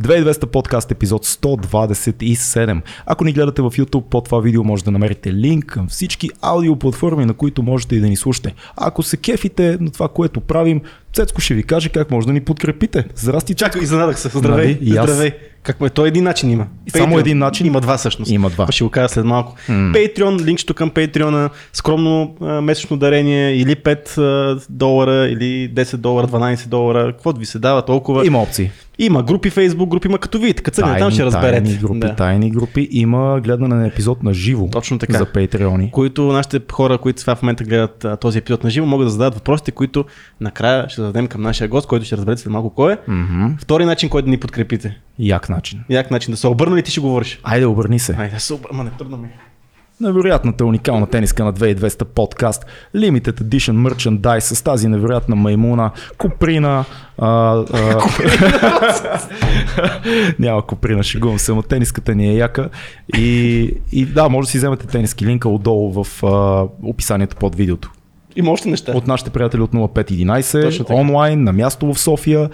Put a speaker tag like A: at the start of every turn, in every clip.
A: 2200 подкаст епизод 127. Ако ни гледате в YouTube, под това видео може да намерите линк към всички аудиоплатформи, на които можете и да ни слушате. А ако се кефите на това, което правим, Цецко ще ви каже как може да ни подкрепите. Здрасти,
B: Чакай, изненадах се. Здравей.
A: Нали? И аз.
B: Здравей. Как му е? Той един начин има.
A: Само един начин?
B: Има два всъщност.
A: Има два.
B: Па Ще го кажа след малко. Patreon, линкчето към Patreon, скромно а, месечно дарение или 5 а, долара, или 10 долара, 12 долара, каквото ви се дава толкова.
A: Има опции.
B: Има групи Facebook, групи, има като видите, като цъкнете там ще разберете.
A: Тайни групи,
B: Да.
A: тайни групи. Има гледане на епизод на живо.
B: Точно така.
A: За патреони.
B: които нашите хора, които сега в момента гледат а, този епизод на живо, могат да зададат въпросите, които накрая ще зададем към нашия гост, който ще разберете след малко кой е.
A: Мгм.
B: Втори начин, който да ни подкрепите.
A: Як начин.
B: Як начин да се обърна ли ти ще говориш?
A: Айде, обърни се.
B: Айде, супер, ма не трудно ми. е.
A: Невероятната уникална тениска на 2200 подкаст, Limited Edition Merchandise с тази невероятна маймуна, Куприна, а, а... няма Куприна, шегувам се, но тениската ни е яка и, и да, може да си вземете тениски линка отдолу в а, описанието под видеото.
B: Има още неща.
A: От нашите приятели от
B: Точно
A: 0511,
B: така.
A: онлайн, на място в София.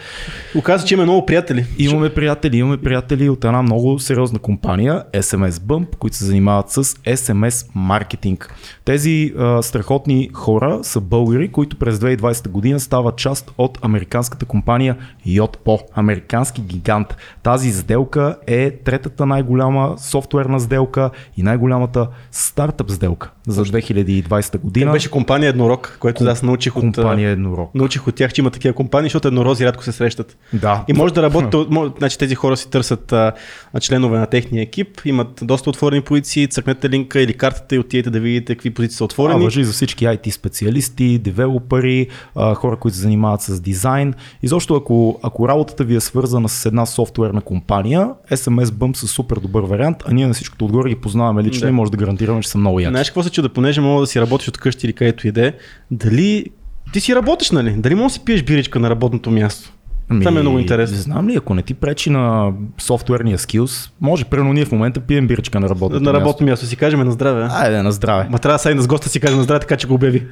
B: Оказва, че има много приятели.
A: Имаме приятели, имаме приятели от една много сериозна компания, SMS Bump, които се занимават с SMS маркетинг. Тези а, страхотни хора са българи, които през 2020 година стават част от американската компания Yotpo, американски гигант. Тази сделка е третата най-голяма софтуерна сделка и най-голямата стартъп сделка за 2020
B: Тя
A: година.
B: беше компания Еднорог, което аз научих от, а,
A: компания Еднорог.
B: научих от тях, че има такива компании, защото еднорози рядко се срещат.
A: Да.
B: И може да работите, от- може, значи тези хора си търсят а, членове на техния екип, имат доста отворени позиции, цъкнете линка или картата и отидете да видите какви позиции са
A: Това
B: отворени.
A: въжи за всички IT специалисти, девелопери, а, хора, които се занимават с дизайн. Изобщо, ако, ако работата ви е свързана с една софтуерна компания, SMS Bump са супер добър вариант, а ние на всичкото отгоре ги познаваме лично
B: Да.
A: и може да гарантираме, че са много яки.
B: Знаеш какво се чуда, понеже мога да си работиш от къщи или където иде, дали ти си работиш, нали? Дали можеш да си пиеш биричка на работното място?
A: Ами,
B: Това ми е много интересно.
A: Знам ли, ако не ти пречи на софтуерния скилс, може, примерно ние в момента пием биричка на работното
B: На
A: място.
B: работно място си кажем е на здраве. а?
A: Айде, на здраве.
B: Ма трябва да сега и на с госта си кажем на здраве, така че го обяви.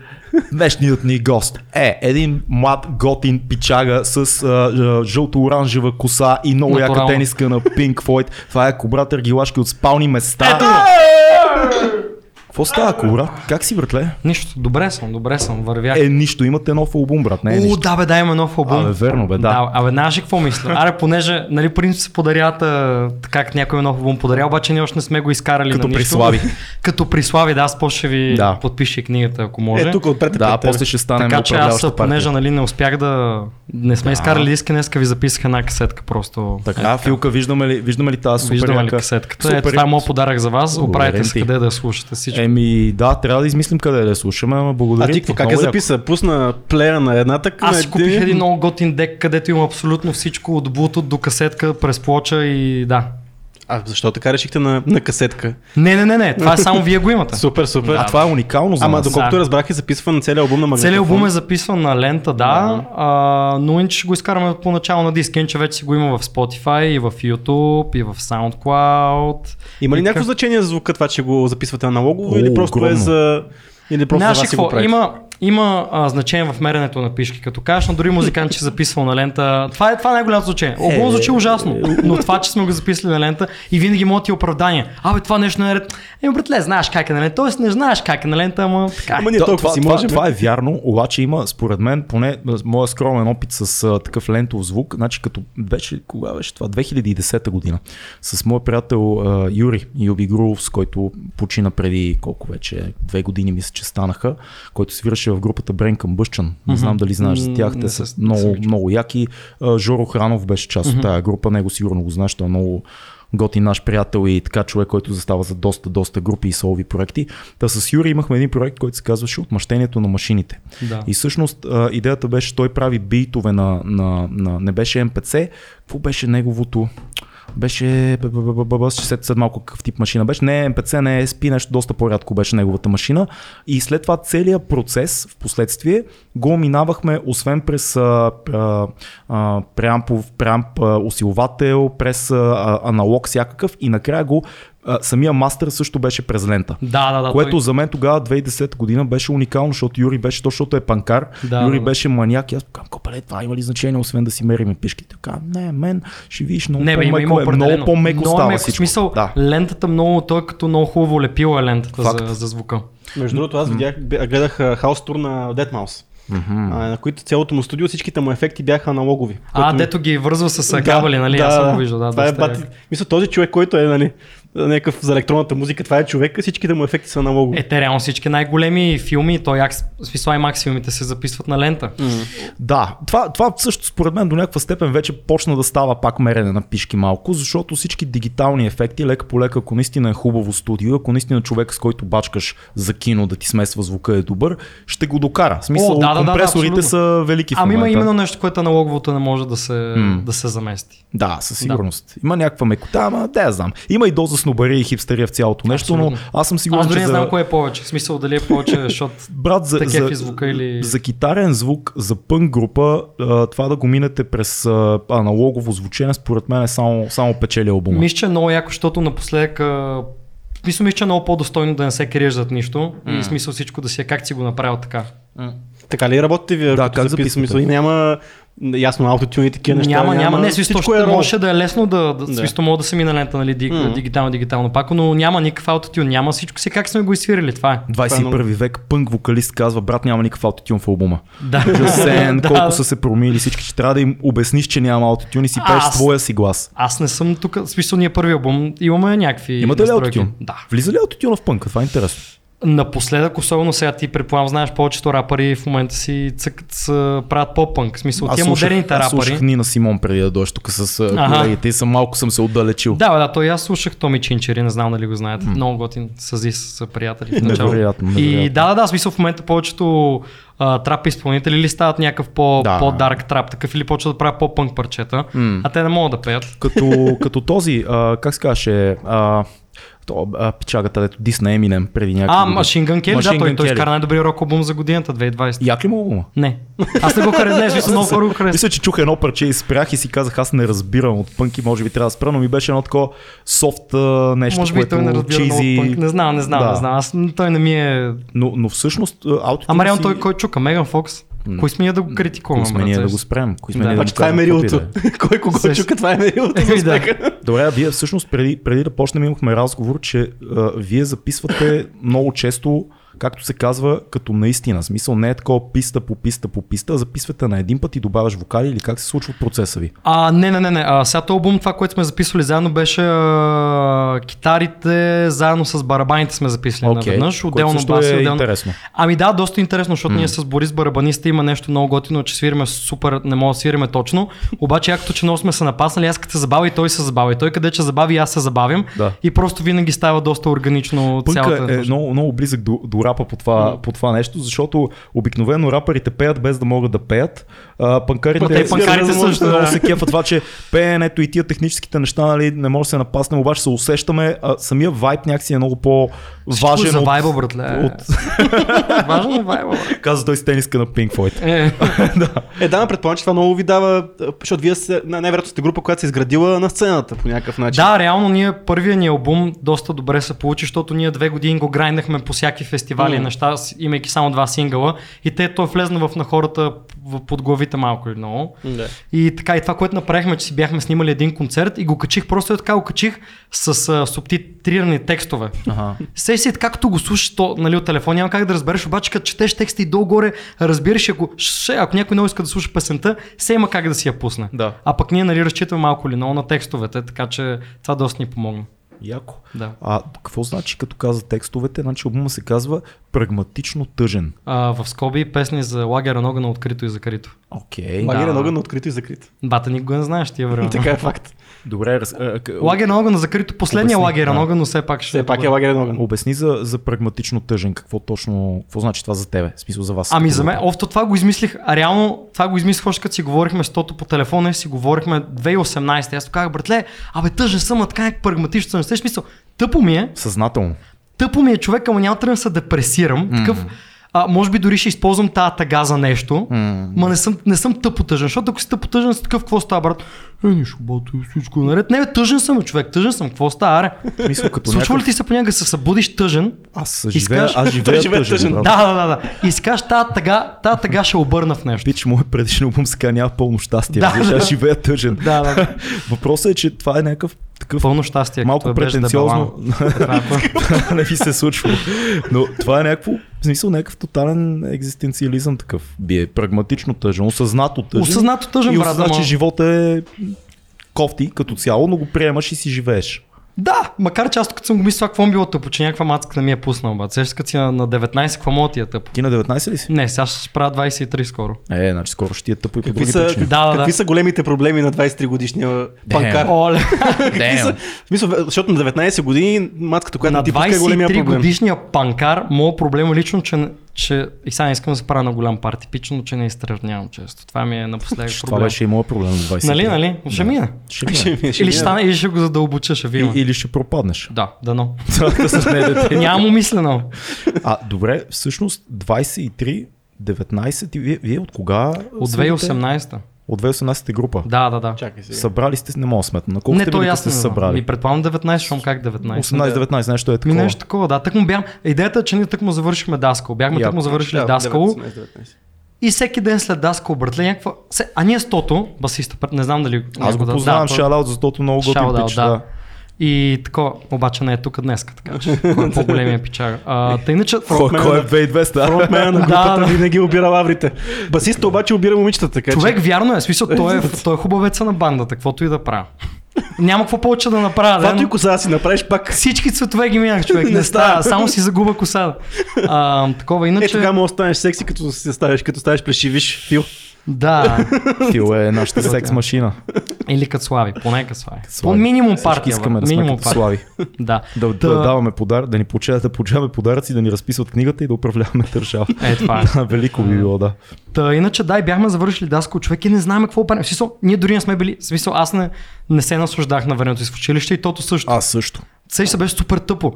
A: Днешният ни гост е един млад готин пичага с а, а, жълто-оранжева коса и много яка
C: Натурално.
A: тениска на Pink Floyd. Това е Кобрат Аргилашки от спални места. Ето! Какво става, Кобрат? Как си, братле?
C: Нищо, добре съм, добре съм, вървях.
A: Е, нищо, имате нов албум, брат, не е
C: О,
A: нищо.
C: да бе, да, има нов албум.
A: Абе, верно бе, да.
C: да абе, знаеш ли какво мисля? Аре, понеже, нали, принцип се подаряват, а, така как някой нов албум подаря, обаче ние още не сме го изкарали
A: Като
C: на нищо.
A: прислави.
C: Като прислави, да, аз после ще ви
A: Да.
C: подпиша и книгата, ако може.
B: Е, тук отпред
A: Да, после ще станем
C: така че аз,
A: управляваща
C: понеже,
A: партия.
C: нали, не успях да... Не сме изкарали диска, днеска ви записах една касетка просто.
A: Така, Филка, виждаме ли, виждаме ли тази супер
C: Виждаме ли
A: яка-
C: касетката?
A: супер
C: Ето, това е
A: яка-
C: моят подарък за вас.
A: Благодарен
C: Оправете се
A: ти.
C: къде да я слушате всичко.
A: Еми, да, трябва да измислим къде да я слушаме, ама
B: А
A: благодаря
B: ти
A: ти,
B: какво, как
A: много яко.
B: я записа? Пусна плеера на едната
C: Аз
B: на
C: си купих един много готин дек, където има абсолютно всичко от Bluetooth до касетка, през плоча и да.
B: А защо така решихте на, на касетка?
C: Не, не, не, не, това е само вие го имате.
B: Супер, супер.
A: А това е уникално за
B: Ама
A: нас.
B: доколкото
C: Да.
B: разбрах, е записва на целия албум на магнитофон.
C: Целият албум е записван на лента, да, а, но иначе ще го изкараме поначало на диск, иначе вече си го има в Spotify и в YouTube и в SoundCloud.
B: Има ли
C: И
B: някакво
C: как-
B: значение за звука това, че го записвате аналогово
A: О,
B: или просто
A: огромно.
B: е за... Или просто
C: Знаеш
B: за
C: ли
B: вас си го
C: какво?
B: правите?
C: Има, има а, значение в меренето на пишки. Като кажеш на дори музикант, че е записвал на лента, това е, това е най-голямото значение. Обум звучи ужасно, но това, че сме го записали на лента и винаги има ти оправдания. Абе, това нещо не е наред. Еми, братле, знаеш как е на лента. Тоест не знаеш как е на лента, ама така.
B: Ама ние
A: Та-
B: толкова
A: това,
B: си
A: това,
B: можем.
A: това е вярно, обаче има, според мен, поне а, моя скромен опит с а, такъв лентов звук, значи като беше, кога беше това, 2010 година, с моя приятел а, Юри, Юби Грув, с който почина преди колко вече, две години мисля, че станаха, който свираше в групата Брен към Бъщан. Не знам дали знаеш за тях,
C: М,
A: те
C: не
A: са
C: се- не съм
A: много,
C: ги чул.
A: много яки. А, Жоро Хранов беше част от тази група, него сигурно го знаеш, той е много готин наш приятел и така човек, който застава за доста, доста групи и солови проекти. Та с Юри имахме един проект, който се казваше Отмъщението на машините.
C: Да.
A: И всъщност а, идеята беше, той прави битове на, на, на не беше MPC, какво беше неговото? Беше, б- б- б- б- б- ще се след малко какъв тип машина беше, не MPC, не SP, нещо доста по-рядко беше неговата машина. И след това целият процес в последствие го минавахме, освен през а, а, а, преампов, преамп а, усилвател, през а, а, аналог всякакъв и накрая го а, самия мастер също беше през лента.
C: Да, да, да.
A: Което
C: той...
A: за мен тогава, 2010 година, беше уникално, защото Юри беше, то, защото е панкар,
C: Да,
A: да, Юри
C: да,
A: да.
C: да.
A: беше маняк и аз казвам, копале, това има ли значение, освен да си мериме пишките? Така, не, мен, ще видиш, много
C: Не, бе, има, има
A: по-меко е,
C: определено.
A: много по-меко
C: Много
A: става
C: меко,
A: всичко.
C: В смисъл,
A: да.
C: лентата много, той е като много хубаво лепила е лентата за,
A: Факт.
C: за, звука.
B: Между другото, аз видях, бе- гледах а, хаос тур на Dead Mouse, а, на които цялото му студио, всичките му ефекти бяха аналогови.
C: А,
B: което ми-
C: дето ги вързва с а, кабели, нали? Аз съм го виждал, да.
B: това е
C: доста
B: бати... Мисля, този човек, който е, нали, някакъв за електронната музика, това е човек, всичките му ефекти са аналогови.
C: Е, те реално всички най-големи филми, той Акс, в смисъл IMAX филмите се записват на лента.
A: Да, това, това също според мен до някаква степен вече почна да става пак мерене на пишки малко, защото всички дигитални ефекти, лека по лека, ако наистина е хубаво студио, ако наистина човек с който бачкаш за кино да ти смесва звука е добър, ще го докара. В смисъл,
C: О, да, да, да,
A: компресорите
C: абсолютно.
A: са велики в
C: Ами
A: момента.
C: има именно нещо, което аналоговото не може да се,
A: М.
C: да се замести.
A: Да, със сигурност. Да. Има някаква мекота, ама да я знам. Има и доза снобари и хипстерия в цялото нещо,
C: Абсолютно.
A: но аз съм сигурен,
C: Аз дори
A: че
C: не
A: за...
C: знам кое е повече. В смисъл дали е повече, защото
A: Брат, за,
C: Те
A: за,
C: кефи звука или-
A: за китарен звук, за пънк група, а, това да го минете през а, аналогово звучение, според мен е само, само печели албума.
C: мисля, че е много яко, защото напоследък а, в смисъл мисля, че е много по-достойно да не се криеш зад нищо и в смисъл всичко да си е как си го направил така.
B: Така ли е работите вие?
A: Да,
B: като
A: как
B: записвате?
A: записвате?
B: Мисъл, и няма ясно аутотюн и такива неща.
C: няма, няма, не, смисъл,
B: всичко
C: ще
B: е ро.
C: можеше да е лесно да, да,
B: Да.
C: смисъл, мога да се мина лента, нали, диг,
B: М.
C: дигитално, дигитално пак, но няма никакъв аутотюн, няма всичко си, как сме го изсвирили, това е.
A: 21 век пънк вокалист казва, брат няма никакъв аутотюн в албума.
C: Да.
A: Сен,
C: Да.
A: колко са се промили всички, че трябва да им обясниш, че няма аутотюн и си пееш
C: Аз-
A: своя си глас.
C: Аз не съм тук, в смисъл ние първи албум имаме някакви
A: Имате ли
C: настройки.
A: аутотюн?
C: Да.
A: Влиза ли аутотюна в пънка? Това е интересно.
C: Напоследък, особено сега ти предполагам, знаеш, повечето рапъри в момента си цъкат, с- правят поп-пънк. В смисъл, тия модерните
A: аз
C: рапъри.
A: слушах Нина Симон преди да дойш тук с а,
C: Аха.
A: колегите и съм малко съм се отдалечил.
C: Да, бе, да, той и аз слушах Томи Чинчери, не знам дали го знаете. Много готин съзи с приятели в началото.
A: Невероятно,
C: И
A: невероятно.
C: да, да, да, в смисъл в момента повечето а, трап изпълнители ли стават някакъв по,
A: Да.
C: по-дарк трап, такъв или почват да правят по-пънк парчета,
A: М.
C: а те не могат да пеят.
A: като, като този, а, как се каже, а, то, а, печагата, дето дис на Еминем преди някакви
C: А,
A: години.
C: Машин Гън Кели, да,
A: Machine
C: той,
A: Gun
C: той
A: Kelly.
C: изкара най-добрия рок албум за годината, 2020.
A: Як ли му албума?
C: Не. Аз не го харесвам, не, в смисъл, много хора го харесвам.
A: Мисля, че чух едно парче и спрях и си казах, аз не разбирам от пънки, може би трябва да спра, но ми беше едно такова софт а, нещо,
C: Може би
A: което
C: той не разбира много от пънк. Не знам, не знам,
A: Да.
C: не знам. Аз, той не ми е...
A: Но, но всъщност а, аутотюн
C: Ама реално
A: си-
C: той кой чука? Меган Фокс?
A: М.
C: Кои сме ние да го критикуваме?
A: Кои сме
C: брат,
A: ние да
C: защо?
A: го спрем? Кои сме
C: Да.
A: ние да
B: Значи
A: го
B: това е
A: кажем, каквото и
B: мерилото.
A: да е.
B: Кой кого
C: Също.
B: чука, това е мерилото. за
C: Еми, да.
B: успеха.
A: Добре, а вие всъщност преди, преди да почнем имахме разговор, че а, вие записвате много често, както се казва, като наистина. В Смисъл не е такова писта по писта по писта, а записвате на един път и добавяш вокали или как се случва процеса ви?
C: А, не, не, не, не. А, сега този албум, това, което сме записвали заедно, беше а, китарите, заедно с барабаните сме записали okay.
A: Окей,
C: наведнъж,
A: което
C: отделно
A: също
C: баси,
A: е
C: отделно...
A: интересно.
C: Ами да, доста интересно, защото ние с Борис барабаниста има нещо много готино, че свириме супер, не мога да свириме точно, обаче якото, че много сме се напаснали, аз като се забавя и той се забавя, и той къде че забави, и аз се забавям
A: Да.
C: и просто винаги става доста органично цялата...
A: Пънка е
C: нощ.
A: много, много близък до, до рапа по това, по това нещо, защото обикновено рапърите пеят без да могат да пеят. А, пънкарите,
B: Пък те пънкарите
A: Разбира се,
B: също,
A: много
B: да.
A: се кефа това, че пеенето и тия техническите неща нали, не може да се напаснем, обаче се усещаме. А, самия вайб някакси е много
C: Всичко
A: по-важен
C: е за
A: от-
C: вайба, братле.
A: от,
C: Важно е вайба, брат.
A: Каза той с тениска на Pink Floyd.
C: Е.
B: Е, да, предполагам, че това много ви дава, а, защото вие сте, най- най-вероятно сте група, която се е изградила на сцената по някакъв начин.
C: Да, реално ние първия ни албум доста добре се получи, защото ние две години го грайнахме по всякакви фестивали и
B: Мгм.
C: неща, с- имайки само два сингъла и те то е влезна в на хората в- под главите малко или много.
B: Да.
C: И така и това, което направихме, че си бяхме снимали един концерт и го качих, просто е така го качих с а, субтитрирани текстове.
A: Ага.
C: Сей си, както го слушаш то, нали, от телефона, няма как да разбереш, обаче като четеш текста и долу-горе, разбираш, ако, ще, ако някой много иска да слуша песента, се има как да си я пусне.
A: Да.
C: А пък ние нали, разчитаме малко или много на текстовете, така че това доста ни помогна.
A: Яко.
C: Да.
A: А какво значи като каза текстовете? Значи обума се казва прагматично тъжен.
C: А, в скоби песни за лагера нога на открито и закрито.
A: Окей.
B: Лагер
C: Да.
B: е много на открито и закрит.
C: Бата никога не знаеш тия времена.
B: Така е факт.
A: Добре, раз, а, к-
C: Лагер на огън на закрито, последния
A: Обясни,
C: лагер на
A: да.
C: огън, но все пак ще...
B: Все пак е
C: добър.
B: лагер е много.
A: обясни за, за прагматично тъжен. Какво точно, какво значи това за тебе? В смисъл за вас.
C: Ами за мен, овто това го измислих, а реално това го измислих още като си говорихме с Тото по телефона и си говорихме 2018. Аз му казах, братле, абе тъжен съм, а така е прагматично съм. Сеш мисъл, тъпо ми е,
A: Съзнателно.
C: тъпо ми е човек, ама няма да тръгна да се депресирам. Такъв, а, може би дори ще използвам тази тъга за нещо,
A: М.
C: ма не съм, не съм тъпо тъжен, защото ако си тъпо тъжен, си такъв, какво става, брат? Е, нищо, бато, всичко е наред. Не, бе, тъжен съм, бе, човек, тъжен съм. Какво става, аре?
A: Мисля, като
C: Случва ли
A: някакъв-
C: ти се понякога се събудиш тъжен?
A: Аз живея,
C: Искаш-
A: аз живея
B: живее
A: тъжен.
B: тъжен.
A: брат.
C: Да, да, да, да. И си кажеш, тази тъга, тази тъга ще обърна в нещо.
A: Пич, моят предишен албум сега няма пълно щастие.
C: Да,
A: Да,
C: да.
A: Аз живея тъжен.
C: Да, да, да.
A: Въпросът е, че това е някакъв такъв
C: Пълно щастие.
A: малко
C: като е без
A: претенциозно.
C: дебелан. Това е пъ-
A: не ви се случва. Но това е някакво, в смисъл, някакъв тотален екзистенциализъм такъв. Би е прагматично тъжен, осъзнато тъжен.
C: Осъзнато тъжен,
A: и
C: брат,
A: осъзна,
C: ама-
A: че живота е кофти като цяло, но го приемаш и си живееш.
C: Да, макар че аз като съм го мислил, това какво ми е било тъпо, че някаква мацка не ми е пуснала, брат. Сещаш като си на, на 19, какво мога да ти е тъпо?
A: Ти на 19 ли си?
C: Не, сега ще справя 23 скоро.
A: Е, значи скоро ще ти е тъпо и по
B: Какви
A: други
B: са,
A: причини.
C: Да, да, да.
B: какви са големите проблеми на 23 годишния панкар?
C: Оле.
B: Какви са? В смисъл, защото на 19 години матката, която
C: на
B: не ти пуска е големия
C: 23
B: проблем.
C: годишния панкар, моят проблем е лично, че, че и сега не искам да се правя на голям парти, пично, че не изтръвнявам често. Това ми е напоследък
A: Това
C: проблем.
A: беше и моят проблем на 20.
C: Нали, нали? Ще мина.
A: Ще мине.
C: Или ще, е стане, или ще го задълбоча, ще видим.
A: И, или ще пропаднеш.
C: Да, дано. Е,
A: Да с не дете.
C: Няма му мислено.
A: А, добре, всъщност 23, 19, и вие, вие от кога?
C: От
A: седите?
C: 2018.
A: От 2018 група.
C: Да, да, да.
B: Чакай сега.
A: Събрали сте, не мога да сметна. На колко
C: не,
A: сте
C: то
A: били, като сте
C: ясно.
A: се
C: не знам. Ми
A: събрали?
C: предполагам 19, защото как 19.
A: 18-19, нещо е
C: Ми
A: такова.
C: нещо такова, да. Так му бям. Идеята е, че ние так му завършихме Даскал. Бяхме так
A: Яко.
C: му завършили Даскал. И всеки ден след Даскал, братле, някаква... се- А ние с Тото, басиста, пред- не знам дали...
A: Аз
C: някой
A: го
C: да-
A: познавам,
C: да,
A: шалаут, защото много готин
C: Shout out,
A: пич.
C: да.
A: Да.
C: И такова, обаче не е тук днес, така че кой е по-големия пичага. А, Та иначе...
A: Кой, кой е 2200? а?
B: Фронтмена на
C: Да,
B: групата
C: да.
B: винаги обира лаврите. Басиста обаче обира момичетата, така
C: Човек, вярно е, в смисъл, той е, той е хубавеца на бандата, каквото и да правя. Няма какво повече да направя.
B: че...
C: да,
B: Каквато
C: но-
B: и коса да си направиш пак.
C: Всички цветове ги минах, човек.
B: Не
C: Не
B: става.
C: става. Само си загуба коса. А,
B: Е,
C: такова, иначе...
B: тогава му останеш секси, като се ставиш, като ставиш плешивиш фил.
C: Да.
A: Фил е нашата секс машина.
C: Или като слави, поне като слави.
A: Слави.
C: По минимум
A: Всички
C: партия.
A: искаме
C: брат,
A: да сме
C: минимум
A: като слави.
C: Да.
A: Да,
C: Та-
A: да, даваме подар, да ни получават, да получаваме подаръци, да ни разписват книгата и да управляваме държава.
C: Е, това е.
A: Да, велико би било, да.
C: Та, иначе, да, и бяхме завършили даско човек и не знаем какво правим. В смисъл, ние дори не сме били. В смисъл, аз не, не се наслаждах на времето си в училище и тото също.
A: Аз също.
C: Сеща се беше супер тъпо.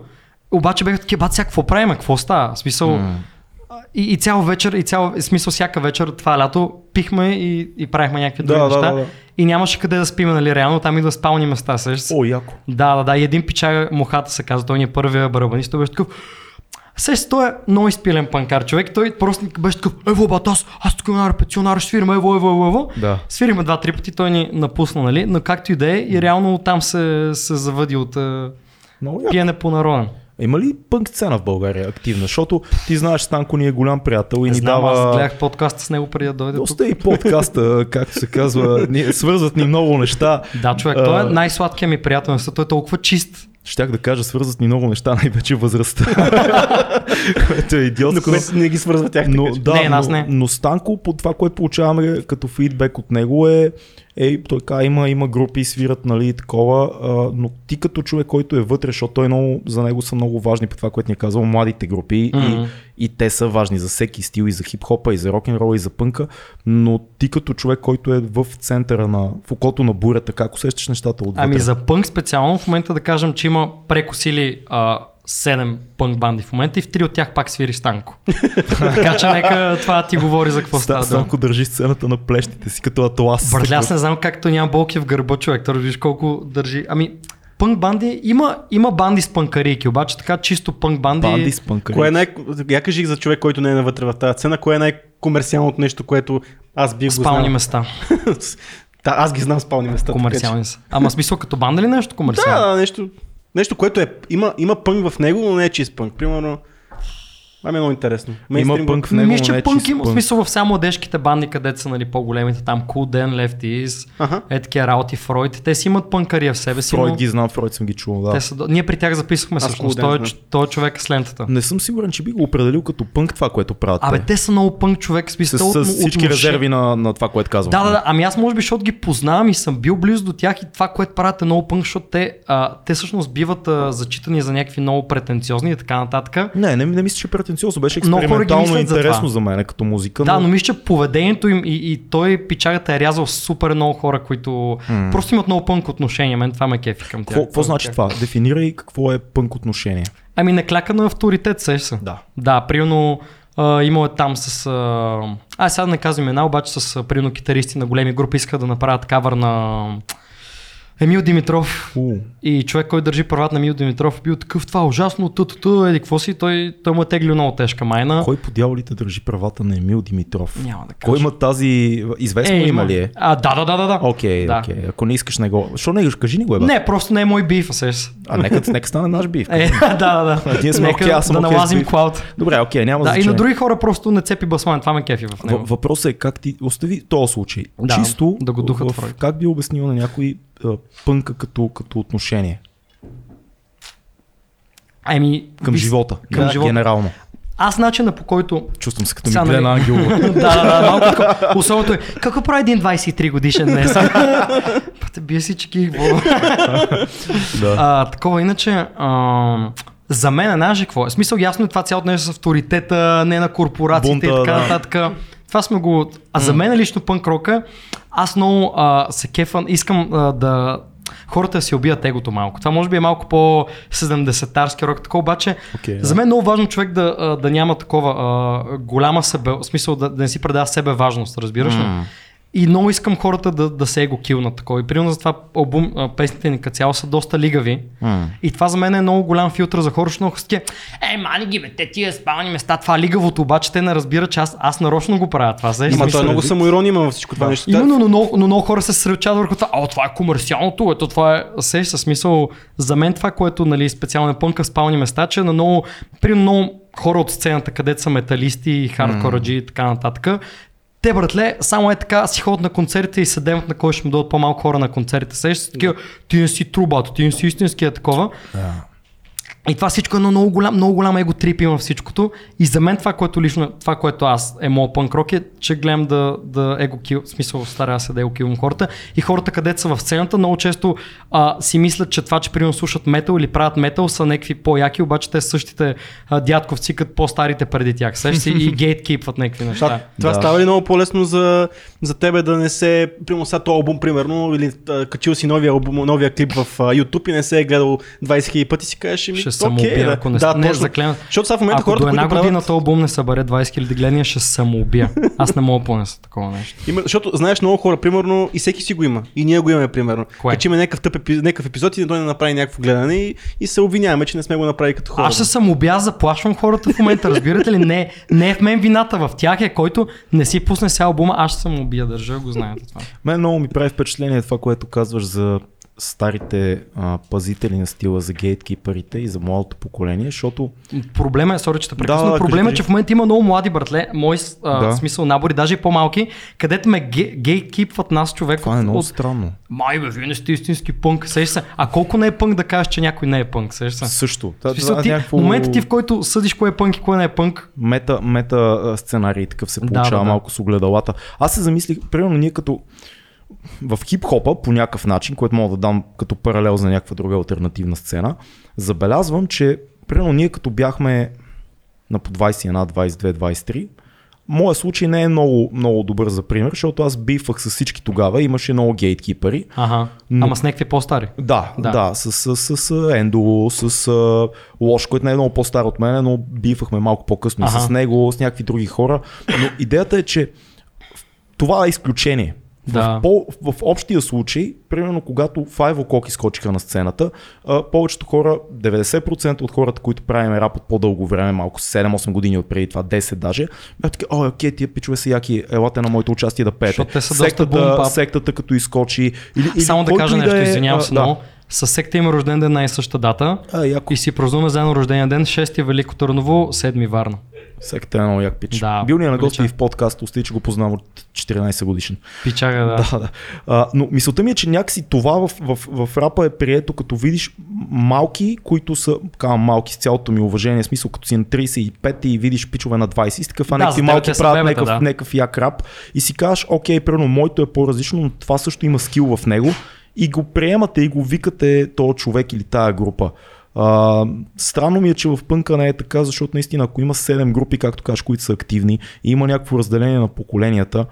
C: Обаче бях такива, бат, сега какво правим, какво става? В смисъл, mm. и, и цял вечер, и цял, в смисъл всяка вечер, това лято, пихме и, и правихме някакви други
A: Да, да,
C: неща.
A: да, да.
C: И нямаше къде да спиме, нали, реално, там идва спални места, сещаш се.
A: О, яко.
C: Да, да, да, и един пичага, мухата се казва, той ни е първия барабанист, той беше такъв, Сеща, той е много изпилен панкар човек, той просто беше такъв, ево бат, аз, аз тук на репетиционар ще свирим, ево, ево, ево, ево.
A: Да.
C: Свирихме два-три пъти, той ни напусна, нали, но както и да е, и реално там се, се завъди от е,
A: Много яко.
C: пиене по народен.
A: Има ли пънк цена в България активна? Защото ти знаеш, Станко ни е голям приятел и ни
C: Знам,
A: дава...
C: аз гледах подкаста с него преди да дойде тук.
A: Доста и подкаста, както се казва, ни, свързват ни много неща.
C: Да, човек,
A: А,
C: той е най-сладкият ми приятел, защото той е толкова чист.
A: Щях да кажа, свързват ни много неща, най-вече възрастта. Което е
B: Но
A: идиотско.
B: което не ги свързва тях.
A: Но,
B: така че.
A: да,
C: Е, Не, нас
A: но,
C: не.
A: но Станко, по това, което получаваме като фидбек от него е, е той каза, има, има групи, свират, нали, и такова, а, но ти като човек, който е вътре, защото той много, за него са много важни, по това, което ни е казал, младите групи
C: Мгм.
A: и, и те са важни за всеки стил, и за хип-хопа, и за рок-н-рола, и за пънка, но ти като човек, който е в центъра на, в окото на бурята, как усещаш нещата отвътре?
C: Ами за пънк специално в момента да кажем, че има прекосили а, 7 пънк банди в момента и в три от тях пак свири Станко. така че нека това ти говори за какво
A: Ста-
C: става. дума.
A: Станко държи сцената на плещите си, като атлас.
C: Бърля, аз не знам как той няма болки в гърба, човек. Той виж колко държи. Ами, пънк банди, има, има банди с пънкарийки, обаче така чисто пънк банди.
A: Банди с пънкари.
B: Кое е най... Я кажи за човек, който не е навътре в тази цена, кое е най-комерциалното нещо, което аз бих го
C: спални
B: знал.
C: места.
B: Да, аз ги знам спални места. така че-
C: Комерциални са. Ама смисъл като банда ли нещо комерциално?
B: Да, да, нещо, нещо, което е, има, има пънк в него, но не е чист пънк. Примерно, това ми е много интересно. Мейнстрим-
A: пънк в него.
C: Мисля,
A: не е
C: че пънк
A: чист
C: има
A: пънк.
C: смисъл в само младежките банди, където са нали, по-големите, там Cool Den, Left Is,
B: Аха.
C: е такива работи, Фройд. Те си имат пънкария в себе си,
A: Фройд
C: но
A: ги знам, Фройд съм ги чувал, да.
C: те са... до- Ние при тях записахме
B: Аз
C: всъщност,
B: Cool
C: той,
B: Den
C: е ч- той е човек с лентата.
A: Не съм сигурен, че би го определил като пънк това, което правят.
C: Абе,
A: те.
C: те са много пънк човек, в
A: с,
C: смисъл
A: с,
C: от-
A: с всички
C: отноше-
A: резерви на, на това, което казвам.
C: Да, да, да, ами аз може би, защото ги познавам и съм бил близо до тях и това, което правят е много пънк, защото те, а, те всъщност биват а, зачитани за някакви много претенциозни и така нататък.
A: Не, не, не мисля, че е претенциозно. Беше
C: Много хора ги
A: експериментално
C: мислят за
A: интересно
C: това.
A: за, мен като музика.
C: Да, но
A: но...
C: мисля, че поведението им и, и той пичагата е рязал супер много хора, които mm. просто имат много пънк отношение. Мен това ме кефи към тях.
A: Какво, какво значи това? Дефинирай какво е пънк отношение.
C: Ами наклякан авторитет, сеш се.
A: Да.
C: Да, примерно а, имало е там с... А, а сега да не казвам една, обаче с а, примерно китаристи на големи групи искаха да направят кавър на... Емил Димитров
A: У.
C: и човек, който държи правата на Емил Димитров, бил такъв това е ужасно, тътото, еди какво си, той, той му е теглил много тежка майна.
A: Кой по дяволите държи правата на Емил Димитров?
C: Няма да кажа.
A: Кой има тази... Известно е, има ли е?
C: А, да, да, да, да. да.
A: Окей,
C: да.
A: окей. Ако не искаш, не го... Що не искаш, кажи ни го, е, бе.
C: Не, просто не е мой биф, сеш.
A: А нека, нека стане наш бив.
C: Е, да, да, да.
A: ние сме
C: Нека
A: окей, аз съм
C: да
A: окей с
C: налазим
A: биф.
C: клауд.
A: Добре, окей, няма
C: Да, и
A: значение.
C: на други хора просто не цепи басман, това ме кефи в
A: В-
C: него.
A: Въпросът е как ти остави този случай.
C: Да,
A: Чисто
C: да го духат
A: в,
C: Фройд.
A: как би обяснил на някой а, пънка като, като отношение
C: Ами,
A: към
C: виж,
A: живота,
C: към
A: да,
C: живота.
A: генерално.
C: Аз начина по който
A: Чувствам се като ми
C: Сега,
A: гледа
C: нали?
A: ангел.
C: да, да, да, малко така. Особено е, какво прави един 23 годишен днес? Пате, бие си чеки, какво?
A: да.
C: а, такова, иначе, а, за мен е наше какво е. В смисъл, ясно е това цялото нещо с авторитета, не на корпорациите и
A: Бунта,
C: така
A: да.
C: нататък. Това сме го... А за мен е лично пънк рока, аз много а, се кефан, искам а, да хората да си убият егото малко. Това може би е малко по-70-тарски рок, така обаче
A: Окей, да.
C: за мен е много важно човек да, а, да няма такова а, голяма себе, в смисъл да, да не си предава себе важност, разбираш ли?
A: М.
C: И много искам хората да, да се его килнат такова. И примерно за това албум, а, песните ни като цяло са доста лигави.
A: М.
C: И това за мен е много голям филтър за хора, защото много хора са такива, Е, мани ги, бе, те тия спални места, това лигавото, обаче те не разбират, че аз, аз нарочно го правя това. Се,
B: Ма това е много самоирония има във всичко това нещо.
C: Именно, но много, но много хора се сръчат върху това. А, това е комерциалното, ето това е сеш със смисъл. За мен това, което нали, специално е пънка в спални места, че на много, при много хора от сцената, където са металисти, хардкораджи и така нататък, те, братле, само е така, си ходят на концертите и се демат на кой ще му дойдат по-малко хора на концертите. Сеш са такива, ти не си трубата, ти не си истинския такова. И това всичко е едно много голям, много голям его трип има всичкото. И за мен това, което лично, това, което аз е моят панк рок е, че гледам да, да его кил, в смисъл стара се да его килвам хората. И хората, където са в сцената, много често а, си мислят, че това, че примерно слушат метал или правят метал, са някакви по-яки, обаче те са същите а, дядковци, като по-старите преди тях. Сещаш си и гейткипват някакви
B: Това,
C: неща.
B: това
A: Да.
B: става ли много по-лесно за, за тебе да не се, примерно сега този албум, примерно, или а, качил си новия, албум, новия клип в а, YouTube и не се е гледал 20 000 пъти, си кажеш, ми,
C: Ще
B: окей,
C: се самоубия, ако не,
B: да,
C: не
B: точно.
C: заклевам.
B: Защото сега в момента
C: ако
B: хората,
C: до една
B: които
C: година
B: правят...
C: този албум не събере 20 000 гледания, ще се самоубия. Аз не мога да понеса такова нещо.
B: Има, защото знаеш много хора, примерно, и всеки си го има. И ние го имаме, примерно.
C: Кое?
B: Качиме някакъв, тъп епи, някакъв епизод и той не направи някакво гледане и, и се обвиняваме, че не сме го направили като хора.
C: Аз ще съм обяз, заплашвам хората в момента, разбирате ли? Не, не е в мен вината, в тях е, който не си пусне сега албума, аз ще съм убия, държа, го знаете това.
A: Мен много ми прави впечатление това, което казваш за старите а, пазители на стила за гейткипърите и за младото поколение, защото
C: Проблема е, сори, че те прекъсна,
A: Да, да,
C: проблема е,
A: кажи,
C: че в момента има много млади братле, мои а,
A: Да.
C: да. смисъл набори, даже и по-малки, където ме ге- гейткипват нас човек
A: това е
C: от,
A: много
C: от
A: странно.
C: Май бе, вие не сте истински пънк, сеш се. А колко не е пънк да кажеш, че някой не е пънк, сеш се.
A: Също.
C: В
A: Та-
C: Смисъл,
A: това е
C: ти,
A: някакво-
C: момента ти, в който съдиш кое е пънк и кое не е пънк,
A: мета, мета а, сценарий, такъв се получава да,
C: да,
A: да,
C: да.
A: малко с огледалата. Аз се замислих, примерно ние като в хип-хопа по някакъв начин, което мога да дам като паралел за някаква друга альтернативна сцена, забелязвам, че примерно ние като бяхме на по 21, 22, 23, Моя случай не е много, много добър за пример, защото аз бифах с всички тогава, имаше много гейткипъри.
C: ага,
A: Но-
C: ама с някакви по-стари.
A: Да, да,
C: Да.
A: да с, с, с, с Ендо, с а, Лош, който не е много по-стар от мен, но бифахме малко по-късно
C: Аха.
A: с него, с някакви други хора. Но идеята е, че в- това е изключение.
C: Да.
A: В, по, в общия случай, примерно когато Five O'Clock изкочиха на сцената, а, повечето хора, 90% от хората, които правим рап от по-дълго време, малко 7-8 години от преди това, 10 даже, бяха така, ой, окей, тия пичове са яки, елате на моето участие да пеете.
C: Защото те са доста
A: Сектата,
C: бум-бап.
A: сектата като изкочи. Или, или
C: Само да
A: който
C: кажа
A: и
C: нещо,
A: да е,
C: извинявам
A: а,
C: се,
A: да.
C: но със секта има рожден ден на и съща дата.
A: А, яко.
C: И си празнуваме заедно рождения ден, 6 Велико Търново, 7 Варна.
A: Всеката е много як пич.
C: Да,
A: Бил ни е на гости
C: прилича.
A: и в подкаст, остави, че го познавам от 14 годишен.
C: Пичага, да.
A: Да, да. А, но мисълта ми е, че някакси това в, в, в рапа е прието, като видиш малки, които са, казвам малки с цялото ми уважение, в смисъл като си на 35 и видиш пичове на 20 и си такъв, а
C: Да,
A: някакви
C: за теб
A: малки
C: те са
A: правят
C: бебета,
A: някакъв,
C: да.
A: някакъв як рап и си кажеш, окей, примерно моето е по-различно, но това също има скил в него и го приемате и го викате то човек или тая група. А, странно ми е, че в пънка не е така, защото наистина ако има 7 групи, както кажеш, които са активни и има някакво разделение на поколенията,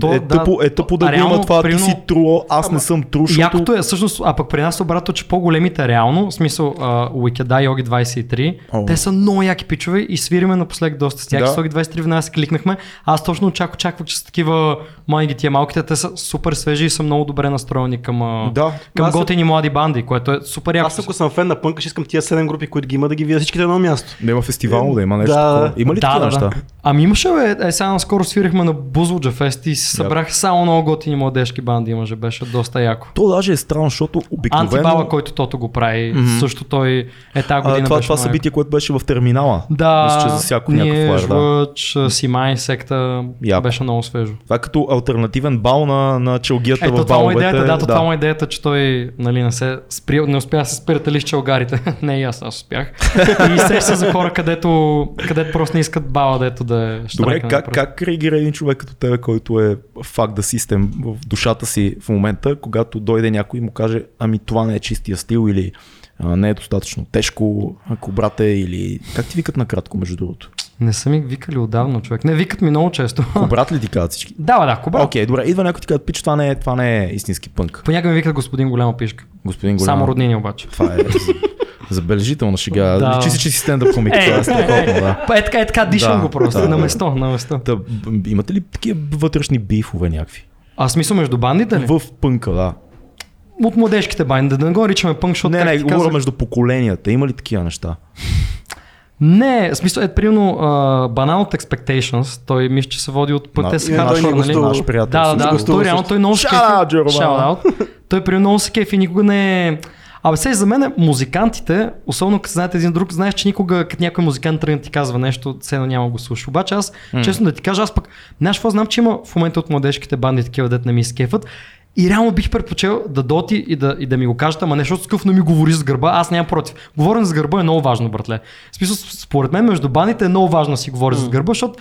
A: То, е, да, тъпо, е тъпо да реално, го има това, примерно, ти си труо, аз не съм тру, защото...
C: Якото е всъщност, а пък при нас обратно, че по-големите реално, в смисъл uh, Wikida и Оги 23,
A: О.
C: те са много яки пичове и свириме напоследък доста с тях.
A: Да.
C: С Оги 23 в нас кликнахме. Аз точно очаквах, очаквах, че са такива майги тия малките, те са супер свежи и са много добре настроени към, uh,
A: Да.
C: към
B: Аз-
C: готини млади банди, което е супер яко.
B: Аз ако съм фен на пънка, ще искам тия 7 групи, които ги има, да ги видя всичките на едно място.
A: Да има фестивал, да има нещо.
B: Да.
A: такова. Има ли
C: е- да,
A: такива
C: да,
A: неща?
C: да. Ами имаше, бе, е, сега наскоро свирихме на Бузлджа Фест и се събрах само много готини младежки банди, имаше, беше доста яко.
A: То даже е странно, защото
C: Антибала,
A: обикновено...
C: който Тото го прави,
A: Мгм.
C: също той е тази година.
A: А, това,
C: беше
A: това
C: много яко.
A: събитие, което беше в терминала.
C: Да,
A: Мисля, че за всяко
C: ние,
A: някакъв флайер, да.
C: Жлъч, Симай, секта,
A: Яко.
C: беше много свежо.
A: Това е като альтернативен бал на, на челгията
C: Ето
A: в
C: това му е
A: баловете.
C: идеята, да, то това му идеята, че той нали, не, се спри, не успя да се спирате ли с чалгарите. не, и аз, аз успях. и се са за хора, където, където просто не искат бала, дето да е
A: Добре,
C: щракане
A: как,
C: напред.
A: как реагира един човек като тебе, който е факт да систем в душата си в момента, когато дойде някой и му каже, ами това не е чистия стил или а, не е достатъчно тежко, ако брате, или как ти викат накратко, между другото?
C: Не са ми викали отдавна, човек. Не, викат ми много често.
A: Кобрат ли ти казват всички?
C: да, бе, да, кобра.
A: Окей, okay, добре, идва някой и ти казва, пич, това не е, това не е истински пънк.
C: Понякога ми викат господин голяма пишка.
A: Господин Голям.
C: Само роднини обаче.
A: Това е забележителна шега.
C: Да.
A: Да. Личи си, че си стендъп комик. това е страхотно, да.
C: Па е така, е така, дишам
A: Да,
C: го просто.
A: да,
C: на
A: да.
C: место, на место.
A: Та, б- имате ли такива вътрешни бифове някакви?
C: А смисъл между бандите ли?
A: В пънка, да.
C: От младежките банди, да не го наричаме пънк, защото
A: не,
C: как
A: не,
C: ти
A: говоря
C: казах-
A: между поколенията. Има ли такива неща?
C: Не, в смисъл е примерно uh, Banal от Expectations, той мисля, че се води от
A: На-
C: ПТСХ.
A: на-
B: той ни
C: нали?
B: гостува.
A: Наш приятел.
C: Да, да, да,
B: гостува
C: той реално,
B: също.
C: той е много се кефи.
A: Shout out, Джерома.
C: Shout out. Той е примерно много се кефи, никога не е... Абе, сега и за мен е, музикантите, особено като знаете един друг, знаеш, че никога като някой музикант тръгне и ти казва нещо, все едно няма го слуша. Обаче аз, mm. честно да ти кажа, аз пък, знаеш какво знам, че има в момента от младежките банди такива, дет не ми скефат. И реално бих предпочел да доти и да, и да ми го кажат, ама не, защото такъв не ми говори с гърба, аз нямам против. Говорен с гърба е много важно, братле. В смисъл, според мен, между бандите е много важно да си говориш с гърба, защото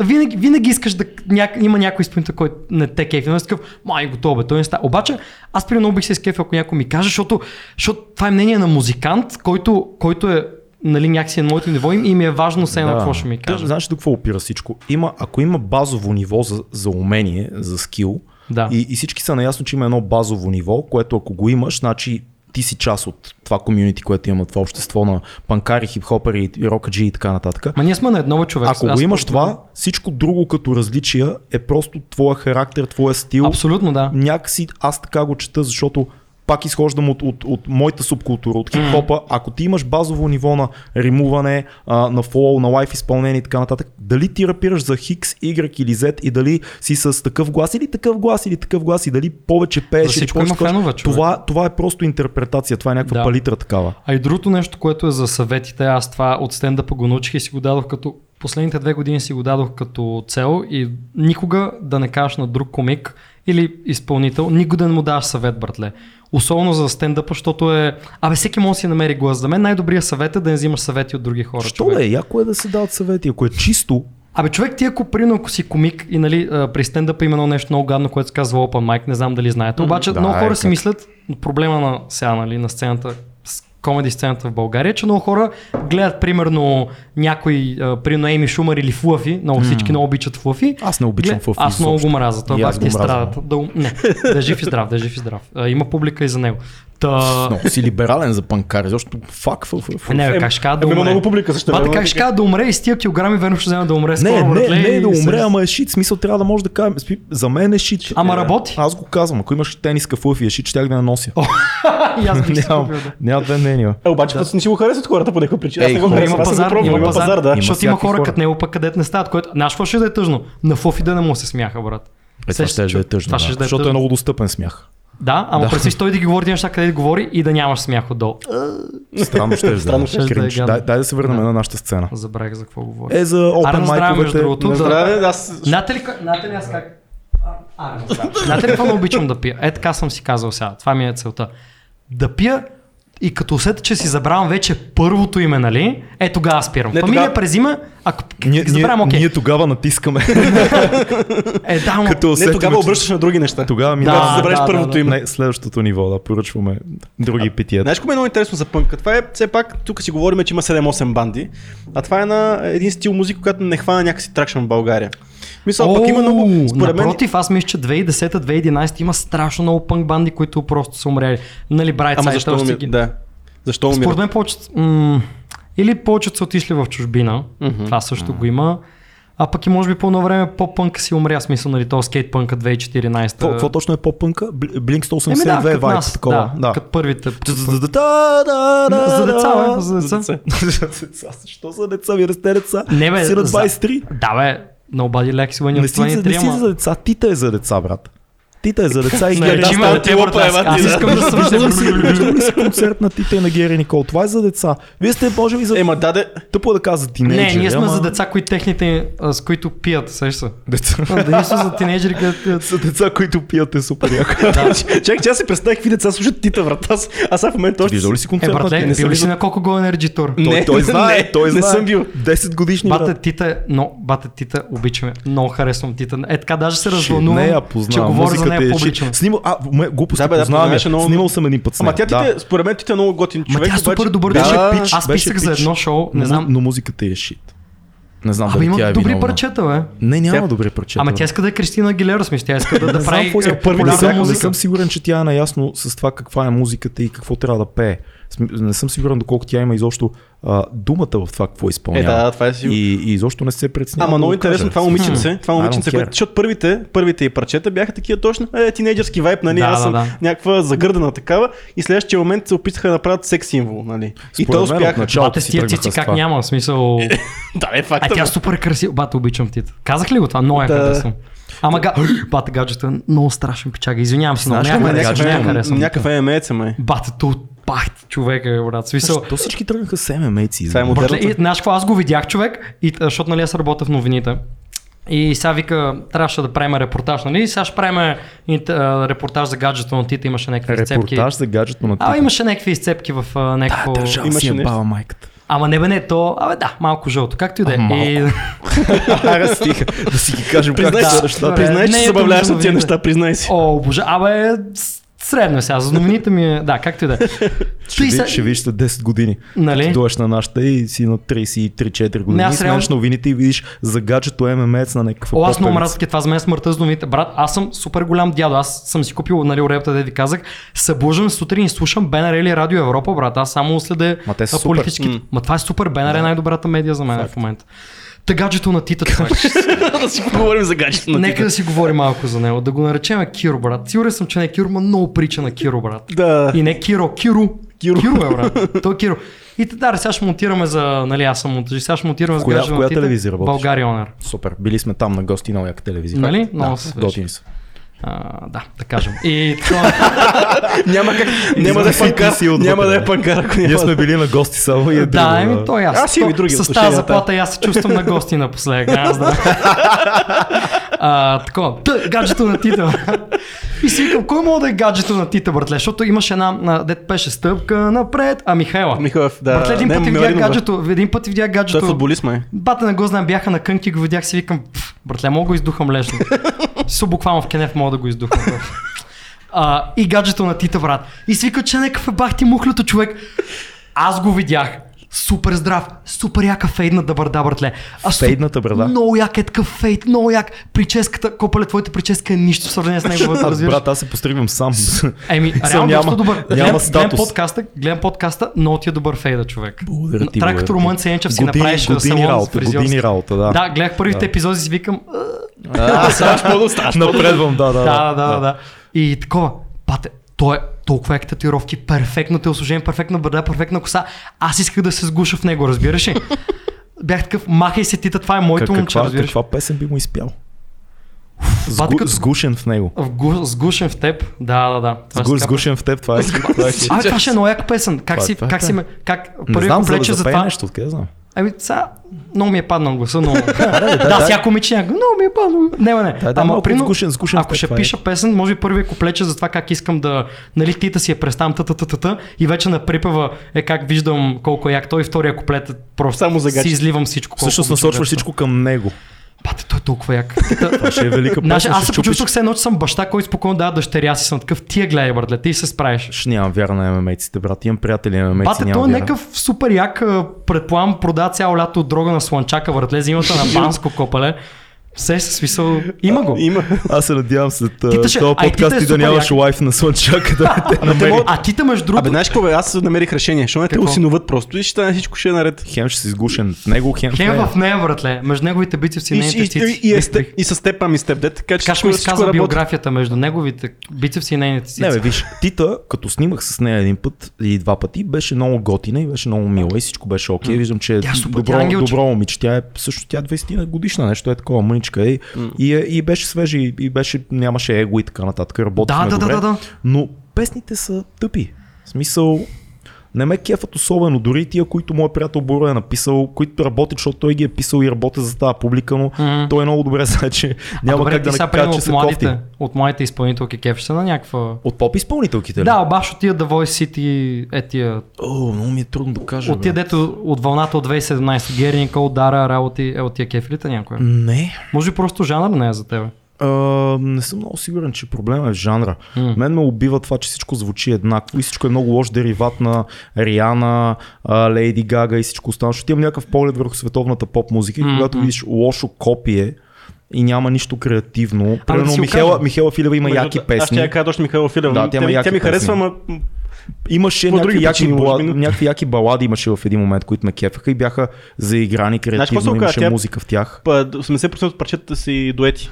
C: винаги, винаги искаш да ня... има някой изпълнител, който не те кефи, но си такъв, май готов, бе, той не става. Обаче, аз примерно много бих се изкефил, ако някой ми каже, защото, защото това е мнение на музикант, който, който е нали, някакси на моето ниво им, и ми е важно все едно какво ще ми
A: Да,
C: каже.
A: знаеш до какво опира всичко? Има, ако има базово ниво за, за умение, за скил,
C: Да.
A: и, и всички са наясно, че има едно базово ниво, което ако го имаш, значи ти си част от това комюнити, което има това общество на панкари, хип-хопери, рокаджи и така нататък.
C: Ма ние сме на едно бе, човек.
A: Ако
C: Аз-
A: го имаш това, всичко друго като различия е просто твоя характер, твоя стил.
C: Абсолютно, да.
A: Някакси аз така го чета, защото пак изхождам от, от, от моята субкултура, от хип-хопа. Ако ти имаш базово ниво на римуване, а, на флоу, на лайф изпълнение и така нататък, дали ти рапираш за Хикс, Y или Z и дали си с такъв глас или такъв глас или такъв глас и дали повече пееш или
C: всичко
A: повече
C: има
A: пееш,
C: фенове, човек.
A: това, това е просто интерпретация, това е някаква
C: Да.
A: палитра такава.
C: А и другото нещо, което е за съветите, аз това от стендъпа го научих и си го дадох като последните две години си го дадох като цел и никога да не кажеш на друг комик или изпълнител, никога да не му даваш съвет, братле. Особено за стендъпа, защото е... Абе, всеки може да си намери глас. За мен най-добрият съвет е да не взимаш съвети от други хора.
A: Що
C: човек.
A: да е, яко е да се дават съвети, ако е чисто,
C: Абе, човек, ти ако прино, ако си комик и нали, а, при стендъпа има едно нещо много гадно, което се казва Open Mic, не знам дали знаете. Обаче
A: Да,
C: много
A: е,
C: хора си
A: как.
C: мислят, проблема на сега, нали, на сцената, с комеди сцената в България, е, че много хора гледат примерно някой, а, примерно Ейми Шумър или Флъфи, много всички много обичат Флъфи.
A: Аз не обичам
C: Гле-
A: Флъфи
C: Аз много го
A: изобщо.
C: мразя, той
A: И аз
C: бах ти е
A: го мразя.
C: страдата. Да, ум- не, да е жив и здрав, да е жив и здрав. А, има публика и за него. Та...
A: Много си либерален за панкари, защото фак, фак, фак, фак.
C: Не, бе,
B: Е,
C: как ще кажа да
B: ами
C: умре?
B: има много публика също
C: Бате,
B: време,
C: как ще
B: така.
C: кажа да умре и с тия килограми, верно ще взема да умре.
A: Не,
C: скоро,
A: не,
C: братле,
A: не е да
C: и
A: умре,
C: с-
A: ама е шит. Смисъл трябва да може да кажем. спи- За мен е шит.
C: Ама
A: Е,
C: работи.
A: Аз го казвам. Ако имаш тениска фуфи, е шит, щях да я нося.
C: И аз бих си
A: Нямам-
C: купил, да.
A: Няма две мнения.
B: Е, обаче пък не си го харесват хората по някаква причина.
A: Ей,
B: Аз не го
A: хора,
B: харесвам,
C: Има
A: Аз съм
B: аз не го
C: пазар,
B: пробвам,
C: има пазар, да.
A: Има
C: Защото има
A: всякакви
C: хора
A: хора.
C: като него пък където не стават, което наш ще да е тъжно. На Фофи да не му се смяха, брат.
A: Е, това
C: Сещаш,
A: ще да е
C: че-
A: тъжно.
C: Това ще
A: Да,
C: да е
A: защото е
C: тъжно.
A: много достъпен смях.
C: Да, ама
A: Да.
C: представи си той да ги говори тези неща, където говори и да нямаш смях отдолу.
A: Странно ще е.
B: Странно ще
C: е да е
A: Кринч.
C: гадно.
A: Дай дай да се върнем на нашата сцена.
C: Забравих за какво говори.
A: Е, за
C: Ара
A: Open
C: на здраве, между другото.
A: Mic-овете.
C: да.
B: Здраве, аз...
C: Знаете ли, кой- знаете ли аз как? А, А, не знам. Знаете ли какво ме обичам да пия? Е, така съм си казал сега. Това ми е целта. Да пия и като усета, че си забравям вече първото име, нали? Е, тогава спирам.
B: Не,
C: Не, Фамилия
B: тогава-
C: през име, ако
A: Ние, ние,
C: забравям, окей.
A: ние тогава натискаме,
C: Е, да, ама...
A: като
B: Не,
A: усетиме,
B: тогава
A: че-
B: обръщаш на други неща.
A: Тогава ми
B: Когато
C: Да,
B: забравиш
C: е- да, да,
B: първото
C: да.
B: име.
A: Не, следващото ниво, да, поръчваме други пития.
B: Знаеш какво е много интересно за пънка? Това е все пак, тук си говорим, че има 7-8 банди, а това е на един стил музика, която не хвана някакси тракшън в България. Мисля, пък има много. Според мен.
C: Напротив, аз мисля, че 2010-2011 има страшно много пънк банди, които просто са умряли. Нали, Брайт
B: Ама защо умира? Да. Защо
C: Според
B: умира?
C: мен повечето... М- или повечето са отишли в чужбина,
B: Мгм.
C: това също го има. А пък и може би по едно време по-пънка си умря, смисъл, нали, то скейт пънка 2014.
A: Какво какво точно е по-пънка? Бл- Blink
C: Еми
A: 182
C: като
A: вайб,
C: нас,
A: такова.
C: да,
A: Да.
C: като първите.
A: За деца,
C: За деца, бе, за деца.
A: За деца. Защо за деца? Вие не сте деца.
C: Не, бе,
A: Си на
C: за- Ами,
A: 23.
C: Да бе, Nobody Likes When
A: Не
C: You're
A: си, за-
C: 23,
A: не си
C: ама-
A: за деца. Тита е за деца, брат. Тита е за деца и
C: Не,
A: Гери
C: че има
A: Никол.
C: дете, брат, аз- аз искам да съм
A: Виждали ли си концерт на Тита и на Гери Никол? Това е за деца. Вие сте, може би, за...
B: Ема даде.
A: Тъпо е да каза
C: Не,
A: тинейджери,
C: ние сме
A: ама-
C: за деца, които техните, а, с които пият, сещаш се. Е,
A: Деца.
C: А, Да, ние сме за тинейджери, където пият.
A: За деца, които пият е супер яко.
B: Чакай, че аз си представих какви деца слушат Тита, брат. Аз, аз сега в момента още.
A: Виждал ли си
C: Е,
A: концерт на Тита?
C: братле,
A: Не съм
C: бил ли си
A: виждал.
C: на колко го Energy Tour?
A: Той,
B: Не,
A: той знае,
B: не,
A: той
B: не
A: знае.
B: съм бил.
A: 10 годишни
C: Бате
A: брат.
C: Тита, е- но бате Тита обичаме. Много харесвам Тита. Е така, даже се развълнувам,
A: не я
C: че
A: познавам.
C: говоря за
A: Музиката
C: нея
A: е
C: публично.
A: ши- Снимал, а, ме, глупости,
B: Да,
A: да,
B: бе, да,
A: познавам я.
B: познаваше много-
A: Снимал съм един път с нея.
B: Ама тя
A: да.
B: Тита, според мен Тита е много готин
C: Ма
B: човек.
C: тя е супер
B: обаче-
C: добър
B: Да,
C: беше.
A: беше пич,
C: Аз
A: беше
C: писах за
A: пич.
C: едно шоу, не
A: но,
C: знам.
A: но музиката е шит. Не знам
C: Абе
A: дали тя
C: има
A: е
C: добри
A: виновна.
C: парчета, бе.
A: Не, няма
B: Тя-
A: добри парчета.
C: Ама
A: бе.
C: тя иска да е Кристина Агилера, смисъл. Тя иска да, да
A: Не знам
C: прави
A: какво иска.
C: е,
A: Първо, не,
C: популярна
A: съм, не съм
C: музика.
A: сигурен, че тя е наясно с това каква е музиката и какво трябва да пее. См- Не съм сигурен доколко тя има изобщо а, думата в това какво изпълнява.
B: Е, да, това е сигурно.
A: И, и изобщо не се преценява.
B: Ама
A: да
B: много
A: го кажа.
B: интересно това момиченце, това
A: I don't
B: момиченце,
A: care.
B: което, защото първите, първите и парчета бяха такива точно, е, тинейджърски вайб, нали,
C: Да,
B: аз
C: да,
B: съм
C: да.
B: някаква загърдена такава и следващия момент се опитаха да направят секс символ, нали. и
A: Според
B: то
A: мен
B: успяха.
A: отначало-
C: Бате с тия
A: Тръгнаха
C: цици
A: с
C: как
A: това.
C: няма, в смисъл...
B: Да, е
C: А
B: факта.
C: тя е
B: бе.
C: супер красива. Бата, обичам Тита. Казах ли го това? Много я
B: Да.
C: харесвам. Ама га... бата гаджето е много страшен печага. Извинявам се, но не
A: Знаеш
C: я
A: ли, е ме,
C: харесвам. Не я
A: гаджето,
C: харесвам.
B: някакъв ЕМЕЦ, май.
C: Бата, то пах човека, бе, е, брат. Смисъл,
A: То всички тръгнаха с ММА-ци.
B: Това е модерно.
C: Братле, и, знаеш какво, аз го видях човек, и, а, защото нали аз работя в новините. И сега вика, трябваше да правим репортаж, нали? Сега ще правим инт- а, репортаж за гаджето на Тита, имаше някакви изцепки.
A: Репортаж за гаджето на
C: А,
A: Тита.
C: имаше някакви изцепки в а, някакво...
A: Държава
B: Имаше
A: си я
B: нещо.
A: баба майката.
C: Ама не бе, не, то... Абе да, малко жълто, както и да е.
A: А, малко.
C: И-
A: Ара стиха, да си ги кажем как
B: Признай,
C: Да,
B: че-
C: добре.
B: признай, че
C: Не,
B: се
C: е
B: забавляваш
C: трудно
B: на тия
C: да
B: неща, признай си.
C: О, боже, абе, с- средно е сега, за новините ми е... Да, както и да е.
A: Ще,
C: Ти
A: ви,
C: са-
A: ще видиш след 10 години.
C: Нали?
A: Ти дойдеш на нашата и си на 33-4 години.
C: Не, аз
A: и
C: реално-
A: сменеш новините и видиш за гаджето ММС на някаква
C: О, аз много
A: попелница.
C: мразя такива, това за мен е смъртта с думите. Брат, аз съм супер голям дядо. Аз съм си купил, нали, урепта, да ви казах. Събуждам се сутрин и слушам БНР или Радио Европа, брат. Аз само следя
A: Ма те са
C: а,
A: супер.
C: политически.
B: М.
C: Ма това е супер. БНР е най-добрата медия за мен в момента. Та гаджето на Тита, човек.
B: Да си поговорим за гаджето на
C: Нека
B: Тита.
C: да си говори малко за него. Да го наречем Киро, брат. Сигурен съм, че не е Киро, но много прича на Киро, брат.
B: Да.
C: И не Киро, Киро.
B: Киро.
C: Киро, Киро е, брат. Той е Киро. И да, сега ще монтираме за, нали, аз съм монтажист, сега ще монтираме
A: В коя-
C: за гаджето
A: в
C: на
A: коя
C: Тита.
A: телевизия работиш?
C: България Онер.
A: Супер, били сме там на гости на яка телевизия.
C: Нали?
A: Факт.
C: Много
A: Да,
C: се свежи.
A: готини са.
C: А, да, да кажем. И това...
B: Няма как. Няма да е
A: Извади
B: панкар.
A: си отвътре,
B: Няма да е
A: бе.
B: панкар, ако
A: Ние
B: няма. да-
A: сме били на гости само и е
C: Да,
A: друго,
C: еми, то е ясно.
B: Аз имам и
C: То-
B: други
C: С
B: отношения,
C: тази
B: да.
C: заплата и аз се чувствам на гости напоследък. Аз да. а, такова. Та, гаджето на Тита. И си викам, кой мога да е гаджето на Тита, братле? Защото имаше една, на, дет беше стъпка напред, а Михайла.
B: Михайлов, да.
C: Братле, един
B: Не,
C: път видях
B: Меоринова.
C: гаджето, един път видях
B: Той е
C: гаджето.
B: футболист, май.
C: Бата не го знам, бяха на кънки, го видях си викам, «Пф, братле, мога го издухам лесно. Со буквално в кенеф мога да го издухам. бе. А, и гаджето на Тита, брат. И свика, че някакъв е бахти мухлето човек. Аз го видях. Супер здрав, супер яка фейдната бърда, братле. А су-
A: Фейдната брада?
C: Много як е такъв фейд, много як. Прическата, копале, твоята прическа е нищо в сравнение с неговата,
A: Аз,
C: разбираш.
A: брат, аз се постригвам сам.
C: Еми,
A: Съм,
C: реално
A: няма-
C: няма, добър.
A: няма
C: гледам, гледам
A: статус.
C: подкаста, гледам подкаста, но ти е добър фейда, човек.
A: Благодаря ти,
C: Трябва
A: благодаря
C: като
A: ти.
C: Румън Сенчев си
A: Години-
C: направиш
A: години
C: салон
A: работа,
C: с фризьорство.
A: години работа, да.
C: Да, гледах първите епизоди и си викам, «А,
B: А, страшно много, страшно.
A: Напредвам, да, да.
C: да, да, да, да. И такова, пате, той е толкова е татуировки, перфектно те е осложен, перфектна бърда, перфектна коса. Аз исках да се сгуша в него, разбираш ли? Бях такъв, махай се тита, това е
A: Как-
C: моето момче,
A: Каква,
C: разбираш. ли?
A: каква песен би му изпял?
C: Бате,
A: Сгу-
C: като-
A: Сгушен в него.
C: В гу- Сгушен в теб, да, да, да. Това
A: Сгу-
C: ще
A: Сгушен в теб, това е. това е хит.
C: А, това ще е много яка песен. Как
A: Това е-
C: си,
A: това е-
C: как си, ме- как,
A: Не
C: първият
A: знам, за
C: куплет, че
A: да
C: за
A: запее
C: това.
A: нещо, откъде знам.
C: Ами, сега, много ми е паднал гласа, но... да, сега момиче някак, много ми е паднал. Не, бе, не.
A: Да, да, малко сгушен- сгушен в
C: ако
A: теб,
C: ще
A: това е.
C: пиша песен, може би първият е куплече за това как искам да, нали, тита си я представям та та та та та и вече на припева е как виждам колко е як той и втория куплет е просто
B: Само за
C: си
B: гаджета.
C: изливам всичко. колко
A: Всъщност
C: обичам
A: насочваш
C: гаджета.
A: всичко към него.
C: Пате, той е толкова як. Тита-
A: Това ще е велика песен.
C: Значи, аз
A: ще
C: се
A: чупиш-
C: почувствах се едно, че съм баща, който спокойно дава дъщеря си. Съм такъв, тия гледай, братле, ти се справиш.
A: Ще нямам вяра на ММА-ците, брат. Имам приятели на ММА-ци,
C: Бате,
A: нямам
C: той е
A: вяра.
C: някакъв супер як, а, предполагам, прода цяло лято от дрога на слънчака, въртле, зимата на Банско копале. Се, смисъл, има го.
B: Има.
A: Аз се надявам след
C: Титаше,
A: този
C: IT-та е
A: подкаст ти да
C: супер
A: нямаш
C: яко.
A: лайф на слънчака да те
C: А, те
A: намери.
C: могат- а ти между другото...
B: Абе, знаеш какво бе, аз намерих решение. Що не те
C: Какво?
B: осиноват просто и ще стане всичко ще е наред.
A: Хем ще си изгушен от него, хем, в
C: Хем
A: нея.
C: в нея, братле. Между неговите бицепси и
B: И,
C: нейните
B: и, и,
C: цици.
B: и, е
C: Не
B: с те-
C: сприх.
B: и с теб, ами с теб, дет, така че
C: Как ще ми
B: всичко, всичко
C: изказа
B: работи.
C: биографията между неговите бицепси и нейните цици?
A: Не, бе, виж, Тита, като снимах с нея един път и два пъти, беше много готина и беше много мила и всичко беше окей. Виждам, че е
C: Тя е супер,
A: добро,
C: тя е ангелче.
A: добро момиче. Тя е също тя е 20 годишна, нещо е такова мъничка и, и, е- и беше свежа и, и беше, нямаше его и така нататък. Работихме
C: Да, да, да,
A: добре,
C: да, да.
A: Но песните са тъпи. В смисъл, не ме кефат особено, дори и тия, които моят приятел Боро е написал, които работят, защото той ги е писал и работят за тази публика, но
C: Мгм.
A: той много добре знае, че
C: А
A: няма
C: добре,
A: как
C: ти
A: да не
C: сега,
A: кажа,
C: примерно,
A: че
C: от
A: са кофти.
C: младите, от младите изпълнителки кефша на някаква...
A: От поп изпълнителките ли?
C: Да, баш от тия The Voice City, е тия,
A: О, много ми е трудно да кажа.
C: от тия
A: бе.
C: дето от вълната от 2017, Гери Никол, Дара, работи, е от тия кефилите някоя.
A: Не.
C: Може би просто жанър не е за тебе.
A: А, не съм много сигурен, че проблема е в жанра.
C: М.
A: Мен ме убива това, че всичко звучи еднакво и всичко е много лош дериват на Риана, а, Лейди Гага и всичко останало. Ще имам някакъв поглед върху световната поп музика и
C: М,
A: когато
C: м.
A: видиш лошо копие и няма нищо
B: Ами
A: креативно.
C: да
A: Примерно
C: си го
A: Михела,
C: кажа.
A: Михела Филева има
B: Между-
A: яки
B: Аз ще
A: песни.
B: я кажа точно Михайло Филев.
A: Да, тя има
B: тя,
A: яки
B: ми харесва,
A: песни.
B: ама м,
A: Имаше
B: По
A: някакви
B: други
A: яки,
B: причини,
A: бала...
B: може би, но-
A: някакви яки балади имаше в един момент, които ме кефаха и бяха заиграни креативно,
B: оказа?
A: имаше
B: Тя-
A: музика в тях.
B: па, 80% от парчетата си дуети.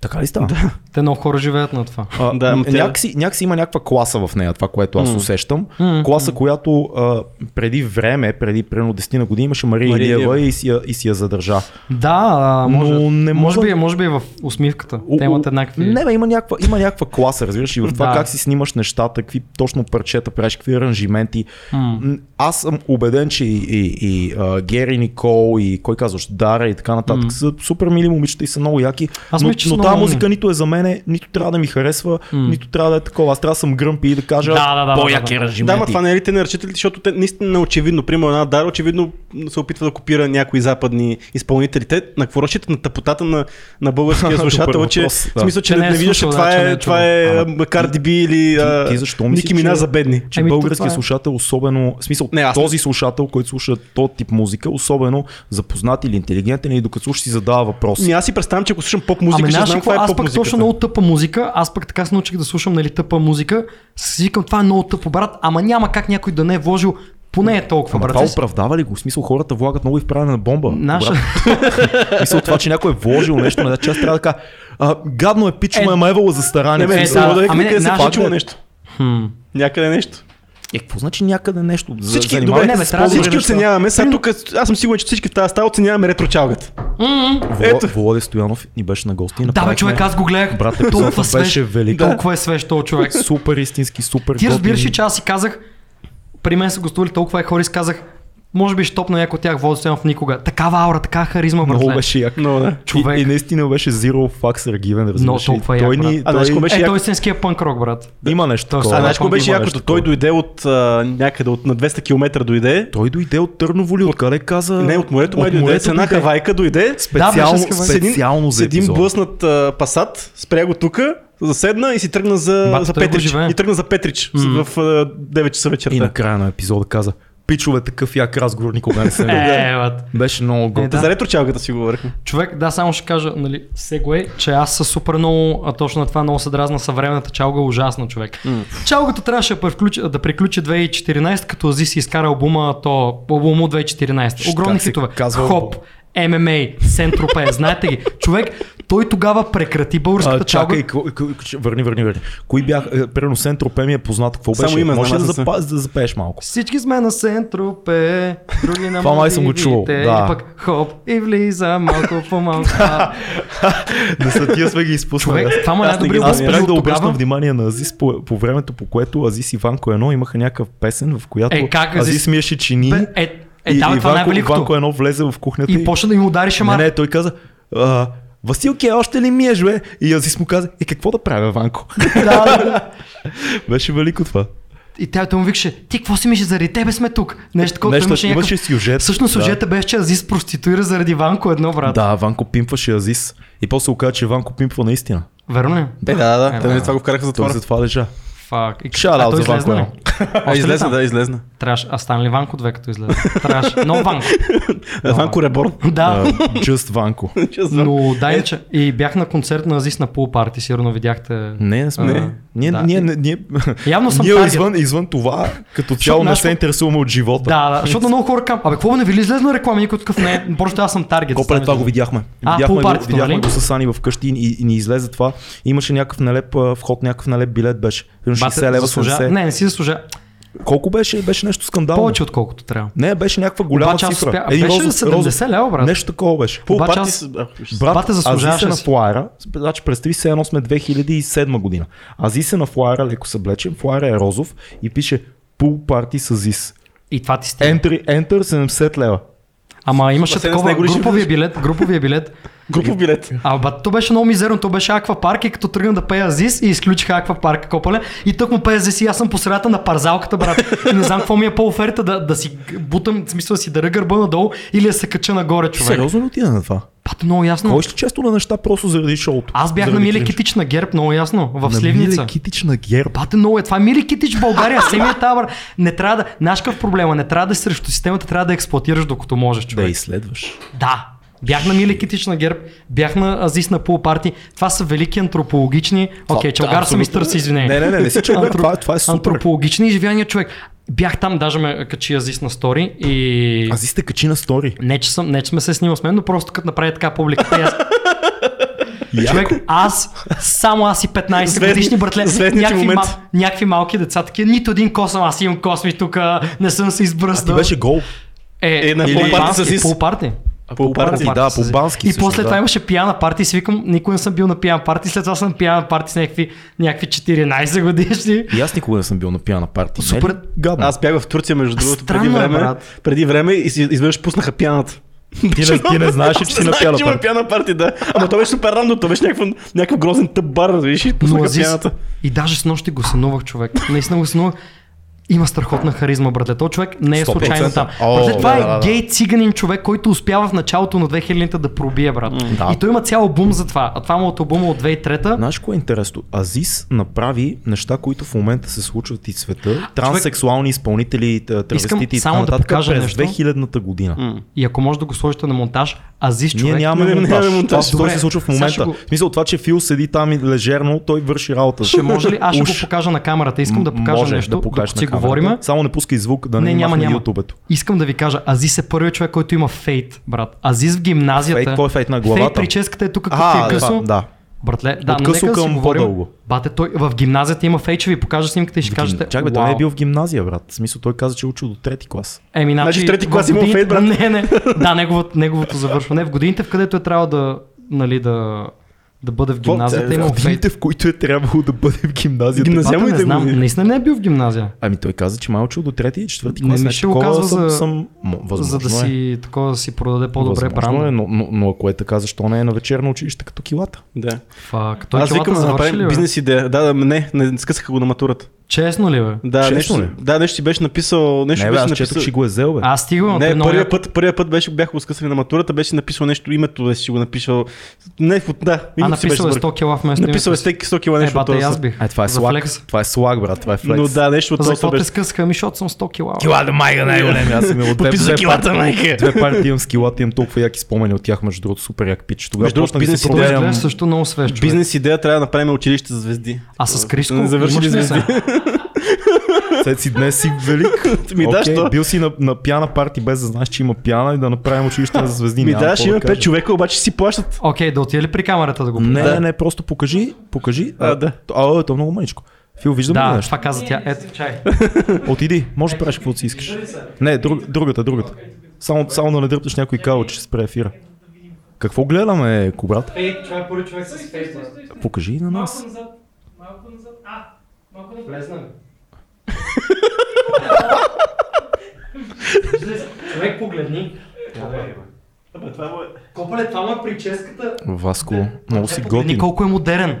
A: Така ли става?
C: Те много хора живеят на това.
A: А,
B: Да,
A: да,
B: ама тя-
A: някакси, някакси има някаква класа в нея, това, което аз
B: М.
A: усещам.
C: М,
A: Класа, която а, преди време, преди примерно 10 на години, имаше Мария,
B: Мария
A: Илиева
B: Илиева.
A: и си, я, и си я задържа.
C: Да, а, може,
A: Но не
C: може,
A: мога-
C: би, е, може би в усмивката. Те имат еднакви...
A: Не, бе, има някаква, има някаква класа, разбираш, и в това
C: е Да.
A: как си снимаш нещата, какви точно парчета правиш, какви аранжименти.
C: М.
A: М, Аз съм убеден, че и, и, и а, Гери Никол, и кой казваш, Дара и така нататък
C: М.
A: са супер мили момичета и са много яки.
C: Аз
A: но
C: мисля, че са
A: но
C: много
A: тази
C: умни.
A: музика нито е за мене, нито трябва да ми харесва,
C: М.
A: нито трябва да е такова. Аз трябва да съм гръмпи и да кажа
C: Да, да, да, да,
A: по-яки
C: да, да.
A: аранжименти.
B: Да, ама това не е ли те наречете ли, защото те наистина очевидно, примерно една Дара очевидно се опитва да копира някои западни изпълнители. Те на какво разчитат на тъпотата на, на българския
A: Добър
B: слушател, че
A: въпрос,
B: в
A: да.
B: смисъл, че
C: Че
B: не,
C: не е
B: не виждаш, че
C: слушал,
B: това
C: да, че не
B: е,
C: е
B: това е Карди Би или а,
A: ти защо мислиш,
B: Ники Мина
A: че-
B: за бедни.
A: че
C: Ами, то
A: българския
C: това е.
A: слушател особено, в смисъл
B: Не,
A: не,
B: аз не-
A: този слушател, който слуша този тип музика, особено запознат или интелигентен и докато слуша си задава въпроси.
B: Ми, Ами аз си представям, че ако слушам поп
C: Ами,
B: музика, ще
C: знаеш
B: знам
C: какво?
B: каква е
C: Аз
B: поп
C: пък
B: музика.
C: точно много тъпа музика. Аз пък така се научих да слушам нали, тъпа музика. Си викам, това е много тъпо, брат. Ама няма как някой да не е вложил поне е толкова,
A: Ама
C: брат.
A: това оправдава ли го? В смисъл хората влагат много и в правене на бомба.
C: Наша...
A: Брат, в Смисъл това, че някой е вложил нещо, не да че аз трябва да кажа, а, гадно е пичо,
C: Е,
A: ме е мевало за старание.
B: Не, бе,
A: В
B: не,
A: смисъл,
B: да,
C: ами
B: ами,
C: не,
B: не, се
C: нашите-
B: почува нещо.
C: Хм.
B: Някъде нещо.
A: Е, какво значи някъде нещо? За-
B: Всички,
A: занимавай
B: добре,
A: се
C: не, бе,
A: с
C: трябва да
A: по-добри
B: всички
A: неща.
B: оценяваме. Ами Сега тук, аз съм сигурен, че всички в тази стая оценяваме ретрочалгата.
C: М.
A: Вла-
B: Ето.
A: Володя Стоянов ни беше на гости. и
C: Да, бе,
A: направихме-
C: човек, аз го гледах.
A: Брат,
C: толкова
A: епизодът
C: свеж.
A: беше велик.
C: Толкова е свеж този човек.
A: Супер истински, супер
C: Ти разбираш ли,
A: готин.
C: че аз си казах, при мен са гостували толкова е хора и си казах, може би ще топна някой от тях Водо Стоянов никога. Такава аура, така харизма,
A: Много
C: братле.
A: беше як.
B: Но, да.
C: Човек.
A: И, и наистина беше Zero Faxer Given, разбираш ли?
C: толкова
A: Той
C: як,
A: ни,
C: брат.
B: А,
A: той...
B: знаеш какво беше
C: Е,
B: яко?
C: той е истинския пънк рок, брат.
A: Има нещо
C: Той е
A: такова.
B: А
C: Ама
B: знаеш какво
A: Има
B: беше
A: нещо
B: якото?
A: такова.
B: Той дойде от а, някъде от на 200 км дойде.
A: Той дойде от Търново ли? Откъде каза?
B: Не, от морето, май дойде. С една
A: дойде.
B: хавайка дойде.
A: Специално,
C: беше с-
B: с един-
A: специално
B: С
A: за
B: един
A: епизода.
B: блъснат а, пасат, спря го тука, заседна и си тръгна за,
C: Бат,
B: за
C: той го
B: Петрич.
C: живее.
B: И тръгна за Петрич
C: М.
B: в а, 9 часа вечерта.
A: И накрая на епизода каза, пичове такъв як разговор никога не съм видял.
C: Е, брат.
A: Беше много
C: Е,
A: готин.
B: Та
C: да.
B: За ретрочалката си говорихме.
C: Човек, да, само ще кажа, нали, сегуе, че аз със супер много, а точно на това много се дразна съвременната чалга, ужасно човек. Mm. Чалгата трябваше да приключи, да приключи 2014, като Ази си изкара албума, то албуму 2014.
A: Ш,
C: Огромни
A: как се
C: хитове.
A: казва
C: Хоп, ММА, Сентропе, знаете ги. Човек, той тогава прекрати българската
A: А,
C: чалга.
A: чакай, к- к- к- върни, върни, върни. Кои бях, е, примерно Сентропе ми е познато, какво
B: Само
A: беше?
B: име
A: Може ли
B: знам,
A: да,
B: аз не
A: запа- да запееш малко?
C: Всички сме на Сентропе, други на
A: Това май съм го
C: Малдивите.
A: чувал, да.
C: Или пък хоп и влиза малко по-малко. А,
A: Да са тия сме ги изпуснали.
C: човек,
A: Аз-
C: това му е
B: аз не ги
C: най-добрият
A: Аз
B: Аз
A: спрях
C: от
A: да обръщам
C: тогава.
A: внимание на Азис по, по времето, по което Азис и Ванко Едно имаха някакъв песен, в която
C: Е, как Азис-
A: Азис миеше чини.
C: Бе, Е, е,
A: и,
C: да, бе,
A: и
C: това е
A: Ванко, Ванко
C: най-великото.
A: Едно влезе в кухнята
C: И почна да им удари
A: Не,
C: шамар.
A: не, той каза, а, Василке, още ли миеш, бе? И Азис му каза, е какво да правя, Ванко?
C: да, да, да.
A: Беше велико това.
C: И тя той му викаше, ти какво си мислиш, заради тебе сме тук. Нещо такова,
A: Нещо,
C: той имаше
A: имаше
C: някакъв...
A: сюжет.
C: Всъщност
A: да.
C: сюжета беше, че Азис проституира заради Ванко едно, брат.
A: Да, Ванко пимпваше Азис. И после се оказа, че Ванко пимпва наистина.
C: Верно ли?
B: Е, да, да, да.
C: Е,
B: Те
C: да.
B: това го вкараха за
A: Той
B: това.
A: затова лежа.
C: Фак. И...
A: Shout out
C: а той
A: за
C: излезна
A: Ванко
C: ли?
A: Едно.
B: А,
C: ли
B: излезна,
C: там?
B: да, излезна.
C: Трябваше. А стана ли Ванко две, като излезе? Трябваше. Но Ванко.
B: Ванко Реборн.
A: А,
C: Да.
A: Just Ванко.
C: Но дай, че и бях на концерт на Азис на Pool Party, сигурно видяхте.
A: Не, не сме.
C: Не.
A: Ние,
C: Да.
A: ние, ние, ние,
C: Явно съм
A: ние
C: таргет.
A: извън, извън това, като цяло не
C: нашето-
A: се интересуваме от живота.
C: Да, да, защото много хора кам. Абе, какво бе, не ви ли излезна реклама? Никой такъв не. е. Просто аз съм таргет.
A: Ко
C: Само
A: пред това
C: да-
A: го видяхме.
C: А,
A: видяхме
C: по
A: го,
C: партито,
A: видяхме
C: нали?
A: го с Ани вкъщи и, и, ни излезе това. Имаше някакъв налеп а, вход, някакъв налеп билет беше. Примерно
C: Бате,
A: 60 лева,
C: заслужа...
A: 70.
C: Не, не си заслужа.
A: Колко беше? Беше нещо скандално.
C: Повече отколкото трябва.
A: Не, беше някаква голяма
C: Обаче аз
A: цифра.
C: успя- беше 70 лева, брат.
A: Нещо такова беше.
B: Пул
C: Обаче
B: Парти
C: аз-
B: с- а, ще-
A: Брат,
C: Бате,
A: Азиса
C: заслужаваше
A: на
C: си.
A: флайера, значи представи се, едно сме 2007 година. Азиса на флайера, леко съблечен, флайера е розов и пише Pool Party с Азис.
C: И това ти стига.
A: Enter, enter 70 лева.
C: Ама имаше
B: Басейна с
C: такова
B: него ли ще
C: груповия
B: влизаш?
C: билет, груповия билет.
B: Групов билет.
C: А, бат, то беше много мизерно, то беше аквапарк и като тръгна да пея Азис и изключиха аквапарка копале и тък му пея Азис и аз съм по средата на парзалката, брат. И не знам какво ми е по-оферта да, да си бутам, в смисъл да си дъра гърба надолу или да се кача нагоре, човек.
A: Сериозно ли отида на това?
C: Бат, много ясно.
A: Кой ще често на неща просто заради шоуто?
C: Аз бях на
A: Заради
C: Миле
A: кринжа.
C: Китич на герб, много ясно, в
A: На
C: Сливница.
A: Миле Китич на герб.
C: Бате, много е това. Мили Китич в България, семия табър. Не трябва да. Знаеш какъв проблема? Не трябва да си срещу системата, трябва да я експлоатираш докато можеш,
A: Да
C: човек.
A: изследваш.
C: Да. Бях на Мили Китич на Герб, бях на Азис на Пул Парти. Това са велики антропологични. Окей, чалгар съм
A: абсолютно.
C: изтърси, извинение.
A: Не, не, не, не си чалгар, това е- това е супер.
C: Антропологични изживяния човек. Бях там, даже ме качи Азис на стори и...
A: Аз сте качи на стори.
C: Не, че, съм, не, че сме се е снимал с мен, но просто като направи така публиката и аз... Човек, аз, само аз и 15 годишни братле,
B: Светничи
C: някакви,
B: момент.
C: ма, някакви малки деца, такива, нито един косъм, аз имам косми тук, не съм се
A: А ти
C: избръснал.
A: беше гол.
C: Е,
B: Е, на
C: или-
B: полупарти с ис.
C: полупарти.
B: Пул Парти.
A: Полупарти.
C: Полупарти
A: да,
C: с ис.
A: полбански
C: И
A: също,
C: после
A: да.
C: това имаше пияна парти и си викам, никога не съм бил на пияна парти, след това съм на пияна парти с някакви, някакви 14 годишни.
A: И аз никога не съм бил на пияна Нали? парти.
C: Супер.
A: Е, Не ли? Гадно.
B: Аз бях в Турция, между другото, преди
C: Странно е,
B: време.
C: брат.
B: Преди време и си- изведнъж пуснаха пяната.
A: ти, не, ти не знаеш, че си на пияна
B: Значи има
A: парти.
B: пяна парти, да. Ама то беше супер рано, то беше някакъв, някакъв грозен тъп бар, разбираш, и
C: Но
B: пуснаха
C: Азис-
B: пяната.
C: И даже с нощи го сънувах, човек. Наистина го сънувах. Има страхотна харизма, братле. То човек не е
A: 100%.
C: случайно там.
A: О,
C: Братле, това
A: да, да, да.
C: е гей циганин човек, който успява в началото на 2000-та да пробие, брат.
A: Да.
C: И той има цял бум за това. А това му е от албума от 2003-та.
A: Знаеш кое е интересно? Азис направи неща, които в момента се случват и в света. Транссексуални изпълнители, т- травестити и
C: само
A: така
C: да
A: нататък
C: покажа
A: през
C: нещо.
A: 2000-та година.
C: И ако може да го сложите на монтаж, Азис човек.
A: Ние нямаме
B: е? Не, не,
A: монтаж.
B: нямаме
A: Това
B: монтаж.
A: се- това
C: Добре,
A: се случва в
C: сега ще
A: момента.
C: го-
A: В смисъл това, че Фил седи там и лежерно, той върши работа.
C: Ще може ли? Аз ще го
A: Уж.
C: покажа на камерата. Искам да покажа
A: Можеш
C: нещо,
A: да покажеш
C: докато си
A: на камерата.
C: говорим.
A: Само не пускай звук, да не,
C: Не,
A: не
C: няма,
A: махне
C: няма.
A: ютубето.
C: Искам да ви кажа, Азис е първият човек, който има фейт, брат. Азис в гимназията.
A: Фейт? Кой е фейт на главата?
C: Фейт прическата е тук, като ти
A: А,
C: е късо.
A: да, да.
C: Братле, да,
A: От
C: но
A: късо
C: нека да си
A: към
C: говорим.
A: по-дълго.
C: Бате, той в гимназията има фейт, ще ви покажа снимката и ще кажете.
A: Чакай, бе, той
C: «Уау».
A: не е бил в гимназия, брат. В смисъл, той каза, че е учил до трети клас.
C: Еми, значи,
B: Значи в трети клас имал
C: годините-
B: фейт, брат.
C: Не, не. Да, неговото, неговото завършване. В годините, в където е трябва да, нали, да, да бъде в гимназията, е имал фейт.
A: Годините, в които е трябвало да бъде в гимназията.
B: Гимназия-
C: Бате, не
B: Вземайте го,
C: знам,
B: вие.
C: наистина не е бил в гимназия.
A: Ами той каза, че май е учил до трети и четвърти
C: Не
A: клас.
C: ми
A: Нещо
C: ще го
A: такова
C: казва за-
A: съм... М-
C: за да
A: възможно е.
C: си такова да си продаде по-добре
A: Възможно
C: бранда.
A: е, но, но, но, ако е така, защо не е на вечерно училище като килата?
B: Да.
C: Фак, той
B: Аз викам да
C: завърши ли,
B: направим
C: бе?
B: бизнес идея. Да, да, не, не скъсаха го на матурата.
C: Честно ли, бе?
B: Да,
A: Честно
B: нещо,
A: ли?
B: да, нещо си беше написал. Нещо
A: Не, бе,
B: беше
A: аз
B: написал...
A: четох, че го е взел, бе.
C: Аз стигам,
B: Не,
C: но
B: първия път, първия път беше, бяха го скъсали на матурата, беше написал нещо, името да си го написал. Не, фу- да,
C: А
B: името си беше
C: написал е
B: сбъркал.
C: 100 кила вместо
B: Написал е
C: името си.
B: 100 кила
C: Е,
B: нещо. от
C: бата, и
B: този
C: аз
B: сорт.
C: бих.
A: А, това е
C: За
A: слаг.
C: флекс.
A: Това е слаг, брат. Това е флекс.
B: Но да, нещо от
C: За
B: този
C: какво
B: сорт
C: те
B: беше.
C: скъсаха? Ми, защото съм 100 кила.
A: Килата майка най-големи. Аз съм имал две,
B: Подписва
A: две,
B: килата,
A: пар-
B: майка.
A: две партии имам с килата, имам толкова яки спомени от тях, между другото, супер як пич. Тогава
B: Между другото,
A: почнах да
B: бизнес
A: си
B: идея
C: Той
A: променям.
C: изглежда също много свеж човек.
B: Бизнес идея трябва да направим училище за звезди.
C: А с Криско?
B: Не завърши
C: имаш
B: ли
C: ли
B: звезди?
C: сега?
A: След си днес си велик.
B: Ми да,
A: Окей,
B: що?
A: Бил си на, на пиана парти без да знаеш, че има пиана и да направим училище за звезди.
B: Ми
A: няма
B: да,
A: какво
B: ще имаме
A: кажа.
B: 5 човека, обаче си плащат.
C: Окей, да отиде ли при камерата да го
A: Не,
C: покажа?
A: не, не, просто покажи, покажи.
B: А, да.
A: А, а, то е много мъничко. Фил, виждам ли
C: Да,
A: нещо?
C: това каза тя. Ето, чай.
A: Отиди, може да правиш каквото си искаш. Не, друг, другата, другата. Само, само да не дръпнеш някой кал, че ще спре ефира. Какво гледаме, кобрат?
C: Фейт, човек, първи Е, човек с фейт.
A: Покажи и на нас.
C: назад. Малко назад. А, малко назад. Влезна ли? Човек, погледни. Копале, това му е прическата.
A: Васко, много си
C: Погледни
A: готин.
C: колко е модерен.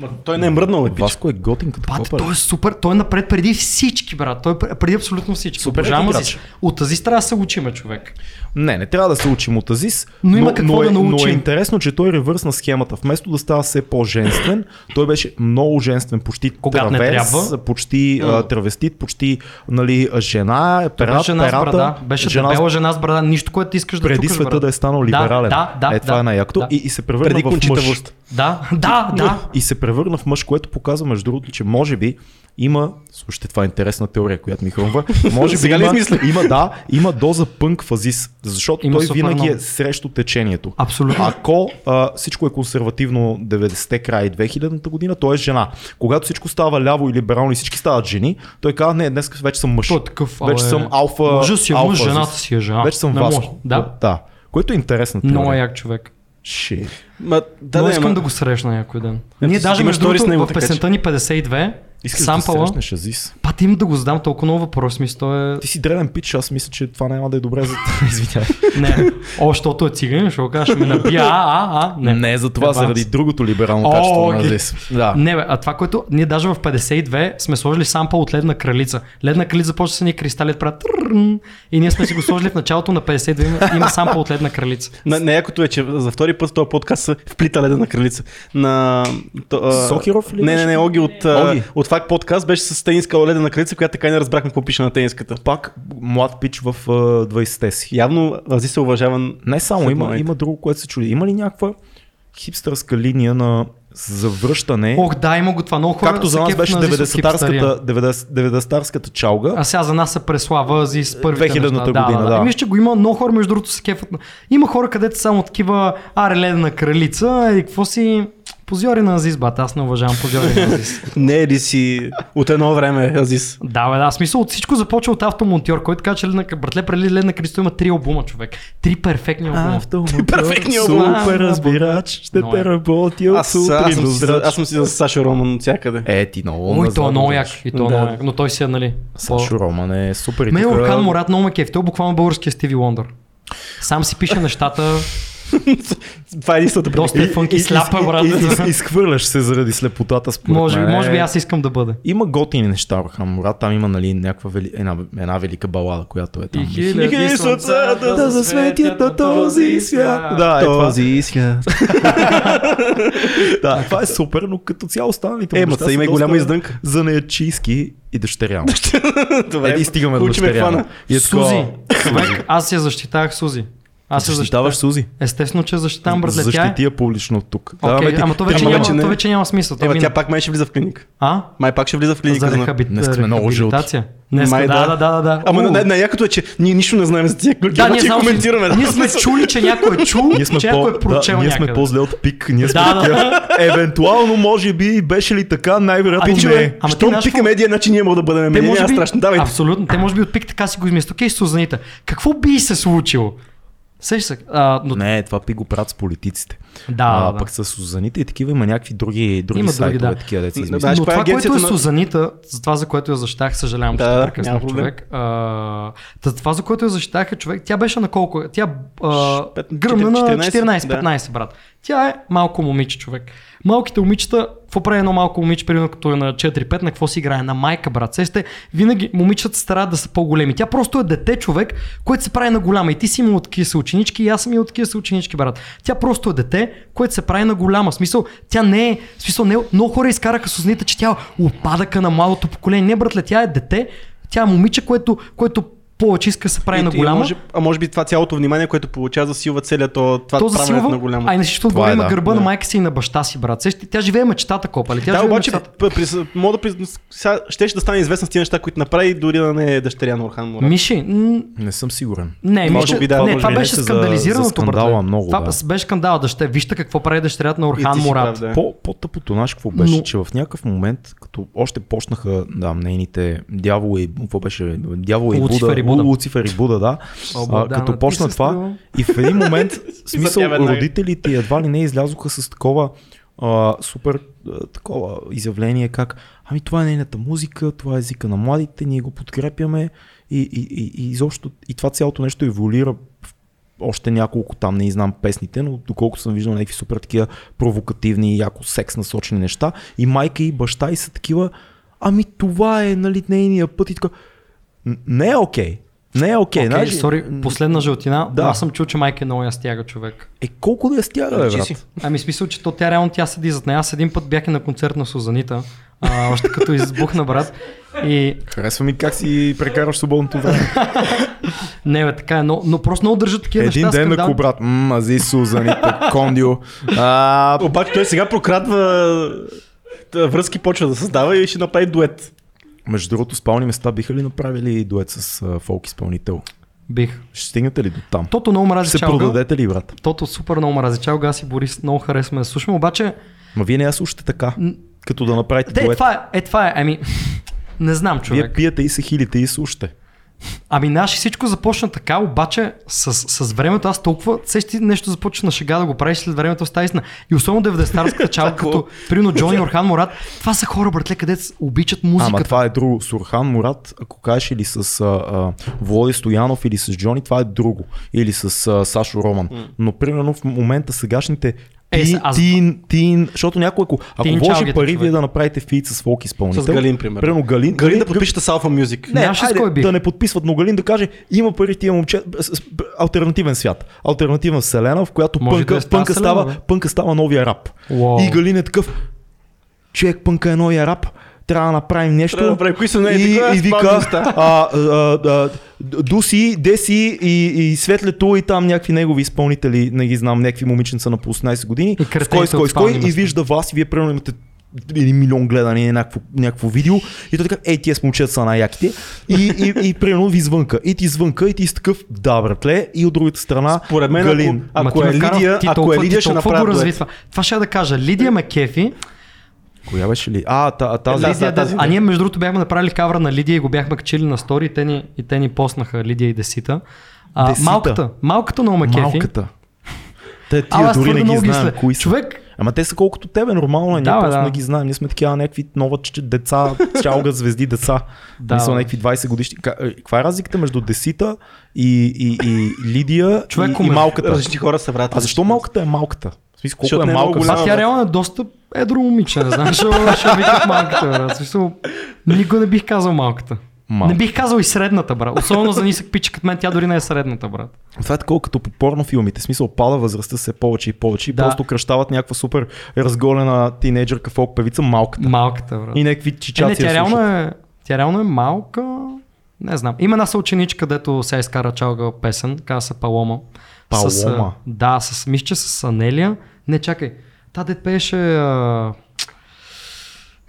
B: Ма, той не е мръднал, е пич.
A: Васко е готин като
C: Бат,
A: копър.
C: той е супер, той е напред преди всички, брат. Той е пр- преди абсолютно всички.
A: Супер
C: Обожавам
A: играч.
C: Азис. От Азис трябва да се учиме, човек.
A: Не, не трябва да се учим от Азис,
C: Но има какво
A: но, е,
C: да
A: но е
C: научим.
A: интересно, че той ревърсна схемата. Вместо да става все по-женствен, той беше много женствен, почти
C: Когато не
A: травес,
C: трябва.
A: почти а, травестит, почти нали, жена,
C: Той
A: пера,
C: беше жена с
A: перата,
C: брада. Беше жена,
A: жена с
C: дебела жена с брада. Нищо, което ти искаш да
A: преди
C: чукаш,
A: света
C: брат.
A: да е станал либерален.
C: Да, да,
A: е, това
C: да,
A: е най-якото.
C: да.
A: И, и се превърна
B: Преди
A: в мъж.
B: кончитавост.
C: Да, да, да.
A: И се превърна в мъж, което показва между другото, че може би има, слушайте, това е интересна теория, която ми хрумва, може би
B: Сега ли
A: има,
B: измисля?
A: има, да, има доза пънк в Азис, защото
C: Има
A: той
C: супер
A: винаги е
C: много.
A: срещу течението.
C: Абсолютно.
A: Ако а, всичко е консервативно 90-те край 2000-та година, той е жена. Когато всичко става ляво и либерално и всички стават жени, той казва, не, днес вече съм мъж.
C: Той е такъв.
A: вече
C: абе,
A: съм алфа.
C: Мъжа си е
A: алфа
C: мъж,
A: Азис.
C: жената си е жена.
A: Вече съм
C: Не може.
A: Васко.
C: Да.
A: да. Което е интересна теория.
C: Много як човек.
A: Shit.
B: Ма,
C: Да,
B: да,
C: Но
B: да,
C: искам
B: ама-
C: да го срещна някой ден.
B: Е,
C: Ние
B: ти
C: даже
B: имаш
C: между
B: stories с него,
C: другото в
B: така че.
C: песента ни 52,
A: Искаш да
C: сампъла,
A: се срещнеш Азис.
C: пат им да го задам толкова много въпрос, мисля, той е...
A: Ти си дрелен пич, аз мисля, че това няма да е добре за Извинявай.
C: Не, о, защото е циганин, ще го кажа, ще ме набия, а, а, а, не.
A: за това,
C: Ебанс.
A: заради другото либерално
C: О,
A: качество на
C: окей.
A: Азис. Да.
C: Не, бе, а това, което ние даже в 52 сме сложили сампъл от ледна кралица. Ледна кралица започва с едни кристали, да правят тррррн, и ние сме си го сложили в началото на 52, има, има сампъл от ледна кралица.
B: На, не, якото е, че за втори път в този подкаст се вплита леда на кралица. На, то, а,
A: Сокиров ли
B: Не, не,
A: беше?
B: не, Оги от, а,
A: Оги.
B: от Факт подкаст беше с тениска леда на кралица, която така и не разбрахме какво пише на тениската.
A: Пак млад пич в а, 20-те си.
B: Явно Ази се уважаван.
A: Не само,
B: След
A: има,
B: момента.
A: има друго, което се чуди. Има ли някаква хипстърска линия на завръщане?
C: Ох, да, има го това. Много хора
A: Както за
C: се
A: нас
C: кефят
A: беше
C: на Азис от хипстария.
A: 90-тарската, 90 90-тарската чалга.
C: А сега за нас се преслава Ази с първите
A: 2000-та
C: неща.
A: година, да.
C: да. Мисля, че го има много хора, между другото, се кефат. на- Има хора, където само такива аре ледена кралица и какво си... Позори на Азис, бат, аз не уважавам позори на Азис.
B: Не е ли си от едно време, Азис?
C: Да, бе, да, в смисъл от всичко започва от автомонтьор, който каза, че Ледна, братле, преди Ледна Кристо има три албума, човек. Три перфектни албума.
B: Перфектният
A: Супер
C: образ.
A: разбирач, ще
C: Много е.
A: те работи от
B: Аз, аз,
A: сутрин
B: съм
A: до
B: си, за- аз
A: зрач.
B: съм си за Сашо Роман от всякъде.
A: Е, ти много
C: Ой,
A: назад
C: той е много як,
A: отиваш.
C: и той е
B: Да.
C: много як, но той си е, нали, по-
A: Сашо Роман е супер. и
C: Мен
A: тук-
C: Орхан Мурат много ме кеф, той е буквално българския Стиви Лондър. Сам си пише нещата,
B: Това е единствената
C: доста е фънки, сляпа, брат.
A: И- и- Изхвърляш се заради слепотата според
C: Може,
A: мен.
C: може би аз искам да бъда.
A: Има готини неща, Орхан Мурат. Там има нали, някаква вели... една, една велика балада, която е там.
B: хиляди слънца да
A: засветят на този свят. Да, е това.
B: Този иска.
A: Да, това е супер, но като цяло останалите
B: Е,
A: му неща
B: ма, са има и
A: доста
B: голяма издънка.
A: Занаячийски и дъщеря.
B: Добре,
A: Е, и стигаме до
B: получи ме
A: дъщеря.
B: хвана.
A: И е такова,
C: Сузи, човек, аз я защитавах Сузи. Аз я защитавах.
A: Защитаваш Сузи.
C: Естествено, че я защитавам, братле. Тя е
A: Защити я публично тук. Даваме
C: Окей,
A: ти
C: ама то
A: три
C: вече,
B: ама
C: няма,
A: момента.
B: вече не.
C: то вече няма смисъл. то
B: Е,
C: мина.
B: тя пак май ще влиза в клиника.
C: А?
B: Май пак ще влиза в клиника.
C: За
B: знам.
C: рехабит...
A: Днес сме много жълти.
C: рехабилитация. Днес,
B: Май
C: да, да, да, да, да.
B: Ама
C: О,
B: не, не, якото е, че ние нищо не знаем за тия клюки,
C: да,
B: обаче
C: само-
B: коментираме. да.
C: Ние сме чули, че някой е чул,
A: Ние сме,
C: че
A: по,
C: някой е
A: да,
C: прочел
A: ние
C: някъде.
A: сме по-зле от пик. Ние сме
C: Да, да.
A: такива. Евентуално, може би, беше ли така, най-вероятно
C: А ти,
A: не.
C: бе,
A: е.
C: Ама ти
B: Щом
C: знаеш
B: пикаме един, значи ние мога да бъдем
C: Те
B: мене,
C: може
B: аз
C: би,
B: страшно. Давай.
C: абсолютно, те може би от пик така си го измислят. Окей, Сузанита, какво би се случило? Сещаш се, а, но
A: Не, това пи го правят с политиците.
C: Да,
A: а,
C: да.
A: пък с Сузаните и такива има някакви други, други
C: Има други,
A: сайтове,
C: да.
A: такива деца
B: Н-
A: измислят.
B: Знаеш,
C: но
B: коя е
C: това, което е
B: агенцията на-
C: Сузанита, за това, за което я защитах, съжалявам, че
B: Да,
C: да,
B: да,
C: прекъснах
B: няма проблем.
C: човек. А, та- това, за което я защитах, е човек, тя беше на колко? е? Тя а,
B: Ш- пет-
C: гръмна на
B: 14,
C: 14-15, брат. Тя е малко момиче, човек. Малките момичета, какво прави едно малко момиче, примерно като е на 4-5, на какво си играе? На майка, брат. Сещате, винаги момичетата се стараят да са по-големи. Тя просто е дете, човек, което се прави на голяма. И ти си имал от такива съученички, и аз съм имал от такива съученички, брат. Тя просто е дете, което се прави на голяма. В смисъл, тя не е. В смисъл, не е, много хора изкараха с узните, че тя е опадъка на малото поколение. Не, братле, тя е дете, тя е момиче, което, което повече иска да се прави
B: И-
C: е на
B: и
C: голяма.
B: може- А може би това цялото внимание, което получава, засилва целият то- това
C: То
B: правенето на
C: засилва, а
B: голямо.
C: и на всичкото
A: Това
C: отгоре
A: е,
C: има
A: да.
C: гърба на майка си и на баща си, брат. Сеща, тя живее мечтата, копа. Ли? Тя
B: Да,
C: живее
B: обаче,
C: мечтата.
B: п- през- мога да приз- сега щеше да стане известна с тези неща, които направи, дори да не е дъщеря на Орхан Мурат.
C: Миши, м,
A: Не съм сигурен.
C: не,
B: Може
C: мисля,
B: би
C: че-
B: да,
C: не,
B: може
C: това
A: би
C: беше
A: не, за- за
C: скандализираното,
A: скандала
C: братле.
A: много,
C: това
A: да.
C: с- беше скандал, дъще. Вижте какво прави дъщерята на
B: И ти
C: Орхан
B: си
C: Мурат.
B: прав, да.
A: По, по-тъпото наш какво беше,
C: Но-
A: че в някакъв момент, като още почнаха да, нейните дявола и какво беше, дявола и
C: Луцифер
A: Буда,
C: и Буда.
A: Лу- Луцифер и Буда, да,
C: О,
A: а,
C: Богдана,
A: като
C: ти
A: почна
C: си
A: това
C: струва.
A: и в един момент, в смисъл,
B: Затя веднага.
A: родителите едва ли не излязоха с такова а, супер а, такова изявление, как ами това е нейната музика, това е езика на младите, ние го подкрепяме и, и, и, и изобщо и това цялото нещо еволюира в още няколко там, не знам песните, но доколкото съм виждал някакви супер такива провокативни, яко секс насочени неща. И майка и баща и са такива, ами това е, нали, нейния път и така. Н- Не е окей. Не е окей.
C: Окей,
A: знаеш ли?
C: сори, последна жълтина.
A: Да.
C: Да. Аз съм чул, че майка е много я стяга човек.
A: Е, колко да я стяга, бе,
B: Личи
A: брат?
B: си.
C: Ами в смисъл, че то тя реално тя седи зад нея. Аз един път бях и на концерт на Сузанита, а, още като избухна брат. И
A: Харесва ми как си прекараш свободното време.
C: не бе, така е, но, но просто много държа такива
A: Един
C: неща.
A: ден,
C: скандални.
A: ако брат, м, ази Сузани, пък кондио. А,
B: Обаче той сега прокрадва та, връзки, почва да създава и ще направи дует.
A: Между другото, спални места биха ли направили дует с а, фолк изпълнител?
C: Бих.
A: Ще стигнете ли до там?
C: Тото много мрази
A: Ще се
C: чалга.
A: продадете ли, брат?
C: Тото супер много мрази чалга. Аз и Борис много харесваме да слушаме, обаче
A: Ма вие не я слушате така,
C: М.
A: като да направите
C: Те, е,
A: дует.
C: това е, е, това е, ами, не знам,
A: Вие
C: човек.
A: пиете и се хилите и слушате.
C: Ами, наши всичко започна така, обаче с, с времето аз толкова сеш ти нещо започна на шега да го правиш след времето става истина. И особено да е в дестарската чалка, като примерно Джони Орхан Мурат. Това са хора, братле, където с- обичат
A: Ама
C: музиката.
A: това е друго. Сурхан Мурат, ако кажеш или с а, а, Влади Стоянов или с Джони, това е друго. Или с а, Сашо Роман. Но примерно в момента сегашните
C: Е,
A: тин,
C: с- аз-
A: тин, тин, защото някой, ако, ако
C: Тин
A: вложи
C: чалгите,
A: пари,
C: човек.
A: вие да направите фит с фолк изпълнител.
B: С Галин, примерно.
A: Примерно Галин.
B: Галин да подпишете с Alpha Music.
A: Не,
C: Нямаше с
A: айде,
C: кой бих.
A: да не подписват, но Галин да каже, има пари тия момче, с- с- б- альтернативен свят, альтернативна вселена, в която
C: Може
A: пънка,
C: да е
A: да
C: стара
A: пънка,
C: вселена,
A: става,
C: бе.
A: пънка става новия рап.
C: Уау.
A: И Галин е такъв, човек пънка е новия рап, трябва да направим нещо.
B: Трябва да направим, кои са най-
A: и,
B: такова,
A: и
B: спални
A: вика,
B: места.
A: а, а, а, д- Дуси, Деси и, и Светлето и там някакви негови изпълнители, не ги знам, някакви момиченца на по 18 години.
C: И
A: С кой, с кой, с кой,
C: кретените от
A: и
C: спални
A: вижда вас и вие примерно имате един милион гледания, някакво, някакво видео и той така, ей, тия с момчета са най-яките и, и, и примерно ви звънка. И ти звънка и ти си такъв, да, братле, и от другата страна
B: Поред мен,
A: Галин.
B: ако, ако, е Лидия, ако е Лидия, ще направи
C: го
B: дует.
C: развитва. Това ще я да кажа. Лидия ме кефи,
A: Коя беше ли? А, та, тази.
B: Да,
C: Лидия,
B: да,
C: да,
B: тази,
C: а
B: да.
C: ние между другото бяхме направили кавра на Лидия и го бяхме качили на стори и те ни, и те ни поснаха Лидия и Десита. А,
A: Десита.
C: Малката, малката много ме кефи.
A: малката. Те
C: Ала,
A: тия
C: аз
A: дори
C: твърде
A: не ги
C: много ги
A: знаем
C: след-
A: кои са.
C: Човек,
A: Ама те са колкото тебе, нормално е. Ние
C: Да, бе,
A: просто
C: да.
A: не ги знаем. Ние сме такива някакви нова че, деца, чалга звезди деца.
C: Да,
A: Да, Ние са
C: бе.
A: някакви 20 годишни. Ка- е, Каква е разликата между Десита и, и, и Лидия
C: Човек,
A: и, и
C: умен.
A: малката?
B: Различни хора са брат.
A: А защо малката е малката? В смисъл, колко
B: Защото
A: е
B: не е
A: малка?
B: много
C: а
B: голяма.
A: всъщност?
C: тя реално е доста едро момиче, не знам, защо ще викат малката, брат. В Смисъл, никога не бих казал малката.
A: Малка.
C: Не бих казал и средната, брат. Особено за нисък пич като мен, тя дори не е средната, брат.
A: Това е такова като по порно филмите. В Смисъл, пада възрастта се повече и повече. И
C: Да.
A: просто кръщават някаква супер разголена тинейджърка фолк певица малката.
C: Малката, брат.
A: И някакви
C: Е, не,
A: чичаци.
C: тя
A: я
C: реално,
A: слушат.
C: е, тя реално е малка. Не знам. Има една съученичка, дето се изкара чалга песен, каза се Палома. С, а,
A: Палома?
C: да, с мисче, с Анелия. Не, чакай. Та дет пееше... А...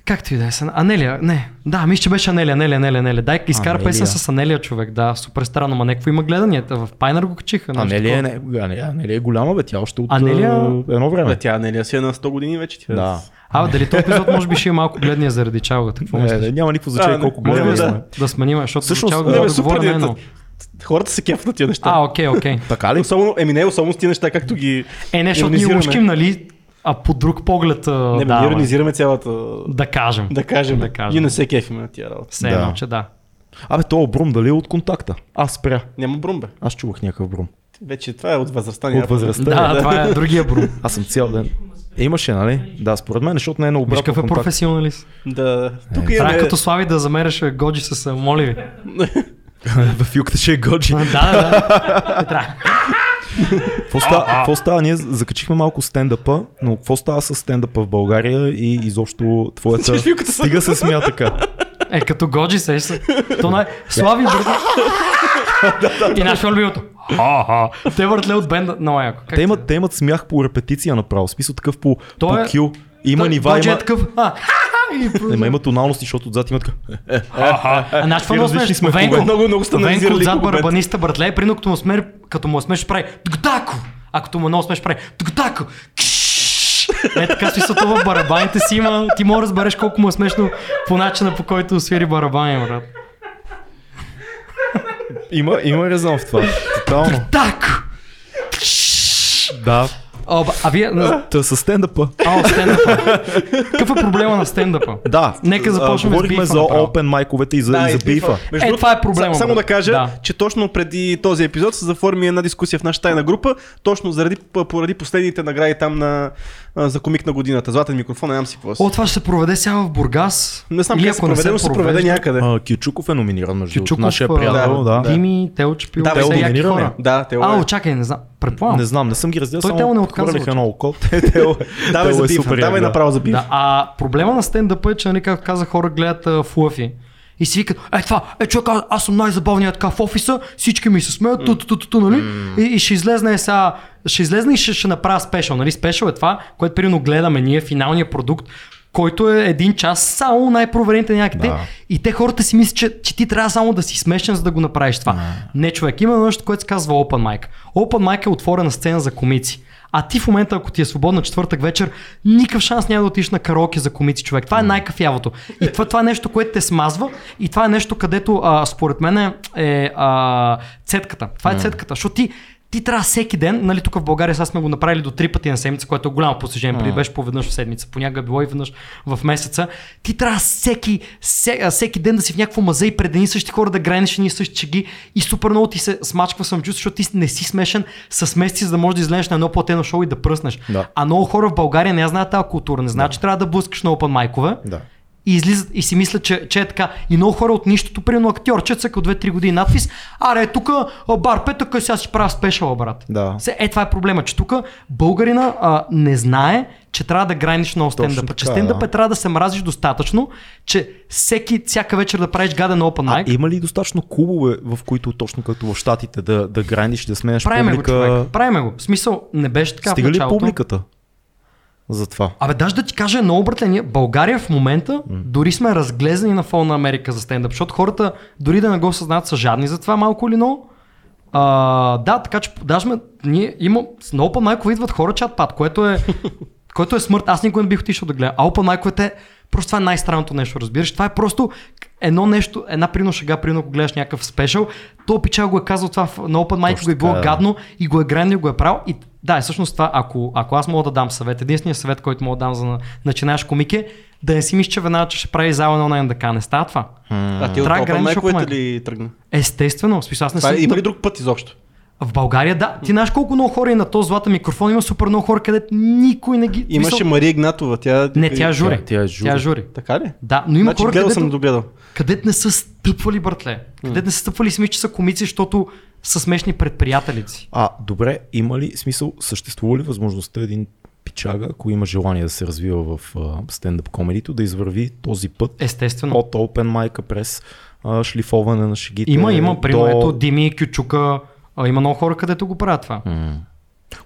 C: Както и да е, с Ан- Анелия, не, да, мисля, че беше Анелия, Анелия, Анелия, Анелия, дай изкара
A: Анелия.
C: песен с Анелия човек, да, супер странно, ма някакво има гледанията, в Пайнер го качиха.
A: А
C: нещо
A: Нели е,
C: такова.
A: не, а, не, а, Нели е голяма, бе. Тя още от
C: Анелия-
A: е, едно време.
B: Бе, Тя Анелия си е на 100 години вече. Тя.
A: Да.
C: А, бе, дали този епизод може би ще е малко гледния заради чалгата, какво
A: Не,
C: мислиш?
A: не, Е, няма никакво
B: А,
A: значение
B: не.
A: колко
C: Може
A: големи
C: би
B: да.
A: сме.
C: да, да сменим, защото
A: Всъщност,
C: Всъщност, чалга
A: не,
C: да,
A: бе,
C: да
B: супер
C: говоря
B: е
C: на едно.
B: Хората се кефат на тия неща. Нали,
C: А, окей, окей.
A: Така ли?
B: Особено, еми не, особено с тия неща, както ги
C: Е, не, защото ние
B: иронизираме.
C: мушким, нали, а по друг поглед а,
B: Не, бе,
C: да,
B: ние
C: бе.
B: иронизираме цялата...
C: да кажем.
B: Да кажем,
C: Да кажем.
B: Ние не се кефиме на тия работа.
C: Все
A: Да.
C: едно, че да.
A: Абе, то брум, дали е от контакта? Аз спря.
B: Няма брумбе.
A: Аз чувах някакъв брум.
B: Вече това е от възрастта.
A: От възрастта.
C: Да,
A: е.
C: това е другия брум.
A: Аз съм цял ден. Е, имаше, нали? Да, според мен, защото не е на
C: Виж
A: обратно
C: какъв е
A: контакт.
C: професионалист.
B: Да. Тук имаме...
C: Трябва Е, като Слави да замереш а, Годжи с а, моли ви.
A: В югта ще е Годжи.
C: Да, да, да. Не трябва.
A: Какво става? Какво става? Ние закачихме малко стендъпа, но какво става с стендъпа в България и изобщо твоята...
B: Слушаш вилката с-
A: Стига се смя така.
C: Е, като Годжи се се. То най... Слави бързо. И нашето любимото. Ха-ха. Те въртле от бенда. Много яко. Как
A: Те
C: ти-
A: имат, те имат смях по репетиция направо. В смисъл такъв по, по
C: Той е-
A: кю. Има
C: Той-
A: нива,
C: Годжи
A: има...
C: е такъв. А, и
A: Не,
C: продължава.
A: ма има тоналности, защото отзад има така.
C: А знаеш какво
A: И
C: много
A: различни
C: смеш?
A: сме в
C: Венко,
A: момента.
B: Много, много
C: Венко
B: стандаризирали
C: отзад
B: момент.
C: барабаниста, братле, прино като му смеш, като му смеш, прави Гдако! А като му много смеш, прави Гдако! Кш! Е така смисълто в барабаните си има, ти може да разбереш колко му е смешно по начина по който свири барабани, брат.
A: Има, има резон в това. Тотално.
C: Гдако!
A: Да.
C: А, б- а вие...
A: Та с стендъпа.
C: А, стендъпа. Какъв е проблема на стендъпа?
A: Да.
C: Нека
A: а,
C: започнем с
A: Говорихме
C: бифа
A: за
C: направо.
A: опен майковете и за, и за бифа.
C: Е,
B: другото,
C: това е проблема,
B: са- Само
C: брат.
B: да кажа,
C: Да.
B: че точно преди този епизод се заформи една дискусия в нашата тайна група, точно заради, п- поради последните награди там на, а, за комик на годината. Златен микрофон, нямам си какво. си.
C: О, това ще се проведе сега в Бургас.
B: Не знам
C: Или
B: къде се
C: ако не
B: проведе, но се проведе някъде.
A: А, Кючуков е номиниран между другото.
C: Чучуков,
A: Нашия
C: а,
A: приятел, да.
C: Дими, Телч, Пил,
B: Да,
C: те
B: Тел
C: са яки
A: номиниран ли?
C: хора.
B: Да, те
C: А,
B: е.
C: чакай, не знам. Предполагам.
A: Не знам, не съм ги разделил,
C: Той
A: само
C: Тело не отказва,
A: хвърлих
C: че.
A: едно око. Те, Тело-
B: Давай
A: Тело
B: за
A: е
B: биф,
A: супер,
B: давай
A: да.
B: направо за биф.
C: Да, а проблема на стендъпа е, че нали, както каза, хора гледат а, флъфи. И си викат, е това, е човек, а- аз съм най-забавният така в офиса, всички ми се смеят, ту, ту, ту, ту, ту, нали? И, и ще излезне е сега, ще излезне и ще, ще направя спешъл, нали? Спешъл е това, което примерно гледаме ние, финалния продукт, който е един час само най-проверените някъде.
A: Да.
C: И те хората си мислят, че, че ти трябва само да си смешен, за да го направиш това. Не, човек, има нещо, което се казва Open Mic. Open Mic е отворена сцена за комици. А ти в момента, ако ти е свободна четвъртък вечер, никакъв шанс няма да отидеш на караоке за комици, човек. Това е най-кафявото. И това, това е нещо, което те смазва. И това е нещо, където а, според мен е, е а, цетката. Това е цетката. Защото ти, ти трябва всеки ден, нали тук в България сега сме го направили до три пъти на седмица, което е голямо постижение, преди беше по веднъж в седмица, понякога е било и веднъж в месеца. Ти трябва всеки, се, а, всеки ден да си в някакво мазе и пред едни и същи хора да граниш едни и същи чеги и супер много ти се смачква самочувствие, защото ти не си смешен с мести, за да можеш да излезеш на едно платено шоу и да пръснеш.
A: Да.
C: А много хора в България не я знаят тази култура, не знаят, че трябва да блъскаш на опен майкове.
A: Да.
C: И излизат и си мислят, че, че е така. И много хора от нищото, примерно актьорчета са като 2-3 години надпис. Аре, тук бар петък, а сега си правя спешъл, брат.
A: Да.
C: Се, е, това е проблема, че тук българина а, не знае, че трябва да граниш много
A: Точно
C: стендъпа. Че
A: така,
C: стендъпа
A: да.
C: трябва да се мразиш достатъчно, че всеки, всяка вечер да правиш гаден open
A: А
C: mic.
A: има ли достатъчно клубове, в които точно като в Штатите да, да граниш, да сменяш
C: Правиме го,
A: публика?
C: човек. Правиме го. В смисъл, не беше така в
A: Стига ли
C: началото.
A: публиката за това?
C: Абе, даже да ти кажа едно обратение. България в момента дори сме разглезени на фона на Америка за стендъп, защото хората дори да не го съзнават са жадни за това малко или много. А, да, така че даже ме, ние има, с на Open Mic идват хора чат пат, което е, което е смърт. Аз никога не бих отишъл да гледам. А Open Mic е просто това е най-странното нещо, разбираш. Това е просто едно нещо, една прино шега, прино ако гледаш някакъв спешъл, то пичал го е казал това в- на Open Mic,
A: Точно
C: го е било
A: така, да.
C: гадно вероятно и го е грандил, го е правил. И да, и всъщност това, ако, ако аз мога да дам съвет, единственият съвет, който мога да дам за на- начинаеш комик е да не си мислиш, че веднага, че ще прави зала на онлайн ДК. Не става това.
B: А ти от
C: Трябва
B: Open
C: граниш
B: Mic-овете
C: Open Mic.
B: ли тръгна?
C: Естествено, в смисъл, аз не
B: Това
C: съм...
B: е- Има ли друг път изобщо?
C: В България, да. Ти знаеш колко много хора и на този златен микрофон има супер много хора, където никой не ги... в смисъл-
B: Имаше Мария Игнатова, тя...
C: Не, тя е жури.
A: Тя- тя е жури.
C: Тя е жури.
B: Така ли?
C: Да, но има
B: значи,
C: хора,
B: гледал
C: където...
B: съм догледал.
C: където не са стъпвали, братле. Където не са стъпвали, смисъл, че са комици, защото са смешни предприятелици.
A: А, добре, има ли смисъл, съществува ли възможността един пичага, ако има желание да се развива в а, стендъп комедито, да извърви този път
C: Е, Естествено.
A: от Open Mic през а, шлифоване на шегите?
C: Има, има, примерно,
A: до-
C: ето Дими, Кючука, а, има много хора, където го правят това.
A: М.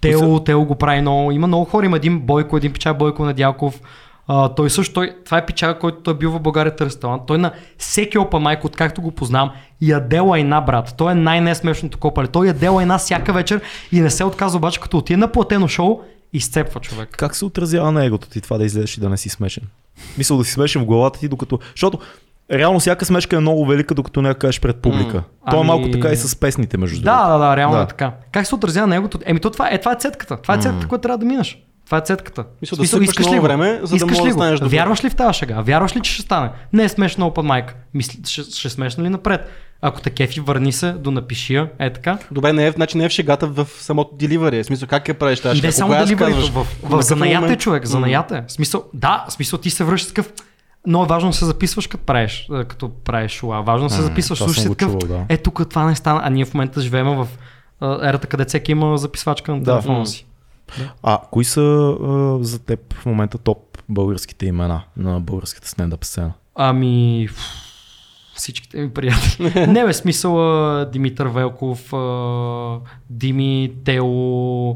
C: Тео, Тео го прави много, има много хора, има един Бойко, един печал Бойко Надялков, а, той също, той, това е печага, който той е бил в България ресторан. Той на всеки опа майка, откакто го познавам, яде лайна, брат. Той е най-несмешното копале. Той яде лайна всяка вечер и не се отказва, обаче като отиде на платено шоу, изцепва човек.
A: Как се отразява на егото ти това да излезеш и да не си смешен? Мисъл да си смешен в главата ти, докато. Защото реално всяка смешка е много велика, докато не я кажеш пред публика. Mm, То е
C: ами-
A: малко така и с песните, между
C: Да, да, да, реално
A: Да.
C: е така. Как се отразява негото? Еми, то това, е, това е цетката. Това е цетката, която трябва да минаш. Това е цетката.
B: Мисля, да сипеш много
C: го?
B: време, за да
C: искаш
B: можеш
C: ли
B: да
C: го?
B: станеш добър.
C: Вярваш ли в тази шега? Вярваш ли, че ще стане? Не е смешно open mic. Мисли, ще, ще е смешно ли напред? Ако те кефи, върни се, до напиши я. Е така.
B: Добре, не е, значи не е в шегата в самото деливари. В смисъл, как я правиш тази
C: Не
B: шега?
C: само
B: Кога я
C: дали
B: разказваш?
C: в,
B: На
C: в
B: какъв
C: занаята е
B: момент?
C: човек,
B: М.
C: занаята е. В Смисъл, да, в смисъл ти се връщаш такъв. Но е важно да се записваш, като правиш, е, като правиш шула. Важно да се
A: М, Е,
C: записваш,
A: това съм
C: слушаш си
A: го
C: такъв.
A: чувал, да.
C: Е, тук това не стана. А ние в момента живеем в е, ерата, къде всеки има записвачка на
A: Да.
C: телефона
A: М.
C: си.
A: А кои са а, за теб в момента топ българските имена на българската стендъп сцена?
C: Ами, фу, всичките ми приятели. Не бе смисъл а, Димитър Велков, а, Дими, Тео,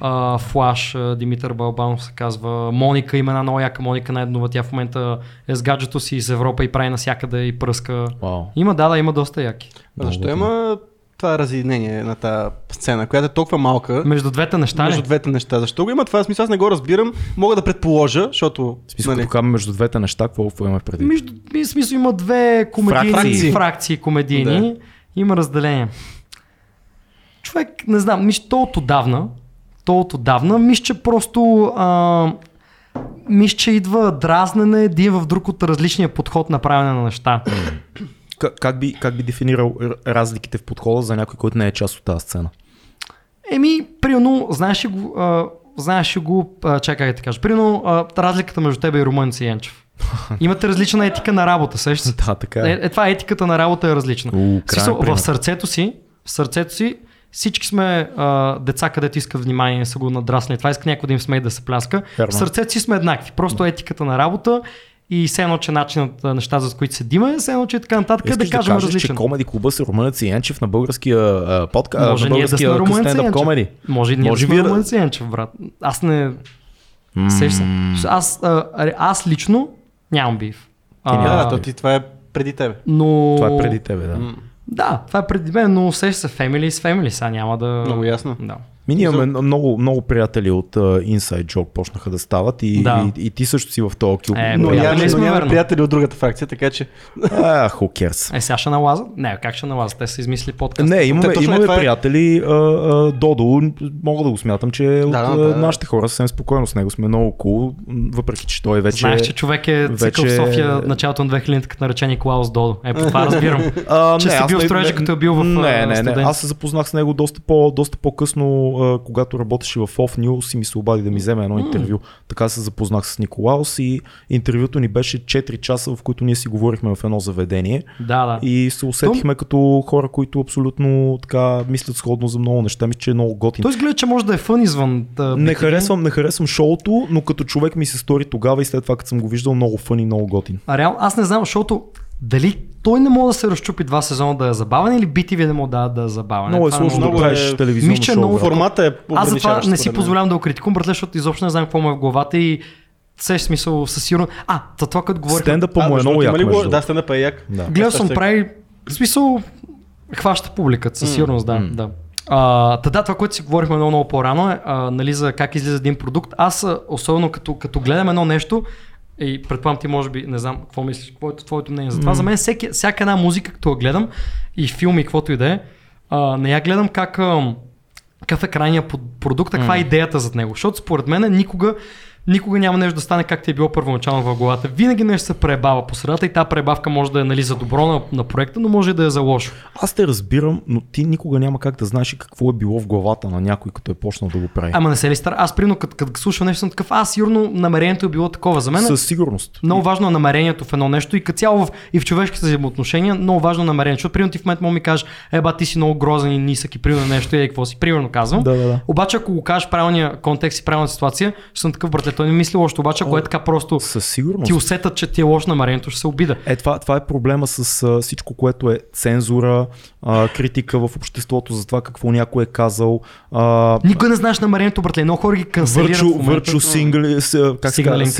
C: а, Флаш, а, Димитър Балбанов се казва, Моника, има една много яка Моника Найденова, тя в момента е с гаджето си из Европа и прави насякъде и пръска.
A: Вау.
C: Има, да, да, има доста яки.
B: А Защо
A: Много
B: има това разединение на тази сцена, която е толкова малка
C: Между двете неща
B: между
C: ли?
B: двете неща? Защо го има това? Смисъл, аз не го разбирам. Мога да предположа, защото... нали,
A: В смисъл, като кажем между двете неща, какво какво имаме преди?
C: Между, в смисъл има две комедийни фракции,
B: Фракции.
C: фракции комедийни. Има разделение. Човек, не знам, нищо от отдавна, то то от отдавна. Мисля, че просто а, мисля, че идва дразнене един в друг от различния подход на правене на неща.
A: Как, как, би, как би дефинирал р- разликите в подхода за някой, който не е част от тази сцена?
C: Еми, примерно, знаеш ли го, а, знаеш ли го, а, чакай как да ти кажа, примерно а, разликата между тебе и Румън Сиенчев. Имате различна етика на работа, сещаш се?
A: Да, така
C: Е, е, това етиката на работа е различна.
A: У, краен
C: В смисъл,
A: пример.
C: в сърцето си, в сърцето си всички сме а, деца, където искат внимание, са го надраснали. Това иска някой да им смее да се пляска.
A: Верно.
C: В сърцето си сме еднакви. Просто етиката на работа и все едно, че начинът на нещата, за които седиме, все едно, че и така нататък, е
A: Искаш
C: да кажем
A: кажеш, че
C: различен.
A: Комеди клуба са Румънец и Янчев на българския подкаст,
C: Може
A: на
C: ние да сме
A: българския
C: Румен
A: стендъп комеди.
C: Ценчев. Може и ние
A: Може
C: да
A: вие
C: сме
A: да-
C: Румен Ценчев, брат. Аз не... Сеш се. Аз, а, ре- аз лично нямам бив. А,
A: Еми,
B: Да,
A: А.
B: то ти това е преди тебе.
C: но...
A: Това е преди тебе, да.
C: Да, това е преди мен, но сеш се Family с Family, сега няма да...
B: Много ясно.
C: Да.
A: Ми ние имаме много, много приятели от uh, Inside Joke почнаха да стават и,
C: Да.
A: и, и ти също си в този клуб.
C: Е,
B: Но
C: приятели
B: явно- но
C: сме,
B: няма
C: верно.
B: приятели от другата фракция, така че
A: А, who cares?
C: Е, сега ще налазат? Не, как ще налазат? Те са измисли подкаст.
A: Не, имаме,
B: Те, точно
A: имаме
B: това е-
A: приятели. А, а, Додо, мога да го смятам, че е от
B: да,
A: да,
B: да.
A: нашите хора съвсем спокойно с него сме много cool, м, въпреки че той вече...
C: Знаеш, че човек е цикъл
A: вече-
C: в София началото на 2000-та, като нарече Николаус Додо. Е, по това разбирам.
A: А,
C: че си
A: аз
C: бил
A: не-
C: в строежа,
A: не-
C: като е бил в а,
A: Не, не, не.
C: студент.
A: Аз се запознах с него доста, по, доста по-късно, а, когато работеше в Off News и ми се обади да ми вземе едно интервю. Така се запознах с Николаус и интервюто ни беше 4 часа, в които ние си говорихме в едно заведение.
C: Да, да.
A: И се усетихме като хора, които абсолютно така мислят сходно за много неща. Мисля, че е много готин.
C: Той изглежда, че може да е фън извън. Да,
A: Не харесвам, не харесвам шоуто, но като човек ми се стори тогава и след това, като съм го виждал, много фън и много готин.
C: А реално, аз не знам, защото дали той не може да се разчупи два сезона да е забавен или BTV не му дава да е забавен.
A: Много е
C: Това не
A: сложно да
C: мога
B: много
A: правиш
B: е-
A: телевизионно
C: Мисля, че е
A: шоу.
C: много
A: брат.
B: формата е
C: Аз затова
B: ограничаващ,
C: не си
B: според мен.
C: позволявам да го критикувам, братле, защото изобщо не знам какво му е в главата и все смисъл със сигурност. А, та това като говорих.
A: Стендъпа
B: А,
A: му е
B: защото
A: много
B: има
A: як.
B: ли го-
A: между
B: Да,
A: другото.
B: стендъпа е як.
A: Да.
C: Гледал съм
B: Сега-
C: прави, в смисъл, хваща публиката, със сигурност, да. да. А, та да, това, което си говорихме много, много по-рано е а, нали, за как излиза един продукт. Аз, а, особено като, като гледам едно нещо, и предполагам ти може би, не знам какво мислиш, какво е твоето мнение за това. За мен всеки, всяка една музика, като я гледам и филми, каквото и да е, а, не я гледам как, ам, какъв е крайният под- продукт, а каква е идеята зад него. Защото според мен никога, никога няма нещо да стане както е било първоначално в главата. Винаги нещо се пребава по средата и тази пребавка може да е нали, за добро на, на проекта, но може и да е за лошо.
A: Аз те разбирам, но ти никога няма как да знаеш и какво е било в главата на някой, като е почнал да го прави.
C: Ама не се ли стар? Аз прино като, като слушам нещо съм такъв, аз сигурно намерението е било такова. За мен е
A: Със сигурност.
C: много важно е намерението в едно нещо и като цяло в, и в човешките взаимоотношения много важно е намерение. Защото примерно ти в момента мога ми кажеш, е ба ти си много грозен и нисък и примерно нещо и какво си, примерно казвам.
A: Да, да, да.
C: Обаче ако го кажеш в правилния контекст и правилната ситуация, ще съм такъв братле, той не мисли лошо, обаче ако е така просто
A: Със
C: ти
A: сигурност.
C: усетат, че ти е лошо намерението, ще се обида.
A: Е, това, това е проблема с а, всичко, което е цензура, а, критика в обществото за това какво някой е казал. А,
C: Никога не знаеш намерението, братле. Много хора ги канцелират в
A: Върчо,
C: момента.
A: върчо сингли, с- как се казва,
C: Сигналинг.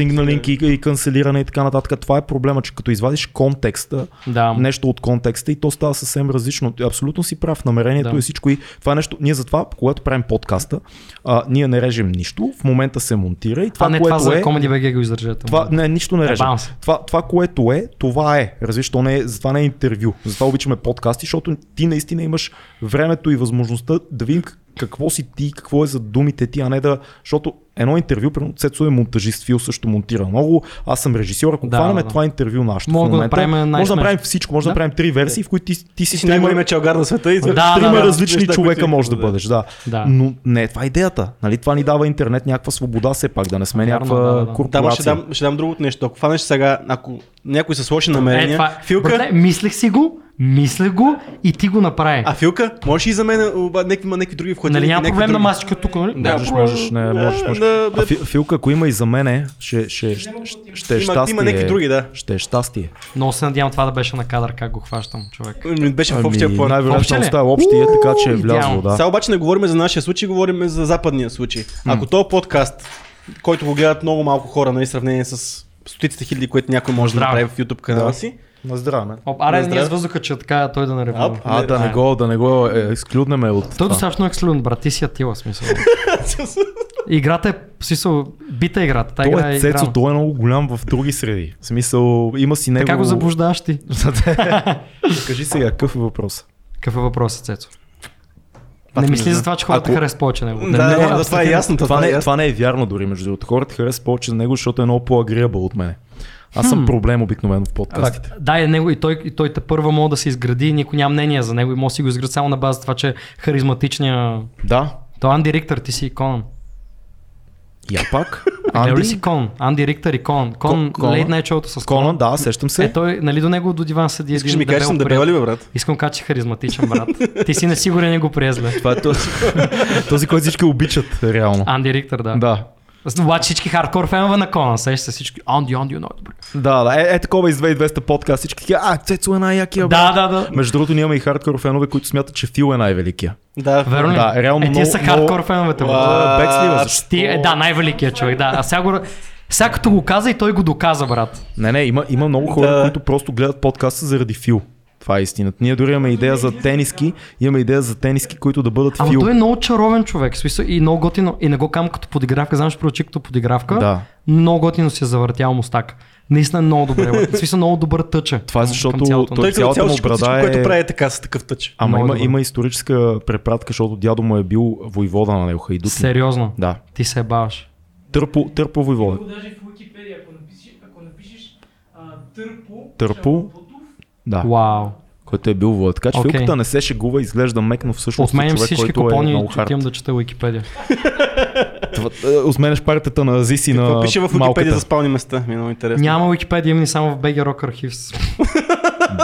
A: сигналинг и, и канцелиране и така нататък. Това е проблема, че като извадиш контекста,
C: Да.
A: нещо от контекста и то става съвсем различно. Абсолютно си прав. Намерението да.
C: Да.
A: е всичко и това е нещо. Ние затова, когато правим подкаста, а, ние не режем нищо. В момента се монтира и това,
C: Това, не
A: което
C: това за
A: е.
C: Comedy BG го издържате.
A: Това не, нищо не режем.
C: Ебавам се.
A: Това, това, което е, това е. Разбираш, то не е, затова не е интервю. Затова обичаме подкасти, защото ти наистина имаш времето и възможността да видим к- какво си ти, какво е за думите ти, а не да... Защото едно интервю, примерно Цецо е монтажист, Фил също монтира много, аз съм режисьор, ако да,
C: Да,
A: хванем
C: да.
A: това интервю нашето
C: Мога
A: в
C: да
A: момента,
C: направим
A: може да
C: най-смешно.
A: направим всичко, може да,
C: Да.
A: направим три версии, в които ти, ти си,
B: Ти си
A: трима-
B: най-големият чалгар на света и
C: Да, да,
A: трима
C: да.
A: различни
B: неща,
A: човека
B: които
A: може да
B: искаш
A: бъдеш, да.
C: Да.
A: Но не, това е идеята. Нали? Това ни дава интернет някаква свобода все пак, да не сме
C: Вярно,
A: някаква
C: да, да, да.
A: корпорация.
B: Да, ама ще дам, ще дам другото нещо. Ако хванеш сега, ако някой с лоши намерения,
C: Е, това...
B: Филка,
C: Братле, мислех си го, мислех го и ти го направи.
B: а Филка, можеш и за мен, оба, някакви, има някакви други входи.
C: нали няма проблем на масичка тук, нали?
B: Да,
A: Можеш,
B: Добро.
A: можеш, не,
B: Да,
A: можеш, можеш.
B: да,
A: А, Фи- Филка, ако има и за мене, ще, ще, ще, ще е
B: Има-
A: щастие.
B: има някакви други, да.
A: Ще е щастие.
C: Много се надявам това да беше на кадър, как го хващам, човек.
B: Беше в
A: Ами,
B: общия план.
C: Общо
A: Най-вероятно
C: ли?
A: остава общия, така че е
C: Уу,
A: влязло,
C: идеално.
A: да.
B: Сега обаче не говорим за нашия случай, говорим за западния случай. Ако този подкаст, който го гледат много малко хора, нали, в сравнение с стотиците хиляди, които някой може да
C: Здраво.
B: направи в YouTube канала си.
A: На здраве.
C: Оп, аре,
B: Здраве.
C: ние с въздуха, че така е, той да не ревува.
B: Ап.
A: А, да не го, да не го е, изклюднеме от
C: Той
A: това.
C: достатъчно е ексклюден, брат, ти си атила, смисъл. Играта е, в смисъл, бита е играта. Та игра
A: Той
C: е
A: е
C: играна.
A: Цецо, той е много голям в други среди. В смисъл, има си него...
C: Така го заблуждаваш ти.
A: Кажи сега, какъв е въпрос?
C: Какъв е въпросът, Цецо? Не
D: не
C: мисли
D: знам.
C: за това, че хората
A: Ако-
C: харесват повече него.
B: Да,
C: не,
B: да,
C: не,
B: да,
C: не,
B: това е ясно.
A: това,
B: Това е
A: не,
B: ясно.
A: това не е вярно дори, между другото. Хората харесват повече за него, защото е много по-агриабъл от мене. Аз съм проблем обикновено в подкастите.
C: Да, и, него, и той, и той те първа мога да се изгради, никой няма мнение за него и може да си го изгради само на база това, че е харизматичния...
A: Да,
C: То Анди Риктър, ти си Конан.
A: я пак.
C: Анди?
A: Анди,
C: ли си Кон? Анди Риктър и Кон. Кон,
A: Кон-
C: лейт най шоуто с Кон.
A: Конан, да, сещам се.
C: Е, той, нали до него до диван седи
B: Искаш
C: един
B: ми кажеш,
C: дебел
B: съм дебела
C: приятел.
B: ли, бе, брат?
C: Искам да кажа, че е харизматичен брат. ти си несигурен и го приезле.
A: Това е този, този, който всички обичат, реално.
C: Анди Риктър, да.
A: Да.
C: Обаче всички хардкор фенове на Конан, сеща се всички. Анди, Анди, Анди, добре.
A: Да, да, е, е такова из 2200 подкаст. Всички такива, а, Цецо е най-якия. бе.
C: Да, да, да.
A: Между другото, ние имаме и хардкор фенове, които смятат, че Фил е най-великия.
B: Да.
C: Верно ли?
A: Да, реално
C: Е, тия
A: много-
C: са хардкор
A: много-
C: феновете. брат.
A: Това е бекслива, защо?
C: Ти, е, да, най-великият човек, да. А сега, го, сега като го каза и той го доказа, брат.
A: Не, не, има, има много хора,
B: Да.
A: да. които просто гледат подкаста заради Фил. Това е истината. Ние дори имаме идея за тениски, имаме идея за тениски, които да бъдат
C: Ама
A: Фил.
C: той е много чаровен човек, в смисъл, и много готино. И не го кам като подигравка, знам, че проучи като подигравка.
A: Да.
C: Много готино си е завъртял мустак. Наистина е много добре. брат. В смисъл много добър тъча.
A: Това е защото той-
B: Той като
A: цялата
B: цяло
A: му
B: всичко,
A: брада
B: всичко,
A: е-
B: което прави е така с такъв тъч.
A: Ама
C: Много
A: има,
C: добър.
A: има историческа препратка, защото дядо му е бил войвода на него, Хайдут.
C: Сериозно.
A: Да.
C: Ти се е баваш.
A: Търпо, търпо войвода.
E: Го даже в Уикипедия, ако напишеш, ако напишеш а, Търпо,
A: Търпо.
E: Чалботов,
A: Да.
C: Вау.
A: Който е бил войвода. Така че
C: Окей.
A: okay. филката не се шегува, изглежда мек, но всъщност е
C: Отменям
A: човек,
C: всички
A: който е
C: купони
A: много
C: и
A: хард.
C: отивам да чета Уикипедия.
A: Това, е, Осменеш партията на Зиси Ами на
B: Какво пише в Уикипедия
A: малката.
B: за спални места? Ми е много интересно.
C: Няма Уикипедия, има ни само в BG Rock Archives.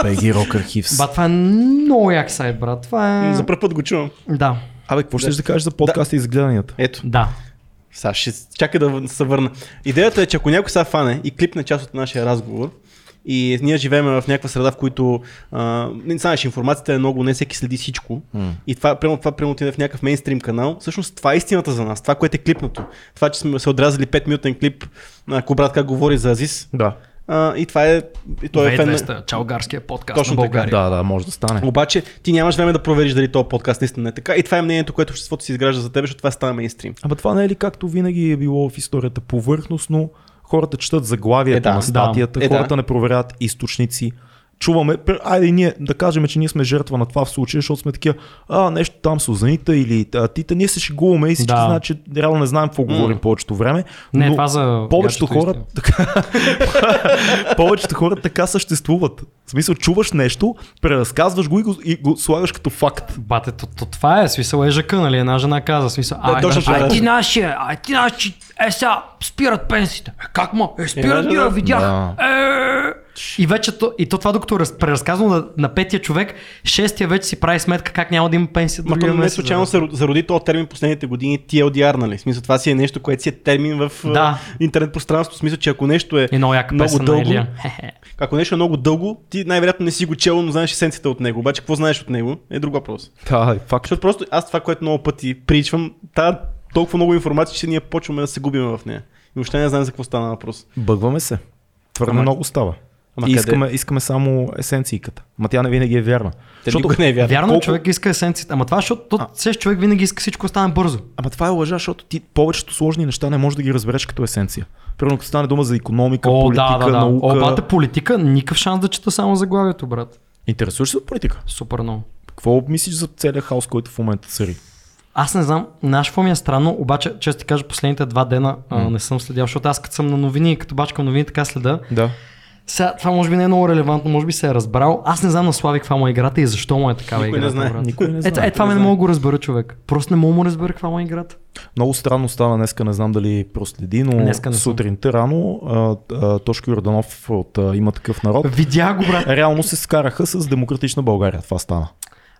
A: Беги Рок Архивс.
C: Ба, това е много як сайт, брат. Това е...
B: За първ път го чувам.
C: Да,
A: Абе, какво ще да кажеш за подкаста и за гледанията?
B: Ето.
C: да.
B: Сега ще чакай да се върна. Идеята е, че ако някой сега фане и клипне част от нашия разговор, и ние живеем в някаква среда, в която а, не знаеш, информацията е много, не всеки следи всичко. Mm. И това, прямо, това прямо отиде в някакъв мейнстрим канал. Всъщност това е истината за нас, това, което е клипнато. Това, че сме се отрязали 5-минутен клип, ако брат как говори за Азис.
A: Да.
B: А, и това е. И той е фен. на-
C: 2200, чалгарския подкаст
B: Точно
C: на
B: така,
C: България.
A: Да, да, може да стане.
B: Обаче ти нямаш време да провериш дали този подкаст наистина е така. И това е мнението, което обществото си изгражда за теб, защото това стана мейнстрим.
A: Ама това не е ли както винаги е било в историята повърхностно? Хората четат заглавието
B: Е, да,
A: на статията,
B: да. Е, да.
A: хората не проверят източници. Чуваме, пр- айде ние да кажем, че ние сме жертва на това в случая, защото сме такива, а нещо там с озанита или а, тита, ние се шегуваме и всички
C: Да.
A: да. знаят, че значи, реално не знаем какво говорим повечето време.
C: Не,
A: но
C: това за
A: повечето
C: гаджето
A: хора,
C: истина.
A: така, повечето хора така съществуват. В смисъл, чуваш нещо, преразказваш го и го, и го слагаш като факт.
C: Бате, то, то, това е, смисъл ежака, нали? Една жена каза, смисъл, а,
B: точно
C: а,
B: това е.
C: ти нашия, а ти наши, е сега, спират пенсиите. Е, как ма? Е, спират,
B: да,
C: ги,
B: да.
C: видях.
A: Да.
C: Е. И вече то, и то това, докато раз, преразказвам на, на петия човек, шестия вече си прави сметка как няма да има пенсия
B: Ма
C: другия
B: то не
C: месец. нали?
B: случайно
C: бе.
B: се ро- зароди този термин последните години TLDR, нали? В смисъл, това си е нещо, което си е термин в
C: Да.
B: да. интернет пространството. В смисъл, че ако нещо е
C: И много яка
B: много
C: песен на
B: дълго,
C: Илия.
B: ако нещо е много дълго, ти най-вероятно не си го чел, но знаеш есенцията от него. Обаче, какво знаеш от него е друг въпрос.
A: Да, е факт.
B: Защото просто аз това, което много пъти причвам, та толкова много информация, че ние почваме да се губим в нея. И въобще не знаем за какво стана въпрос.
A: Бъгваме се. Твърде
B: Ама-
A: много става.
B: ама
A: и
B: къде?
A: искаме, искаме само есенцийката. Ма тя не винаги е вярна.
B: Те никога не е вярно.
C: Вярно,
A: Колко-
C: човек иска есенцията. Ама това, защото то, всеки човек винаги иска всичко да стане бързо.
A: Ама това е лъжа, защото ти повечето сложни неща не можеш да ги разбереш като есенция. Примерно, като стане дума за економика,
C: О,
A: политика,
C: да, да, да.
A: наука.
C: О, бате, политика, никакъв шанс да чета само заглавието, брат.
A: Интересуваш се от политика?
C: Супер много.
A: Какво мислиш за целия хаос, който в момента цари?
C: Аз не знам, знаеш какво ми е странно, обаче, често ти кажа, последните два дена а, не съм следял, защото аз като съм на новини и като бачкам новини, така следа.
A: Да.
C: Сега, това може би не е много релевантно, може би се е разбрал. Аз не знам на Слави каква му е играта и защо му е такава
B: Никой не
C: играта.
B: знае.
C: брат.
A: Никой не знае.
C: Е, е, това ме не мога да го разбера, човек. Просто не мога да му разбера каква му е играта.
A: Много странно стана днеска, не знам дали проследи, но
C: Днеска не съм.
A: сутринта рано а, а, Тошко Йорданов от а, Има такъв народ
C: Видя го, брат.
A: реално се скараха с Демократична България. Това стана.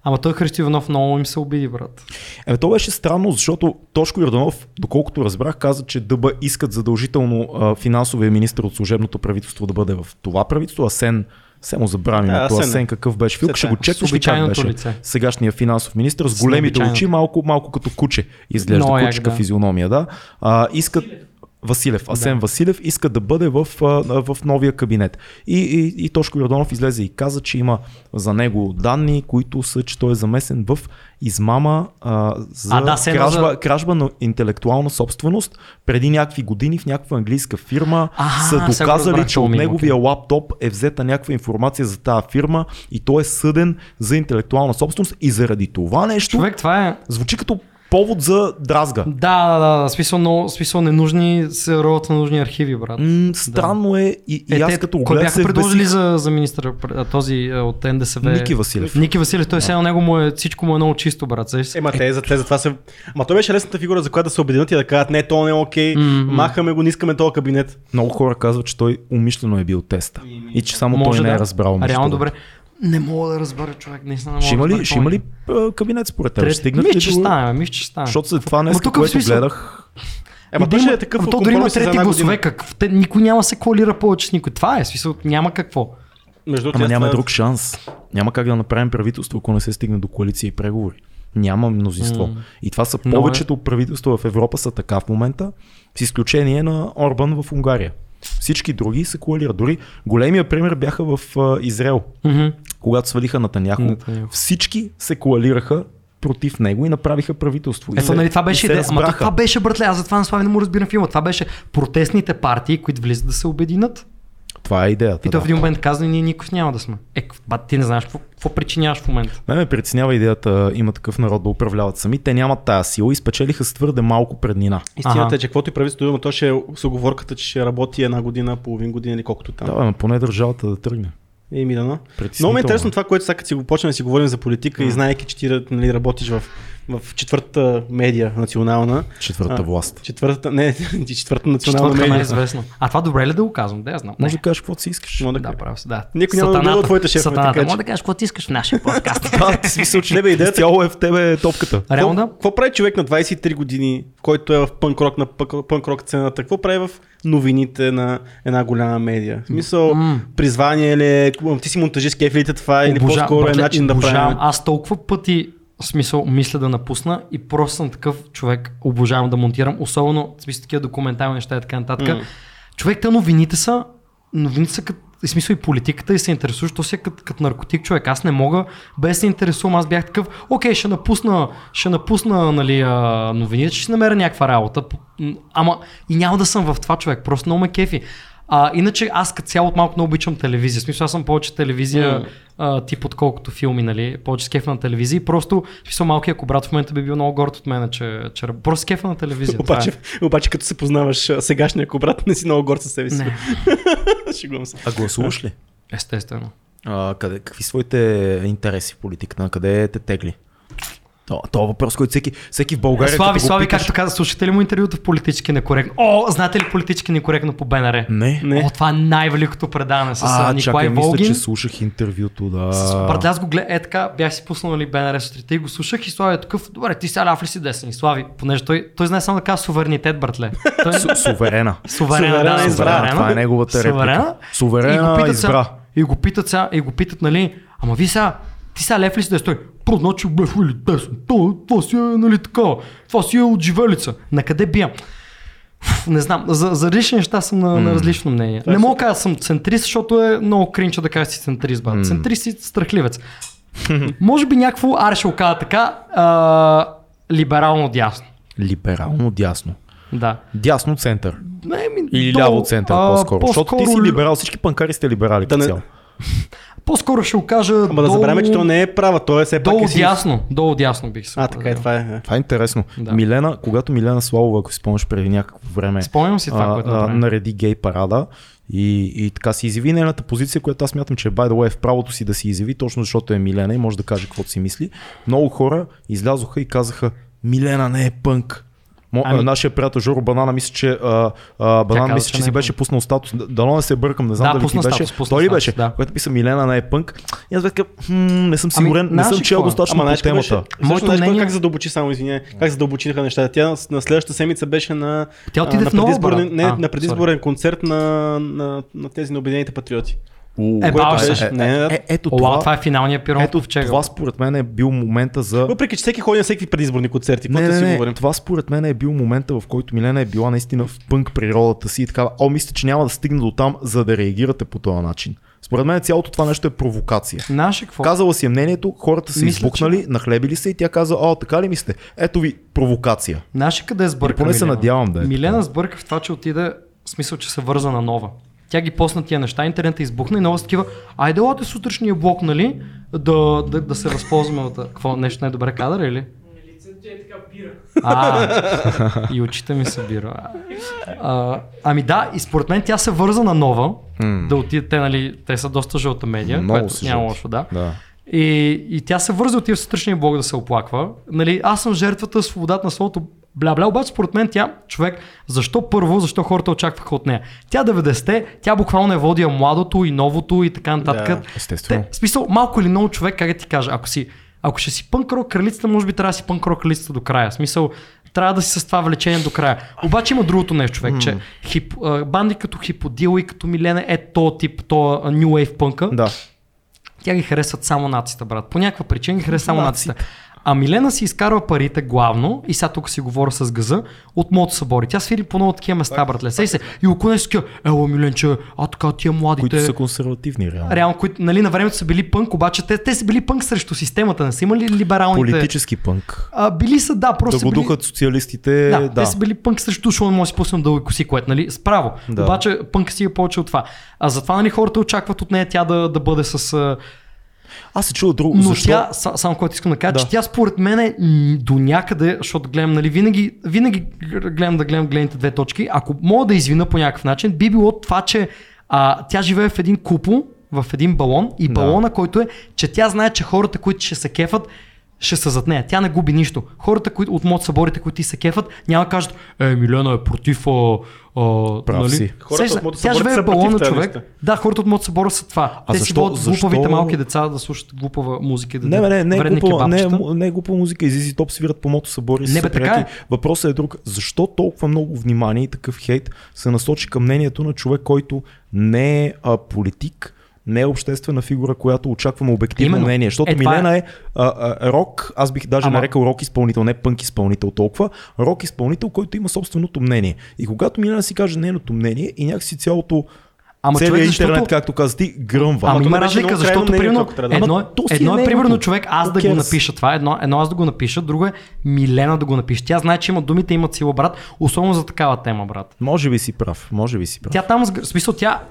C: Ама той Христо Иванов много им се обиди, брат.
A: Е, то беше странно, защото Тошко Йорданов, доколкото разбрах, каза, че ДБ искат задължително а, финансовия министр от служебното правителство да бъде в това правителство, а Сен се му забрави
B: Да,
A: на това.
B: Асен е.
A: Сен какъв беше филм,
B: Сетне.
A: ще го чекнеш
C: С
A: ли как
C: обичайното
A: беше
C: лице.
A: сегашния финансов министр с
C: С
A: големите
C: необичайното.
A: очи, малко, малко като куче изглежда,
C: Много як,
A: кучка
C: да.
A: физиономия, да. А, искат... Василев, Асен да. Василев иска да бъде в, а, в новия кабинет. И, и, и Тошко Йорданов излезе и каза, че има за него данни, които са, че той е замесен в измама а, за
C: А, да, се едно
A: кражба,
C: за-
A: кражба на интелектуална собственост преди някакви години в някаква английска фирма
C: Аха, сега го
A: са доказали,
C: разбрах,
A: че
C: това
A: от
C: мимо,
A: неговия лаптоп е взета някаква информация за тази фирма и той е съден за интелектуална собственост и заради това нещо
C: Човек, това е...
A: звучи като повод за дразга.
C: Да, да, да, да. Смисъл, но, смисъл ненужни се роват на нужни архиви, брат.
A: М, странно е и, и
C: Е,
A: аз
C: те,
A: като го
C: кой
A: гледах
C: бяха
A: се
C: предложили
A: вбесих.
C: за, за министър, този а, от НДСВ?
A: Ники Василев.
C: Ники Василев, той сега него му е, всичко му е много чисто, брат. Сещаш се?
B: Ема те, за, те за това се... Ма той беше лесната фигура, за която да се обединят и да кажат, не, то не е окей,
C: М, м.
B: махаме го, не искаме този кабинет.
A: Много хора казват, че той умишлено е бил теста. И че само той не е разбрал. между
C: Реално добре.
A: другото.
C: Не мога да разбера човек, наистина не мога
A: Ще
C: да
A: има
C: разбера
A: ли, ще
C: какво
A: има
C: е.
A: ли а, кабинет според теб? Ще
C: Трет...
A: стигнат
C: Мисля,
A: ли
C: че
A: до-
C: стане, мисля, че стане.
A: Защото след това
C: Ама
A: днес,
C: тук в
A: което
C: смисъл-
A: гледах,
B: Ема
C: И
B: то
C: да
B: ще е
C: има-
B: такъв
C: ама то дори има
B: компромис за
C: трети
B: една
C: гласове,
B: година.
C: как, те, никой няма се коалира повече с никой. Това е смисъл, няма какво.
B: Между другото,
A: ама
B: аз
A: няма
B: това- е-
A: друг шанс. Няма как да направим правителство, ако не се стигне до коалиция и преговори. Няма мнозинство. И това са
C: Много е.
A: повечето правителства в Европа са така в момента, с изключение на Орбан в Унгария. Всички други се коалират. Дори големия пример бяха в а, Израел.
C: Мгм.
A: когато свалиха Натаняхо,
C: Нетаняху.
A: всички се коалираха против него и направиха правителство. И
C: Ето,
A: се-
C: нали, това беше
A: и се
C: идея. Ама то
A: разбраха.
C: това беше, братле, аз затова на Слави не му разбирам филма. Това беше протестните партии, които влизат да се обединят.
A: това е идеята.
C: И той в
A: Да.
C: един момент каза, ние никой няма да сме. Е, кв- бат, ти не знаеш какво, какво причиняваш в момента.
A: Ме ме притеснява идеята има такъв народ да управляват сами. Те нямат тая сила и спечелиха с твърде малко преднина.
B: Истината
C: Аха.
B: е, че каквото и правителството има, то ще е с оговорката, че ще работи една година, половин година или колкото там.
A: Да, бе, ма поне държавата да тръгне.
B: Еми, дано. Много
A: Притеснително е.
B: ми е интересно това, което сега като си го почнем да си говорим за политика и знаеки, че ти нали, работиш в, в четвъртата медия национална.
A: Четвърта
B: А,
A: власт.
B: Четвъртата, не, четвъртата национална
C: Четвъртата
B: медия.
C: най-известна. е А това добре ли е да го казвам? Да, я знам.
A: Може
C: Може
A: да кажеш каквото си искаш.
B: Мога
C: да, прав си, да.
B: Никой няма да
C: Сатаната.
B: бъде от твоите шефове,
C: Сатаната.
B: така че.
C: Може да кажеш какво ти искаш в нашия подкаст.
A: Да, ти си мисля, че
B: Тебе идеята-
A: изцяло е в тебе топката.
C: Реално да.
B: Какво прави човек на 23 години, който е в пънк-рок на пък- пънк-рок цената? Какво прави в новините на една голяма медия? В смисъл,
C: М.
B: призвание ли е, ти си монтажист, кеф ли те това или
C: Обожавам,
B: по-скоро е
C: братле,
B: начин да
C: обожавам.
B: правим?
C: Аз толкова пъти в смисъл мисля да напусна и просто съм такъв човек, обожавам да монтирам, особено в смисъл такива документални неща и така нататък.
B: М.
C: Човек, те новините са, новините са като в смисъл и политиката и се интересуваш, то си е като, като наркотик човек. Аз не мога без да се интересувам. Аз бях такъв, окей, ще напусна, ще напусна нали, а, новините, ще си намеря някаква работа. П- м, Ама и няма да съм в това човек, просто много ме кефи. А, иначе аз като цяло от малко не обичам телевизия. В смисъл аз съм повече телевизия
B: М.
C: а, тип, отколкото филми, нали? Повече с кефа на телевизия. И просто, в смисъл, малкият брат в момента би бил много горд от мен, че, че раб- просто с кефа на телевизия. това е.
B: Обаче, обаче, като се познаваш а, сегашния кобрат, не си много горд със себе си.
C: е. Не.
B: Шегувам се.
A: А гласуваш ли?
C: естествено.
A: А, къде, какви своите интереси в политиката? На къде те тегли? То, то е въпрос, който всеки, всеки в България.
C: Е, Слави,
A: като го
C: Слави,
A: питаш-
C: както каза, слушате ли му интервюто в политически некоректно? О, знаете ли политически некоректно по БНР?
A: Не.
B: Не.
C: О, това е най-великото предаване с а,
A: а,
C: Николай
A: чакай, мисля,
C: Волгин.
A: че слушах интервюто, да.
C: С- Брат, аз го гледах, е така, бях си пуснал нали, БНР сутрите и го слушах и Слави е такъв, добре, ти сега ляв ли си десен? И Слави, понеже той, той знае само така суверенитет, братле. Той
A: Су- Суверена.
C: суверена,
B: Суверена
C: да,
B: избра.
C: суверена.
A: Това е неговата реплика.
C: Суверена.
A: Суверена
C: И го питат
A: избра.
C: Сега, и го питат сега, и го питат, нали, ама ви сега, ти сега лев ли си да стой? Про, значи лев или десен, това, това си е, нали, така, това си е от живелица. На къде бия? Фу, Не знам, за, за различни неща съм на, на различно мнение. Не мога да кажа, съм центрист, защото е много кринча да кажа си центрист, брат. Центрист си страхливец. Може би някакво, аре ще го кажа така, а, либерално дясно.
A: Либерално дясно.
C: Да.
A: Дясно център.
C: Не, ми,
A: Или
C: долу,
A: ляво център
C: а,
A: по-скоро. Защото ти си
C: по-скоро
A: либерал, всички панкари сте либерали
B: Да
A: по
B: не-
A: цяло.
C: По-скоро ще го кажа.
B: Ама да забравяме, че то не е права, то е все пак
C: Долу
B: е си-
C: дясно, долу дясно бих се.
B: А, така е,
C: определил.
B: това е. е.
A: Това е интересно.
C: Да.
A: Милена, когато Милена Славова, ако си спомняш преди някакво време,
C: Спомням си това,
A: а,
C: което
A: а,
C: направи.
A: нареди гей парада и, и така си изяви нейната позиция, която аз мятам, че by the way е в правото си да си изяви, точно защото е Милена и може да каже каквото си мисли. Много хора излязоха и казаха, Милена не е пънк. Мо,
C: Ами-
A: ами... Нашия приятел Жоро Банана мисля, че а, а, Банан
C: каза,
A: мисля,
C: че
A: че
C: не
A: си
C: е
A: беше пуснал статус. Д- Дано не се бъркам, не знам
C: Да,
A: дали ти
C: пусна
A: беше.
C: статус, пусна
A: Той ли
C: статус,
A: беше?
C: да. Ами,
A: Което писа Милена не е пънк. И аз бях такъв, «Хм, не съм сигурен, не
C: знаеш
A: съм
C: ли
A: чел
C: какво е?
A: достатъчно
B: Ама
A: по
B: знаеш какво беше?
A: темата.
C: Моето
B: Моето знаеш мнение...
C: мнение-
B: как задълбочи, само извиня, как задълбочиха нещата. Тя на- на следващата седмица беше на,
C: Тя отиде
B: а, на,
C: в Нова
B: предизборен,
C: Бара.
B: не,
C: А,
B: на предизборен концерт на, на, на, тези на Обединените патриоти.
A: У,
C: Е, бал
A: което
C: се.
A: е, е, е, е, ето
C: Ола, това,
A: това,
C: е финалният пирон
A: ето
C: в чега.
A: това според мен е бил момента за...
B: Въпреки, че всеки ходи на всеки предизборни концерти,
A: Не,
B: каквото си
A: не, не,
B: говорим.
A: това според мен е бил момента, в който Милена е била наистина в пънк природата си и така. О, мисля, че няма да стигна до там, за да реагирате по този начин. Според мен цялото това нещо е провокация.
C: Наше какво?
A: Казала си е мнението, хората са
C: Мисля,
A: избухнали, нахлебили се и тя каза, о, така ли мислите? Ето ви провокация.
C: Наше къде е сбърка
A: Или поне се
C: Милена?
A: надявам да е
C: Милена
A: така.
C: сбърка в това, че отида, в смисъл, че се върза на нова. Тя ги посна тия неща, интернет избухна и нова с такива, айде лате сутрешния блок, нали, да, да, да се възползваме от... Какво, нещо не е добре кадър или?
E: Лицето ти е така бира.
C: А, и очите ми се бира. А, ами да, и според мен тя се върза на нова, да отидат те, нали, те са доста жълта медия,
A: Много
C: което
A: са
C: няма
A: жълти.
C: лошо, да.
A: Да.
C: И, и тя се върза отива в сутрешния блок да се оплаква. Нали, аз съм жертвата, свободата на словото. Бля, бля, обаче според мен тя, човек, защо първо, защо хората очакваха от нея? Тя 90-те, тя буквално е водия младото и новото и така нататък.
B: Да,
A: естествено.
C: Те, в смисъл, малко или много човек, как да ти кажа, ако си, ако ще си пънк рок кралицата, може би трябва да си пънк рок кралицата до края. В смисъл, трябва да си с това влечение до края. Обаче има другото нещо, човек, че хип, а, банди като Хиподил и като Милена е то тип, то а, New Wave пънка
A: Да.
C: тя ги харесват само нацията, брат. По някаква причина ги харесват само
A: Наците.
C: нацията. А Милена си изкарва парите главно, и сега тук си говоря с газа, от мото събори. Тя свири по много такива места, братле. Сей се. И около нещо такива, ела Миленче, а така тия младите.
A: Които са консервативни, реално.
C: Реално, които нали, на времето са били пънк, обаче те, те са били пънк срещу системата, не са имали либералните.
A: Политически пънк.
C: А, били са, да, просто
A: Да
C: са
A: го
C: били...
A: духат социалистите,
C: Да,
A: да.
C: те са били пънк срещу, защото не може да си пуснем дълги коси, което, нали, справо.
A: Да.
C: Да. Обаче пънк си е повече от това. А затова, нали, хората очакват от нея тя да, да бъде с а,
A: Аз се чува друго.
C: но
A: защо?
C: тя, са- само което искам да кажа,
A: Да.
C: да. че тя според мен е м, до някъде, защото гледам, нали, винаги, винаги гледам да гледам гледните две точки, ако мога да извина по някакъв начин, би било това, че а, тя живее в един купол, в един балон и
A: Да.
C: балона, който е, че тя знае, че хората, които ще се кефат, ще са зад нея. Тя не губи нищо. Хората които, от мод съборите, които ти се кефат, няма да кажат, е, Милена е против. А, а,
A: Прав
C: нали?
A: си.
B: Хората
C: Сеща-
B: от мод
C: тя
B: съборите
C: живее
B: са
C: в балона,
B: против тази
C: човек.
B: листа.
C: Да, хората от мод събора са това.
A: А
C: Те
A: защо-
C: си водят глупавите
A: защо-
C: малки деца да слушат глупава музика и да
A: Не, бе, не, не, е
C: вредни
A: глупа, не, е,
C: кебабчета.
A: му- не е глупа музика, изизи топ свират по мото събори.
C: Не, бе, така е.
A: Въпросът е друг. Защо толкова много внимание и такъв хейт се насочи към мнението на човек, който не е а, политик, не е обществена фигура, която очакваме обективно
C: Именно.
A: мнение. Защото
C: Е, това е-
A: Милена е а, а, рок, аз бих даже
C: Ама-
A: нарекал рок изпълнител, не пънк изпълнител толкова, рок изпълнител, който има собственото мнение. И когато Милена си каже нейното мнение и някакси цялото
C: Ама
A: целият
C: човек,
A: интернет,
C: защото-
A: както каза ти, гръмва.
B: то
C: Ама Ами има
B: не беше
C: разлика,
B: много
C: защото
B: крайно мнение,
C: примерно
B: ако трябва да-
C: едно, е-
A: Ама то си е
C: едно е
A: нейното.
C: примерно човек аз да
A: Окей,
C: го
A: аз-
C: напиша това, едно, едно аз да го напиша, друго е Милена да го напише. Тя знае, че има думите, имат сила, брат, особено за такава тема, брат.
A: Може би си прав, може би си прав.
C: Тя там, сг- в смисъл, тя.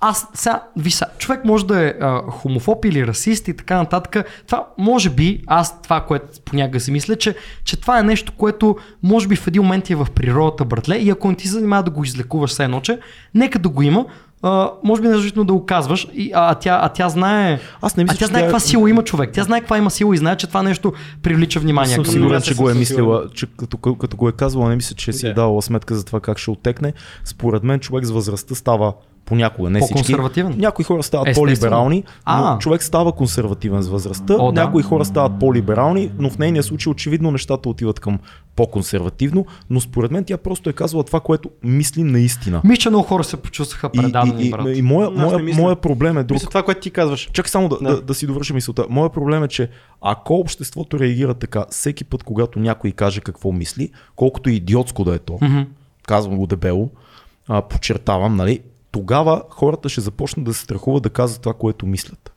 C: Аз сега, виса, човек може да е а, хомофоб или расист и така нататък. Това, може би, аз това, което понякога си мисля, че, че това е нещо, което може би в един момент е в природата, братле, и ако не ти се занимава да го излекуваш все едно, че нека да го има, а, може би нежелателно да го казваш, и, а, а, тя, а тя знае.
A: Аз не мисля,
C: а тя
A: че
C: знае
A: тя е-
C: каква сила има човек. Тя знае каква има сила и знае, че това нещо привлича внимание.
A: Съм
C: към
A: сигурен,
B: Аз
A: че
B: също
A: го е
B: съм
A: мислила, че като, като го е казвала, не мисля, че си е
B: Да.
A: давала сметка за това как ще отекне. Според мен човек с възрастта става понякога, не всички.
C: По-консервативен.
A: Някои хора стават
C: Естествено.
A: по-либерални, но
C: А.
A: човек става консервативен с възрастта.
C: О, да.
A: Някои хора стават по-либерални, но в нейния случай очевидно нещата отиват към по-консервативно, но според мен тя просто е казвала това, което мисли наистина.
C: Мисля, че много хора се почувстваха
A: И,
C: предадени,
A: и, и,
C: брат.
A: и моя,
B: Аз не
A: моя,
B: мисля.
A: моя проблем е друг.
B: Мисля това, което ти казваш.
A: Чакай само да,
B: Да.
A: да. Да, да си довърша мисълта. Моя проблем е, че ако обществото реагира така, всеки път, когато някой каже какво мисли, колкото и идиотско да е то, mm-hmm. казвам го дебело, а, подчертавам, нали, тогава хората ще започнат да се страхуват да казват това, което мислят.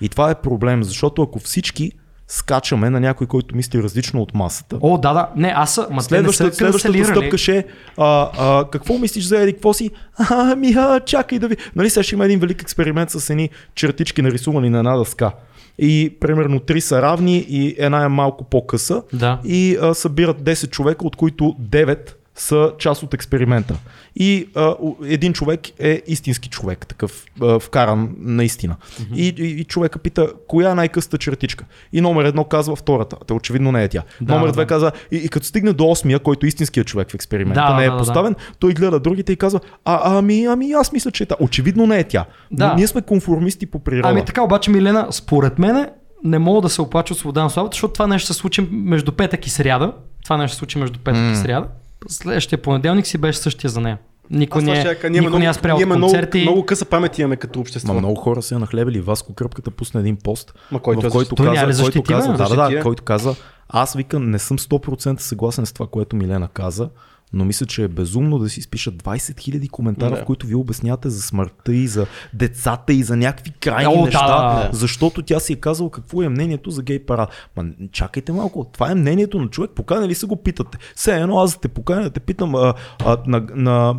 A: И това е проблем, защото ако всички скачаме на някой, който мисли различно от масата,
C: О, да, да. Не, аз съм. Ма те не са
A: Следващата, следващата
C: канцелирали.
A: стъпка ще е а, а, какво мислиш за Еди, какво си? А, ми, а, чакай да ви. Нали сега ще има един велик експеримент с едни чертички нарисувани на една дъска. И примерно три са равни и една е малко по-къса.
C: Да.
A: И а, събират 10 човека, от които 9 са част от експеримента. И а, у- един човек е истински човек, такъв а, вкаран наистина. Mm-hmm. И, и, и човека пита, коя е най-късата чертичка? И номер едно казва втората. Те очевидно не е тя.
C: Да,
A: номер
C: да,
A: две
C: да.
A: каза, и, и като стигне до осмия, който е истинският човек в експеримента,
C: Да,
A: не е
C: да, да,
A: поставен, той гледа другите и казва, а, ами, ами, аз мисля, че е тя. Очевидно не е тя.
C: Да.
A: Но Ние сме конформисти по природа.
C: Ами така, обаче Милена, според мен не мога да се оплача от свобода на славата, защото това нещо се случи между петък и сряда. Това нещо се случи между петък и сряда. Следващия понеделник си беше същия за нея. Никой не,
B: това ще я
C: е,
B: кажа, ние имаме
C: никой не е
B: много-
C: спрял
B: ние
C: от
B: имаме много-
C: концерти.
B: Много къса памет имаме като
A: Ма
B: общество.
A: много хора се нахлебели. Васко Кръпката пусна един пост,
B: Ма който
A: в
B: я
A: който
B: защити-
C: Той няма ли
A: каза, е. който
C: защити, бе?
A: каза, да, да, да,
B: Защити я.
A: който каза, аз вика не съм 100% съгласен с това, което Милена каза, но мисля, че е безумно да си спишат 20 000 коментара,
B: Да.
A: в които ви обяснявате за смъртта и за децата и за някакви крайни
C: О, да,
A: неща,
C: да,
B: да.
A: защото тя си е казала какво е мнението за гей парад. Ма чакайте малко, това е мнението на човек, поканали ли се го питате? Все едно аз да те поканя да те питам а, а, на, на...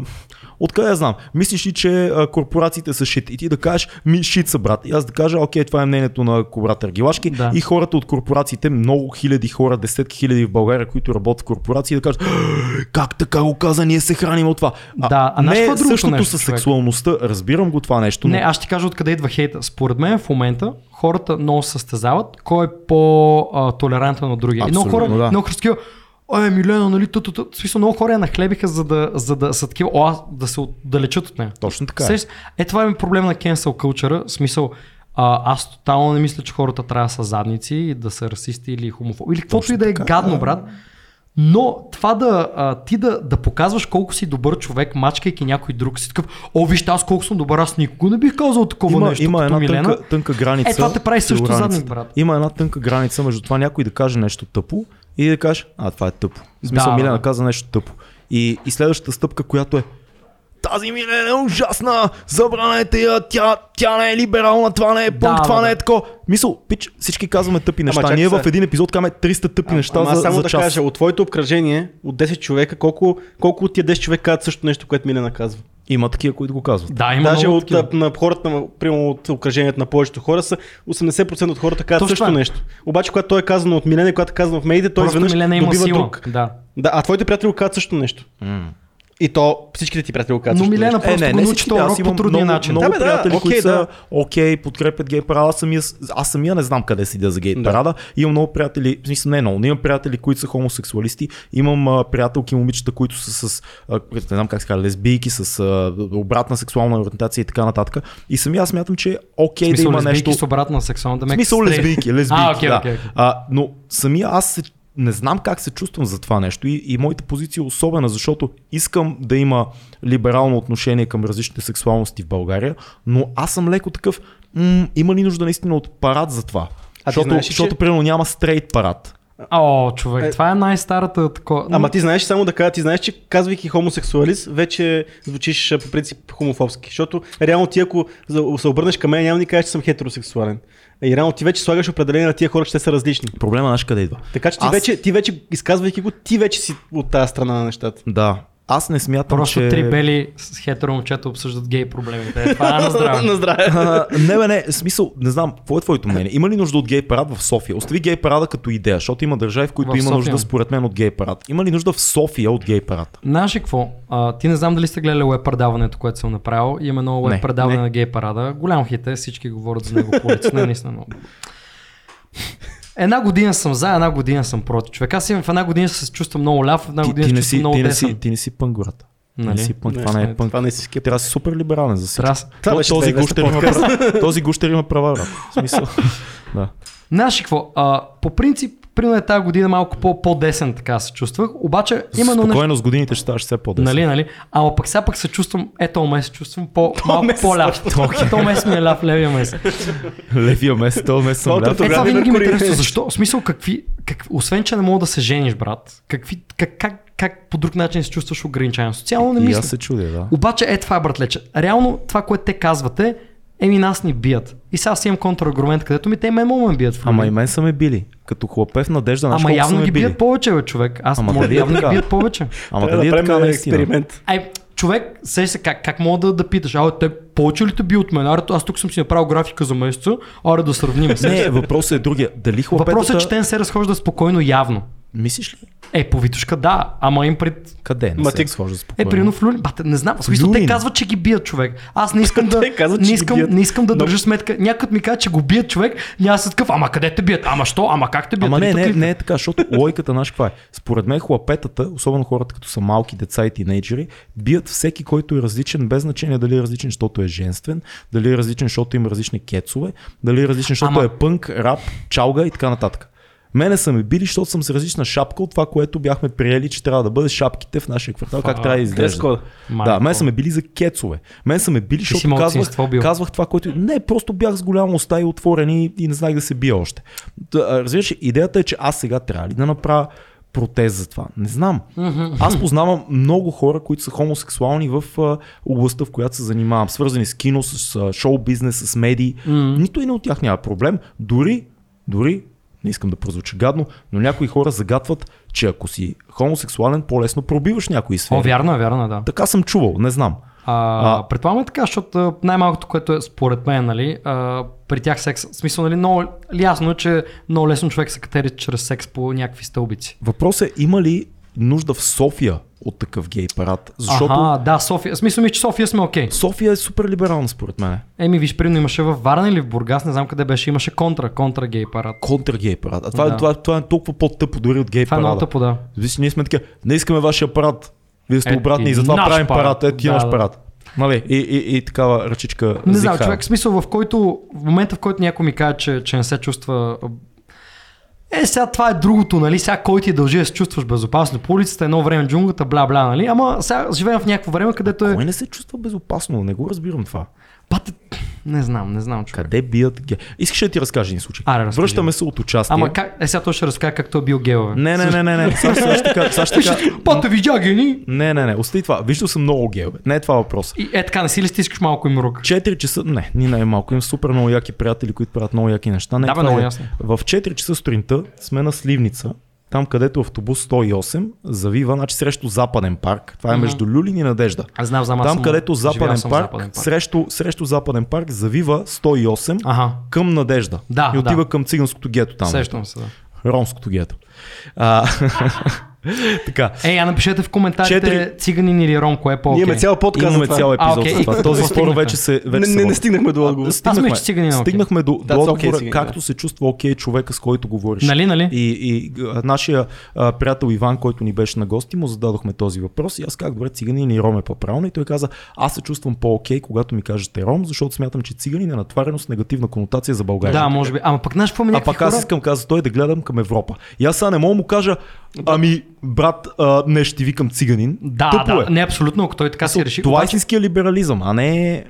A: Откъде я знам? Мислиш ли, че а, корпорациите са шит? И ти да кажеш, ми шит са брат. И аз да кажа, окей, това е мнението на Кобрат Аргилашки.
C: Да.
A: И хората от корпорациите, много хиляди хора, десетки хиляди в България, които работят в корпорации, да кажат, «Ах, как така го каза, ние се храним от това.
C: Да, а знаеш
A: не
C: какво е другото
A: същото
C: нещо,
A: с
C: човек?
A: сексуалността, разбирам го това нещо, но
C: Не, аз ще ти кажа откъде идва хейта. Според мен в момента хората много се състезават кой е по-толерантен от другия. И много
A: Абсолютно,
C: хора,
A: да.
C: много хора са такива, Ай, Милена, нали, ту, ту, ту. В смисъл, много хора я нахлебиха, за да, за да са такива, о, аз да се отдалечат от нея.
A: Точно така е.
C: Сещаш- Е, това е проблем на cancel culture. В смисъл, а, аз тотално не мисля, че хората трябва да са задници, и да са расисти или хомофоби. Или каквото и да е гадно, брат. Но това да а, ти да, да показваш колко си добър човек, мачкайки някой друг, си такъв, о, вижте, аз колко съм добър, аз никога не бих казал такова
A: има,
C: нещо.
A: има
C: като
A: една
C: Милена.
A: тънка, тънка граница.
C: Е, това те прави също
A: границата.
C: задник, брат.
A: Има една тънка граница между това някой да каже нещо тъпо и да каже, а това е тъпо. В смисъл,
C: Да.
A: Милена каза нещо тъпо. И, и следващата стъпка, която е тази Милена е ужасна, забранете я, тя, тя не е либерална, това не е пънк,
C: да,
A: това не е
C: да.
A: тако. Мисъл, пич, всички казваме тъпи неща.
B: чакай
A: Ние в
B: сега.
A: един епизод казваме 300 тъпи неща
B: Ама
A: за,
B: само
A: за
B: да
A: час.
B: кажа, от твоето обкръжение, от 10 човека, колко, колко от тия 10 човека казват също нещо, което Милена казва?
A: Има такива, които го казват.
C: Да, има
B: Даже
C: много
B: от,
C: такива.
B: а, на хората, на- примерно от окръжението на повечето хора са 80% от хората казват
C: Точно
B: също
C: това е.
B: нещо. Обаче, когато той е казано от Милена, и когато е казано в медиите, той
C: Просто
B: изведнъж
C: Милена има
B: добива
C: сила.
B: друг.
C: Да.
B: Да, а твоите приятели го казват също нещо. И то всичките ти приятели го казват
C: Но
B: също
C: Милена
B: нещо.
A: Е,
C: просто
A: не,
C: го
A: не
C: научи
A: всичките,
C: този
A: аз
C: урок по
A: имам
C: трудния
A: много,
C: начин.
A: Много
B: Да, бе, да,
A: приятели, които
B: окей,
A: са
B: да.
A: окей, подкрепят гей парада, аз самия, с- аз самия не знам къде седя за гей
B: Да.
A: парада. Имам много приятели, в смисъл не много, но имам приятели, които са хомосексуалисти, имам а, приятелки момичета, които са с, а, не знам как се казва, лесбийки, с а, обратна сексуална ориентация и така нататък. И самия аз смятам, че е окей
C: В
A: да
C: смисъл,
A: има
C: лесбийки
A: нещо.
C: с обратна сексуална
A: В
C: демека.
A: смисъл лесбийки, лесбийки,
C: Ами, А, окей,
A: да.
C: окей, окей.
A: А, но самия аз се, не знам как се чувствам за това нещо и, и моята позиция е особена, защото искам да има либерално отношение към различните сексуалности в България, но аз съм леко такъв, м- има ли нужда наистина от парад за това?
B: А ти
A: защото,
B: знаеш ли,
A: защото
B: че-
A: примерно няма стрейт парад.
C: О, човек, това е най-старата такова.
B: Ама ти знаеш, само да кажа, ти знаеш, че казвайки хомосексуалист, вече звучиш а, по принцип хомофобски. Защото реално ти, ако за- се обърнеш към мен, няма да ни кажеш, че съм хетеросексуален. И реално ти вече слагаш определение на тия хора, че те са различни.
A: Проблема наш къде идва?
B: Така че ти,
A: Аз-
B: вече, ти вече, изказвайки го, ти вече си от тази страна на нещата.
A: Да. Аз не смятам,
C: Просто
A: че...
C: три бели с хетеро момчета обсъждат гей проблемите. Е, Това е на здраве.
B: на здраве.
A: А, не, бе, не, в смисъл, не знам, какво е твоето мнение? Има ли нужда от гей парад в София? Остави гей парада като идея, защото има държави, в които
C: В
A: има
C: София.
A: нужда, според мен, от гей парад. Има ли нужда в София от гей парад?
C: Знаеш ли какво? А, ти не знам дали сте гледали веб предаването, което съм направил. Има едно
A: Не,
C: веб предаване
A: не.
C: на гей парада. Голям хит е, всички говорят за него по улицата. Не, наистина много. Една година съм за, една година съм против. Човек, аз имам в една година се чувствам много ляв, в една
A: Ти,
C: година
A: ти,
C: се
A: не
C: чувствам
A: си,
C: много
A: ти, не
C: десен.
A: си, ти не си пънк, брат. Не
C: Нали?
A: си пънк, това не е пънк.
B: Това не си скеп.
A: Трябва да си супер либерален за всичко.
C: Трябва с-
B: Това
A: То-
B: беше е
A: този,
B: 200
A: гущер има
B: подкаст.
A: права, този гущер има права, брат. В смисъл. да.
C: Знаеш ли какво? А, по принцип, примерно е тази година малко по- по-десен така се чувствах, обаче именно нещо,
A: Спокойно с годините ще ставаш все по-десен.
C: Нали, нали? Ама пък сега пък се чувствам, ето този месец чувствам по, малко
B: месец
C: по-ляв. То месец ми е ляв, левия месец.
A: Левия месец, този месец съм
B: Това
A: ляв.
B: от-
C: Е, това
B: Тогава
C: винаги ме
B: Меркурий.
C: интересува. Защо? В смисъл, какви, как, освен, че не мога да се жениш, брат, какви, как, как, как по друг начин се чувстваш ограничен? Социално не
A: И
C: мисля.
A: аз се чудя, да.
C: Обаче е това, братлече. Реално това, което те казвате, еми нас ни бият. И сега си имам контраргумент, където ми те и мен мога да ме бият. в
A: Ама и
C: момента.
A: мен са ме били. Като хлапе в надежда, знаеш
C: Ама
A: колко са
C: явно
A: ме
C: ги
A: били.
C: бият повече, бе, човек. Аз
A: Ама
C: мога
A: дали
C: да
A: е
C: явно ги
A: така?
C: бият повече.
A: Ама
B: Трябва
A: дали е
B: да
A: така
B: правим
A: наистина?
B: експеримент.
C: Ай, човек, сеш се, как, как мога да, да питаш? Абе, те повече ли те би от мен? Аре, аз тук съм си направил графика за месеца, аре да сравним. Сеш-
A: Не, въпросът е другия. Дали хлапетата...
C: Въпросът е, че те не се разхожда спокойно явно.
A: Мислиш ли?
C: Е, по Витушка, да, ама им пред...
A: Къде? Не
B: Ма
A: се
B: ти-
A: схожда
C: Е,
A: спокойно.
C: прино в Люлин. Бате, не знам. В смисъл, те
A: Люлин?
C: казват, че ги бият човек. Аз не искам да.
B: Те казват,
C: не,
B: че ги
C: искам,
B: бият.
C: не искам да
B: Но-
C: държа сметка. Някой ми казва, че го бият човек. И аз съм такъв. Ама къде те бият? Ама що? Ама как те бият?
A: Ама
C: Нали
A: не,
C: тук
A: не,
C: ли те?
A: не е така, защото логиката наша каква е? Според мен хлапетата, особено хората като са малки деца и тинейджери, бият всеки, който е различен, без значение дали е различен, защото е женствен, дали е различен, защото има различни кецове, дали е различен, защото
C: Ама-
A: е пънк, рап, чалга и така нататък. Мене са ме били, защото съм с различна шапка от това, което бяхме приели, че трябва да бъде шапките в нашия квартал, как
C: Фак.
A: трябва да
B: Дрес
A: изглежда.
B: кода.
A: Да, мен са ме били за кецове. Мен са ме били,
C: си
A: защото
C: малцинство
A: казвах,
C: бил.
A: казвах това, което... Не, просто бях с голямо уста и отворени и не знаех да се бия още. Та, а, Разбираш, ли, идеята е, че аз сега трябва ли да направя протест за това? Не знам. Аз познавам много хора, които са хомосексуални в а, областта, в която се занимавам. Свързани с кино, с а, шоу бизнес, с медии. Нито един от тях няма проблем. Дори, дори не искам да прозвуча гадно, но някои хора загатват, че ако си хомосексуален, по-лесно пробиваш някои сфери.
C: О, вярно е, вярно е, да.
A: Така съм чувал, не знам.
C: А,
A: А.
C: предполагам е така, защото а, най-малкото, което е според мен, нали, а, при тях секс, в смисъл, нали, много ясно е, че много лесно човек се катери чрез секс по някакви стълбици.
A: Въпросът е има ли нужда в София от такъв гей парад? Защото
C: Аха, да, София. В смисъл ми, че София сме окей.
A: София е супер либерална според мен.
C: Еми, виж, примерно имаше в Варна или в Бургас, не знам къде беше, имаше контра, контра гей парад.
A: Контра гей парад. А това,
C: Да.
A: да. това, това, е толкова по-тъпо дори от гей
C: Това е
A: парада.
C: много тъпо, да.
A: Виж, ние сме така, не искаме вашия парад. Вие сте
C: Е,
A: обратни
C: ти
A: и затова
C: наш
A: правим
C: парад.
A: парад. Ето ти
C: Да,
A: наш
C: да.
A: парад. Нали? И, и, и, такава ръчичка.
C: Не
A: за
C: знам,
A: Хайло.
C: човек, в смисъл, в който, в момента, в който някой ми каже, че, че не се чувства е, сега това е другото, нали? Сега кой ти дължи да се чувстваш безопасно по улицата, едно време джунглата, бла, бла, нали? Ама сега живеем в някакво време, където е...
A: Кой не се чувства безопасно? Не го разбирам това.
C: Пате... Не знам, не знам, човек.
A: Къде бият гей? Искаш ли да ти разкажа един случай?
C: Аре, разкажи.
A: Връщаме се от участие.
C: Ама как... Е, сега той ще разкаже как той е бил геове.
A: Не, не, не, не, не. Сега сега ще кажа- сега ще кажа-
C: Пате видя гени!
A: Не, не, не. Остави това. Виждал съм много гейове. Не е това въпрос.
C: И е така, не си ли стискаш малко им рук?
A: 4 часа, не, ни най-малко, имам супер много яки приятели, които правят много яки неща. Не,
C: Да, бе,
A: това
C: много
A: е.
C: ясно.
A: В 4 часа сутринта сме на Сливница, там където е автобус 108 завива, значи срещу Западен парк. Това е между Люлин и Надежда.
C: Аз знам, знам, аз
A: Там,
C: съм-
A: където
C: живял
A: Западен
C: съм в
A: парк,
C: Западен парк.
A: Срещу, срещу Западен парк завива 108
C: Аха.
A: към Надежда.
C: Да,
A: и
C: да.
A: отива към циганското гето там.
C: Сещам се, да.
A: Ромското гето. А, така.
C: Ей, а Е, напишете в коментарите
A: Четири-
C: циганин или ром, кое е по-окей.
B: Ние имаме цял подкаст за
A: Имаме
B: това.
A: цял епизод.
C: А, окей.
A: за това. Този спор
C: Какво стигнахме?
A: вече се вече
B: Не,
A: се
B: не,
A: води.
B: не стигнахме до отговор.
A: Стигнахме,
C: мисля, че стигнахме, окей.
A: стигнахме до, до
B: That's okay,
A: отговора,
B: стигнахме,
A: както се чувства окей човека, с който говориш.
C: Нали, нали?
A: И, и а, нашия а, приятел Иван, който ни беше на гости, му зададохме този въпрос и аз казах, добре, циганин и ром е по-правилно. И той каза, аз се чувствам по-окей, когато ми кажете ром, защото смятам, че циганин е натварено с негативна конотация за България.
C: Да, може би. Ама пък знаеш какво ми
A: А
C: някакви
A: пък аз
C: хора-
A: искам, каза той, да гледам към Европа. И аз сега не мога да му кажа, ами, брат, а, не ще ти викам циганин.
C: Да,
A: Тъпо
C: да,
A: е.
C: не абсолютно, ако той така си реши.
A: Това е
C: обаче,
A: истинския либерализъм, а не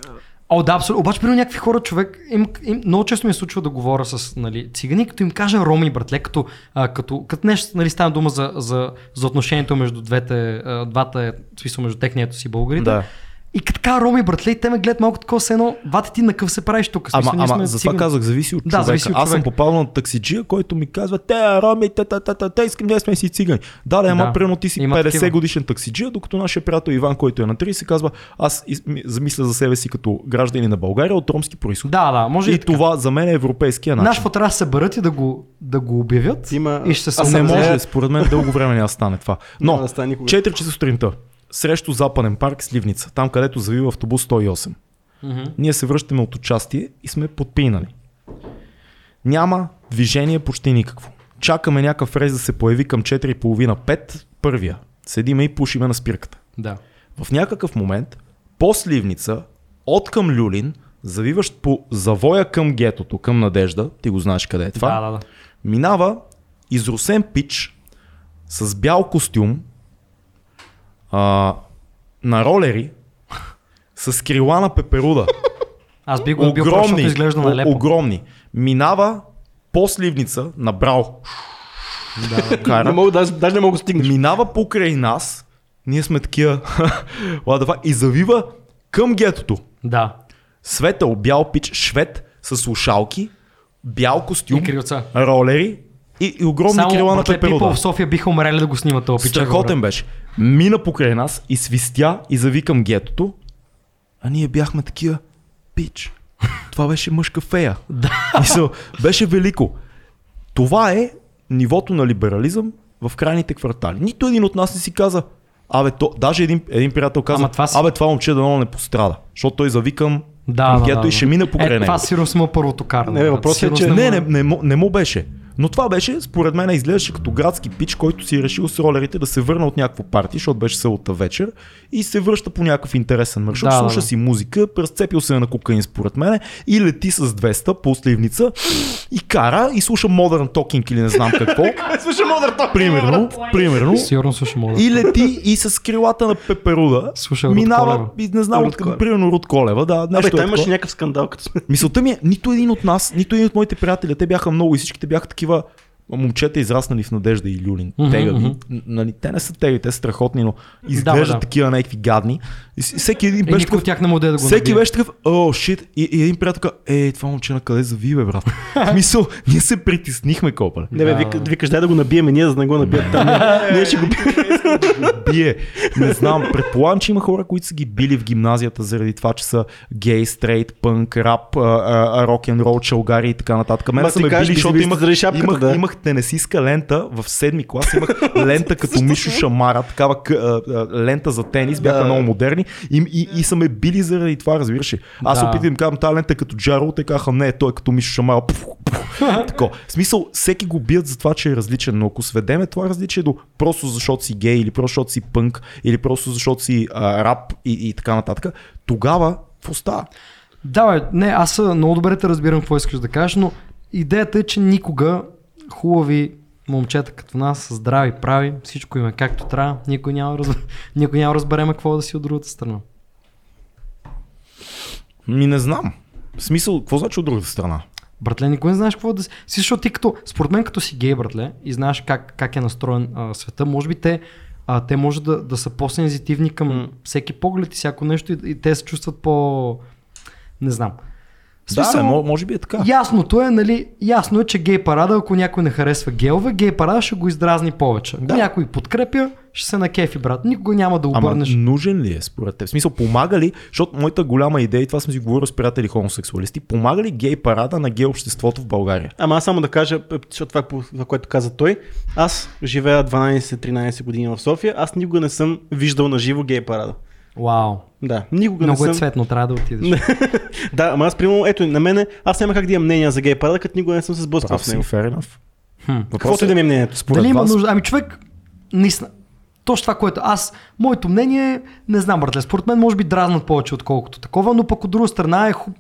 C: О, да, абсолютно. Обаче, при някакви хора, човек, им, им, много често ми се случва да говоря с нали, цигани, като им кажа роми, братле, като, а, като, като нещо, нали, стана дума за, за, за отношението между двете, а, двата, е, в смисъл между технието си и българите.
A: Да.
C: И като така роми, братле, и те ме гледат малко такова, все едно, бате ти на къв се правиш тук. В
A: Ама,
C: смисъл, ние
A: ама
C: сме
A: за това
C: цигани.
A: казах, зависи от
C: Да,
A: човека.
C: зависи от
A: Аз съм
C: човека.
A: попадал на таксиджия, който ми казва, те, роми, те, те, те, те, те, искам да сме си цигани. Да, да, ама
C: Да.
A: примерно ти си
C: Има
A: 50
C: такива.
A: годишен таксиджия, докато нашия приятел Иван, който е на 30, казва, аз из- ми- замисля за себе си като гражданин на България от ромски происход.
C: Да, да, може
A: и
C: и така.
A: това за мен е европейския начин.
C: Наш трябва да се съберат и да го, да го обявят.
B: Има-
C: И ще се
A: Аз не
B: съм
C: съобразят.
A: може,
B: заед.
A: според мен дълго време няма да стане това. Но,
B: Няма да стане никога.
A: 4 часа сутринта, срещу Западен парк, Сливница, там където завива автобус 108. Ние се връщаме от участие и сме подпинали. Няма движение почти никакво. Чакаме някакъв рейс да се появи към 4.30-5, първия. Седиме и пушиме на спирката.
C: Да.
A: В някакъв момент, по Сливница, от към Люлин, завиващ по завоя към гетото, към Надежда, ти го знаеш къде е това,
C: Да, да, да.
A: Минава изросен пич с бял костюм, а, на ролери, с крила на пеперуда.
C: Аз би го убил, просто, Е, защото
A: огромни,
C: изглежда
A: о-
C: нелепо.
A: огромни. Минава по сливница, набрал. Да,
B: Не мога, даже, даже не мога да стигнеш.
A: Минава покрай нас, ние сме такива, what the fuck, и завива към гетото.
C: Да.
A: Светъл, бял пич, швед, с слушалки, бял костюм,
C: И крилца.
A: ролери и, и огромни
C: Само
A: крила на
C: Братле Пипъл
A: пеперуда.
C: в София биха умрели да го снимат този пича.
A: Страхотен беше. Мина покрай нас и свистя и зави към гетото. А ние бяхме такива, пич, това беше мъжка фея. Да. Мисъл, беше велико. Това е нивото на либерализъм в крайните квартали. Нито един от нас не си каза, абе, то, даже един, един приятел каза,
C: Ама това си-
A: абе, това момче дано не пострада, защото той зави към,
C: Да,
A: към
C: да,
A: Ами гето
C: да,
A: и
C: да.
A: ще мина
C: Е,
A: покрай него.
C: това сигурно си му първото каране.
B: Не, въпросът е,
C: нали, Сигурно
B: че-
C: си му-
A: Не, не, не, му- не му беше. Но това беше, според мен, изглеждаше като градски пич, който си е решил с ролерите да се върне от някакво парти, защото беше селата вечер и се връща по някакъв интересен маршрут.
C: Да, да,
A: слуша
C: да.
A: си музика, разцепил се на кокаин, според мен, и лети с 200 по сливница и кара и слуша Modern Talking или не знам какво.
B: Слушай, модър топ!
A: примерно, примерно.
C: Е, Сигурно също мога.
A: И лети и с крилата на пеперуда.
C: Слуша Руд
A: минава,
C: Колева.
A: и не знам,
B: Руд
A: от,
B: Колева.
A: примерно Руд Колева, да, нещо
B: Абе,
A: е
B: той имаше
A: такова.
B: някакъв скандал, като сме.
A: Мисълта ми е, нито един от нас, нито един от моите приятели, те бяха много и всичките бяха такива момчета израснали в Надежда и Люлин.
C: Мгм,
A: Тегави.
C: мгм.
A: Н- Нали, те не са тегави, те са страхотни, но изглеждат
C: да.
A: такива някакви гадни. И с- всеки един
C: И
A: беше
C: Е, никой от
A: такъв,
C: тях не му даде да го
A: всеки
C: набие.
A: беше такъв, о, шит, и, и един приятел каза, е, това момче на къде зави, бе, брат. В смисъл, ние се притеснихме, копале.
B: Не, бе,
C: Да.
B: вика- викаш, дай да го набиеме ние, за да не го набият там. Ние ще го бием.
A: бие. Не знам, предполагам, че има хора, които са ги били в гимназията заради това, че са гей, стрейт, пънк, рап, а, а, рок-н-рол, чалгари и така нататък. Мен
B: Ма
A: са
B: ти
A: ме
B: кажеш,
A: били,
B: ти си
A: защото
B: бил
A: имах,
B: заради шапката,
A: имах,
B: да.
A: имах тенесиска лента в седми клас, имах лента като Мишо Шамара, такава к- а, а, лента за тенис, бяха
B: Да.
A: много модерни и, и, и са ме били заради това, разбираш ли. Аз се
C: Да.
A: опитам да им казвам, тази лента е като Джаро, те казаха, не, той е като Мишо Шамара. Пф, Тако. В смисъл, всеки го бият за това, че е различен, но ако сведеме това различие до просто защото си гей, или просто защото си пънк, или просто защото си а, рап и, и така нататък, тогава какво става?
C: Да, бе, не, аз а, много добре те разбирам какво искаш да кажеш, но идеята е, че никога хубави момчета като нас, са здрави, прави, всичко им е както трябва, никой няма, раз... никой няма разбереме какво е да си от другата страна.
A: Ми не знам. В смисъл, какво значи от другата страна?
C: Братле, никой не знаеш какво да си. си защото ти като, според мен като си гей, братле, и знаеш как, как е настроен а, света, може би те, а, те може да, да са по-сензитивни към
B: М.
C: всеки поглед и всяко нещо и, и те се чувстват по... не знам.
A: Да,
C: В смисъл,
A: бе, мо- може би е така.
C: Ясното е, нали, ясно е, че гей парада, ако някой не харесва гелове, гей парада ще го издразни повече. Ако
A: Да.
C: някой подкрепя, ще се накефи, брат. Никога няма да
A: Ама
C: обърнеш.
A: нужен ли е според теб? В смисъл, помага ли, защото моята голяма идея, и това сме си говорили с приятели хомосексуалисти, помага ли гей парада на гей обществото в България?
B: Ама аз само да кажа, п- защото това, е по- това, което каза той, аз живея 12-13 години в София, аз никога не съм виждал на живо гей парада.
C: Вау.
B: Да, никога
C: Много
B: не
C: е
B: съм.
C: цветно, трябва да отидеш.
B: да, ама аз примерно, ето на мене, аз няма как да имам мнение за гей парада, като никога не съм се сблъсквал
A: Прав
B: с
A: си,
B: него.
A: fair enough.
C: Хм.
B: Каквото и да ми е мнението.
A: според
C: Дали има
A: вас,
C: нужда? Ами човек, наистина, точно това, което аз, моето мнение, е, не знам, братле, според мен може би дразнат повече, отколкото такова, но пък от друга страна е хуб...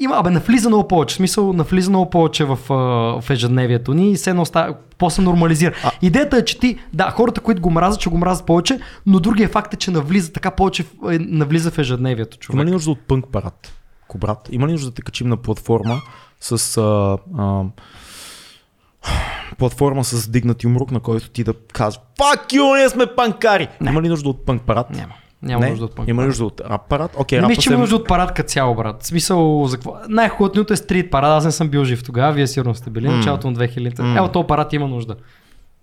C: Има, абе, навлиза много повече, в смисъл, навлиза много повече в, а, в ежедневието ни и се наста... после нормализира. А... Идеята е, че ти, да, хората, които го мразят, ще го мразят повече, но другия факт е, че навлиза така повече, в- е, навлиза в ежедневието, човек.
A: Има ли нужда от пънк парад? Кобрат? Има ли нужда да те качим на платформа с... А, а, платформа с дигнат юмрук, на който ти да казваш Fuck you, ние сме панкари! Има ли нужда от пънк парад?
C: Няма. Няма
A: Не?
C: нужда от пънк.
A: Има ли нужда от рап парад? Окей,
C: Не
A: рапа
C: мисля, че
A: се...
C: има нужда от парад като цяло, брат. В смисъл, за какво? Най-хубавото нито е стрит парад, аз не съм бил жив тогава, вие сигурно сте били, началото на 2000-те.
A: М.
C: Ело, то парад има нужда.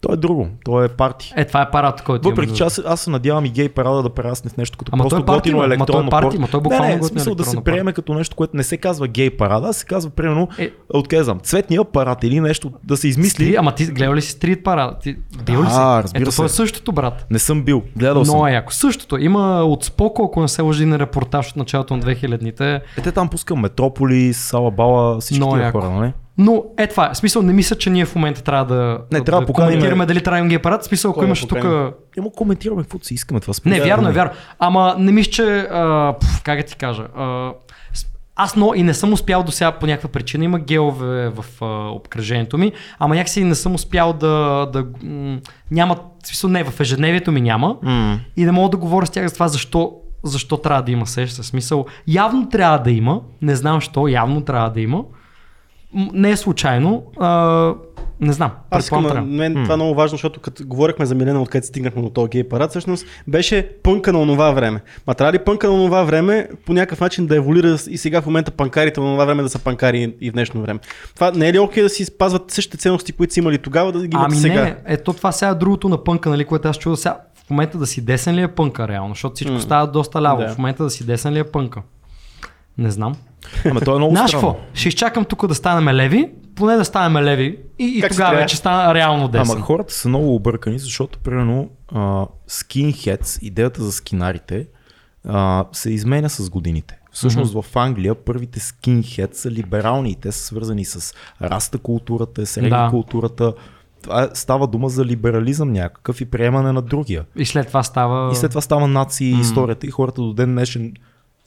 A: То е друго. То е парти.
C: Е, това е парад, който
A: Въпреки
C: има
A: че
C: нужда.
A: аз, аз се надявам и гей парада да прерасне в нещо като
C: Ама
A: просто
C: той е парти,
A: готино
C: ма. Ма
A: електронно
C: той е парти,
A: порно.
C: ма той е
A: не,
C: буквално
A: не, в
C: готино
A: смисъл да се
C: електронно
A: приеме като нещо, което не се казва гей парада, а се казва примерно,
C: Е.
A: откъде знам, цветния парад или нещо да се измисли.
C: Стри, ама ти гледал ли си стрит парад? Ти, бил ли си?
A: Да, разбира
C: Ето,
A: се.
C: това е същото, брат.
A: Не съм бил. Гледал съм.
C: Но е яко. Същото. Има от Споко, ако не се лъжи, на репортаж от началото на 2000-те.
A: Е, те там пускам Метрополис, Сала Бала, всички
C: Много
A: тия
C: е яко.
A: хора, нали?
C: Но е това. е. В смисъл, не мисля, че ние в момента трябва да,
A: Не,
C: да,
A: трябва да
C: да
A: поканим-
C: коментираме дали трябва да имам гей парад. В смисъл, ако
B: Кой да
C: имаш тук
B: поканим?
A: Не му коментираме каквото си искаме това
C: Не,
A: според
C: да,
A: мен.
C: вярно е, вярно. Ама не мисля, че... А, пф, как да ти кажа? А, с- аз но и не съм успял до сега по някаква причина. Има гелове в а, обкръжението ми, ама някакси не съм успял да... да м, няма... В смисъл не, в ежедневието ми няма.
A: М.
C: И не мога да говоря с тях за това защо защо трябва да има сеща със смисъл. Явно трябва да има, не знам що, явно трябва да има. М, Не е случайно, а, не знам.
B: Аз искам,
C: Предполагам,
B: на
C: трябва.
B: мен това е много важно, защото като говорихме за Милена, откъде стигнахме до този гей парад, всъщност беше пънка на онова време. Ма трябва ли пънка на онова време по някакъв начин да еволюира и сега в момента панкарите на онова време да са панкари и в днешно време? Това не е ли окей да си спазват същите ценности, които са имали тогава, да ги имат
C: Ами
B: сега?
C: не, ето това сега е другото на пънка, нали, което аз чува сега. В момента да си десен ли е пънка реално, защото всичко
B: М.
C: става доста ляво.
B: Да.
C: В момента да си десен ли е пънка. Не знам.
A: Ама то е много
C: Знаеш какво?
A: странно.
C: Ще изчакам тук да станем леви, поне да станем леви и, и
B: Как си
C: тогава
B: трябва?
C: вече стана реално десен.
A: Ама хората са много объркани, защото примерно а, скинхедс, идеята за скинарите, а, се изменя с годините. Всъщност в Англия първите скинхед са либерални и те са свързани с раста културата, с
C: Да.
A: културата. Това е- става дума за либерализъм някакъв и приемане на другия.
C: И след това става...
A: И след това става нации и историята и хората до ден днешен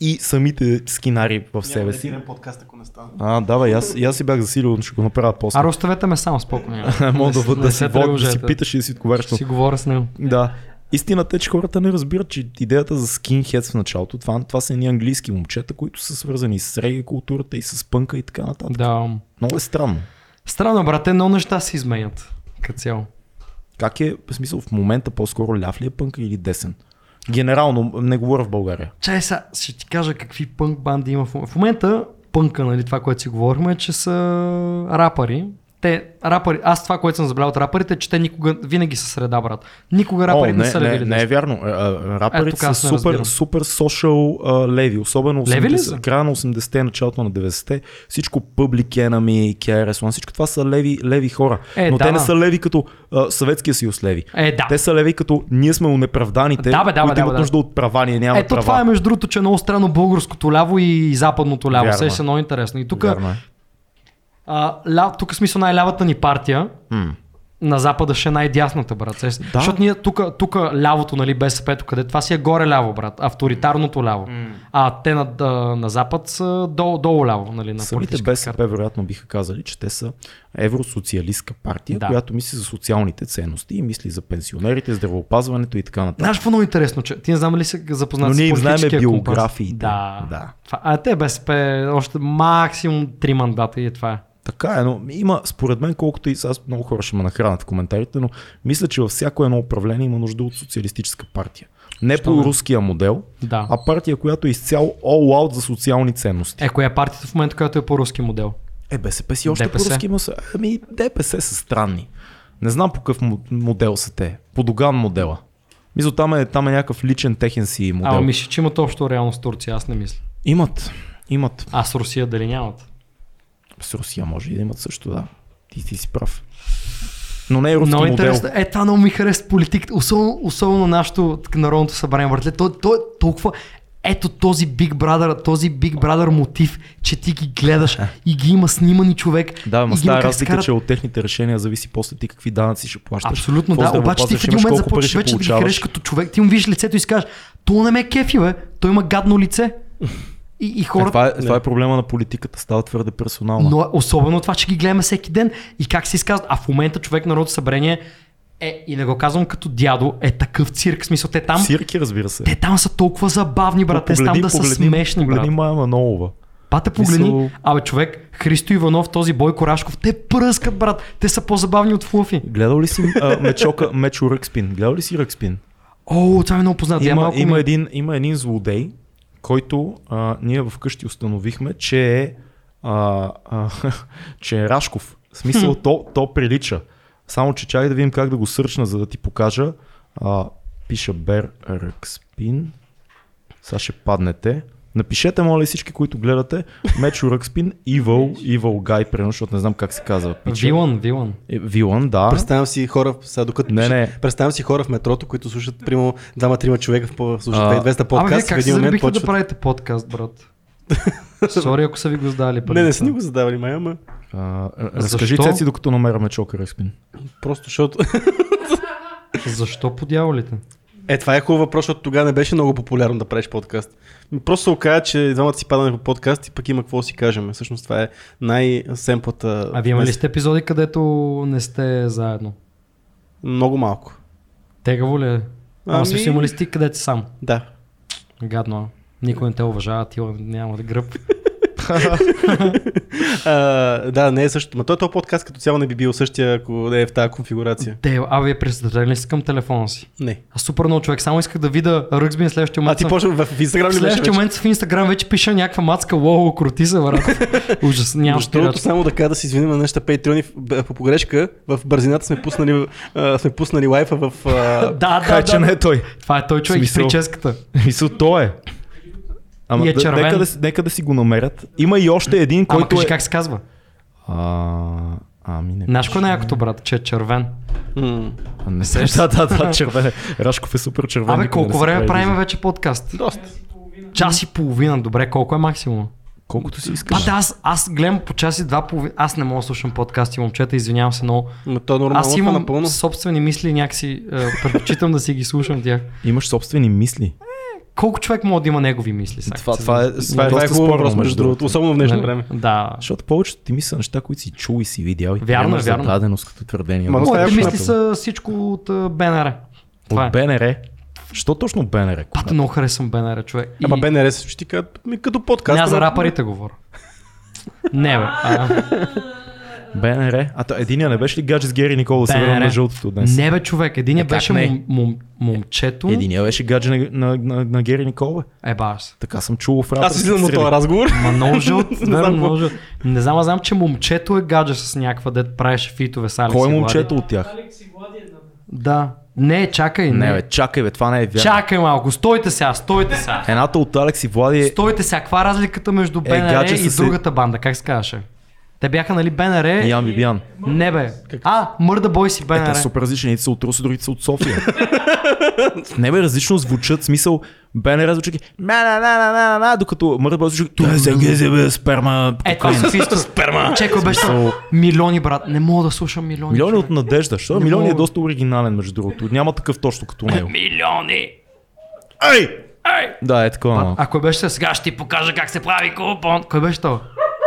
A: и самите скинари в себе си.
B: подкаст, ако не става.
A: А, да, бе, и аз, и аз си бях засилил, ще го направя после.
C: Аре, оставете ме само спокойно.
A: Мога да, да,
C: не
A: да,
C: се
A: си, вод, да си
C: тревожете.
A: питаш и да си отговаряш
C: Ще
A: на
C: си говоря с него.
A: Да. Истината е, че хората не разбират, че идеята за скинхедс в началото, това, това са едни английски момчета, които са свързани с реги културата и с пънка и така нататък.
C: Да.
A: Много е странно.
C: Странно, брате, много неща се изменят. Като цяло.
A: Как е, в смисъл, в момента по-скоро ляв ли е пънка или десен? Генерално, не говоря в България.
C: Чай сега, ще ти кажа какви пънк банди има в момента. В момента пънка, нали, това, което си говорим, е, че са рапъри. Те, рапъри, аз това, което съм забравял от рапърите, е, че те никога, винаги са среда, брат. Никога рапъри не,
A: не,
C: са
A: не,
C: левили.
A: не е
C: десни.
A: вярно. А, а, Рапърите
C: тук аз
A: са
C: не
A: супер,
C: разбирам.
A: супер social а, леви, особено
C: Леви ли
A: 80,
C: са?
A: края на 80-те, началото на 90-те. Всичко Public Enemy, KRS One, всичко това са леви, леви хора.
C: Е,
A: Но
C: да,
A: те не
C: да.
A: са леви като а, Съветския съюз леви.
C: Е, да.
A: Те са леви като ние сме унеправданите,
C: Да, бе, да, бе,
A: които
C: да, бе,
A: имат
C: да.
A: нужда от права, ние нямаме
C: Ето
A: права.
C: това е между другото, че е много странно българското ляво и западното ляво.
A: Вярно е.
C: Се ще е много интересно. И тук,
A: Вярно е.
C: а, ля, тук в смисъл най-лявата ни партия,
A: М.
C: на Запада ще е най-дясната, брат. Да.
A: Да.
C: Защото ние тук, тук лявото, нали, БСП-то, къде това си е горе ляво, брат. Авторитарното ляво. А те на, на, на Запад са долу, долу ляво, нали, на
A: Самите
C: политическата
A: БСП
C: карта.
A: вероятно биха казали, че те са евросоциалистка партия,
C: Да.
A: която мисли за социалните ценности и мисли за пенсионерите, здравеопазването и така нататък.
C: Знаеш какво е много интересно, че ти не знам ли се запознат
A: Но
C: с
A: ние им знаем
C: политическия компас?
A: биографиите.
C: Да.
A: Да.
C: Това- А те БСП още максимум три мандата и е това е.
A: Така е, но има, според мен, колкото и сега аз много хора ще ме нахранят в коментарите, но мисля, че във всяко едно управление има нужда от социалистическа партия. Не по руския модел,
C: Да.
A: а партия, която е изцяло all out за социални ценности.
C: Е, коя е партията в момента, която е по руски модел?
A: Е, БСП си още
C: ДПС.
A: по-руски има. са- Ами, ДПС са странни. Не знам по какъв мо- модел са те. По Доган модела. Мисля, там е, там е някакъв личен техен си модел.
C: А, ами- мисля, че имат общо реално с Турция, аз не мисля.
A: Имат. Имат.
C: А с Русия дали нямат?
A: С Русия може и да имат също, да. Ти, ти си прав. Но не е руски
C: Много
A: модел.
C: интересно. Е, това много ми хареса политиката. Особено, особено нашето так, народното събрание, братле. То, то е толкова... Ето този Big Brother, този Big Brother мотив, че ти ги гледаш и ги има снимани човек.
A: Да, ма
C: и ги
A: става
C: накарат
A: разлика,
C: карат-
A: че от техните решения зависи после ти какви данъци ще плащаш.
C: Абсолютно,
A: какво
C: да. Обаче
A: здравеопазване
C: ти в
A: ще
C: един
A: имаш,
C: момент
A: колко пари ще
C: започваш вече да ги
A: получаваш.
C: хареш като човек. Ти му виждаш лицето и си кажеш, то не ме е кефи, бе. Той има гадно лице. И, и
A: Е,
C: хората...
A: Това е, това е проблема на политиката, става твърде персонална.
C: Но особено това, че ги гледаме всеки ден и как се изказват. А в момента човек народно събрание е, и не го казвам като дядо, е такъв цирк. В смисъл, те там,
A: Сирки, разбира се.
C: те там са толкова забавни, брат. Те са там
A: Погледни-
C: да са
A: погледни-
C: смешни, брат.
A: Погледни Мая Манолова.
C: Пате погледни.
A: Мисъл-
C: Абе, човек, Христо Иванов, този Бой Корашков, те пръскат, брат. Те са по-забавни от Флуфи.
A: Гледал ли си а, мечока, мечо Ръкспин? Гледал ли си Ръкспин?
C: О, това ми е много познато. Я
A: Има,
C: малко
A: има,
C: ми...
A: един, има един злодей, който а, ние вкъщи установихме, че е, а, а, че е Рашков. В смисъл, то, то прилича. Само, че чакай да видим как да го сърчна, за да ти покажа. А, пиша Бер Ръкспин. Сега ще паднете. Напишете, моля, ли, всички, които гледате, Мечо Ръкспин, Evil, Evil Guy, прено, защото не знам как се казва. пича.
C: Вилан, Вилан.
A: Е, Вилан, да.
B: Представям си хора, в- сега докато
A: Не,
B: пише-
A: не.
B: представям си хора в метрото, които слушат прямо двама-трима човека в по- слушат
A: А.
B: 2200
C: Абе, вие
B: подкаст, в
C: Ами, как се
B: един момент
C: заребихте да
B: почват.
C: правите подкаст, брат? Сори, ако са ви го задали.
B: Не, не са ни го задавали, май, ама
A: А, разкажи,
C: Защо?
A: Цеци, докато намераме Чока Ръкспин.
B: просто защото...
C: Защо по дяволите?
B: Е, това е хубав въпрос, защото тогава не беше много популярно да правиш подкаст. Просто се оказа, че двамата си падаме по подкаст и пък има какво да си кажем. Всъщност това е най-семплата...
C: А вие имали сте епизоди, където не сте заедно?
B: Много малко.
C: Тегаво ли е? Ама
B: Ами-
C: си имали сте където си сам.
B: Да.
C: Гадно. Никой не те уважава, ти няма да гръб.
B: А, да, не е същото. Ма той този подкаст като цяло не би бил същия, ако не е в тази конфигурация.
C: Те, а вие присъдете ли си към телефона си?
B: Не.
C: Аз супер много човек, само исках да видя ръгсбин
B: А
C: следващия момент.
B: ти
C: съм-
B: почва в в Инстаграм
C: в
B: ли беше
C: следващия
B: вече?
C: момент в Инстаграм вече пише някаква мацка, лоу, крути се, брат. Ужас, няма
B: Между другото,
C: стирачка.
B: само да кажа да си извиним на нашите пейтрони по погрешка. В бързината сме пуснали, а, сме пуснали лайфа в... а,
C: Да, да,
A: Хай, че
C: да,
A: не
C: да.
A: е той.
C: Това е той човек с
A: Смисъл.
C: прическата.
A: Мисъл, то е. Ама
C: И е
A: да-
C: червен.
A: нека, да, си- нека да си го намерят. Има и още един,
C: Ама
A: който
C: кажи
A: е...
C: как се казва.
A: А, ами не.
C: Знаеш кой е най-якото, брат, че е червен?
B: м,
A: А, не се. Да, да, да, червен. е. Рашков е супер червен.
C: Абе,
A: никога не
C: колко
A: се
C: време
A: прави
C: правим
A: визия.
C: вече подкаст?
B: Доста.
E: половина.
C: Час и половина, добре, колко е максимум?
A: Колкото си
C: А,
A: искаш.
C: да, аз, аз гледам по час и два половина. Аз не мога да слушам подкасти, момчета, извинявам се, но
B: Ма то е нормално,
C: аз
B: това
C: имам
B: напълно.
C: собствени мисли и някакси е, предпочитам да си ги слушам тях.
A: Имаш собствени мисли.
C: Колко човек може да има негови мисли? сега,
A: Това,
C: като се
A: това е,
C: замисли?
B: Това е, това е
A: доста
B: хубаво въпрос,
A: спорно,
B: между другото. Особено в днешно
C: Нали?
B: време.
C: Да.
A: Защото повечето ти мисля неща, които си чул и си видял. И
C: Вярно е,
A: нямаш
C: вярно.
A: Зададеност като твърдение.
B: Ма,
A: Много
B: това е
C: Моите
A: страшно.
C: мисли са всичко от а, БНР. Това е.
A: От БНР. Що точно БНР?
C: Пат, много харесвам БНР, човек.
A: Е,
B: Ама БНР се ще ти кажат, ми като подкаст.
C: Не, аз за
B: ама-
C: рапарите говоря. Не, бе. А,
A: БНР. А та, единия не беше ли гадже с Гери Никола Северно
C: БНР.
A: на жълтото днес?
C: не, бе, човек. Единия
A: Е, как
C: беше
A: не?
C: мом, мом, момчето.
A: Единия беше гадже на, на, на, на Гери Никола. бе.
C: Е, баш.
A: Така съм чул в рапа.
B: Аз излизам от този разговор.
C: Ма много жълт. не,
B: знам какво.
C: знам, жълт. не знам, а знам, че момчето е гадже с някаква дед правеше фитове с Алекс.
A: Кой е
C: и Влади.
A: момчето от тях?
E: Алекс и Влади една.
C: Да. Не, чакай. Не,
A: Не, бе, чакай, бе, това не е вярно.
C: Чакай малко. Стойте сега, стойте сега.
A: Едната от Алекс и Влади е...
C: Стойте сега, каква е разликата между БНР
A: гадже
C: и
A: с-
C: другата банда? Как се казваше? Те бяха, нали, БНР?
A: Ян Бибиян.
C: Не бе. А, Мърда Бой си
A: Е, те
C: БНР.
A: са супер различни. Едните са от Руса, другите са от София. не бе, различно звучат, смисъл. БНР звучи ки, ма на на на на на на докато мърда бъде звучи Това се гези бе, сперма,
C: Е, това е
A: кокаин».
C: софийско. Сперма. Чекай, беше
A: Смисъл-
C: милиони, брат. Не мога да слушам милиони.
A: Милиони
C: човек.
A: от надежда, защото
C: Не
A: Милиони е
C: мога.
A: доста оригинален, между другото. Няма такъв точно като него.
C: Милиони.
A: Ей! Да, е такова. малко.
C: Ако беше сега, ще ти покажа как се прави купон. Кой беше то?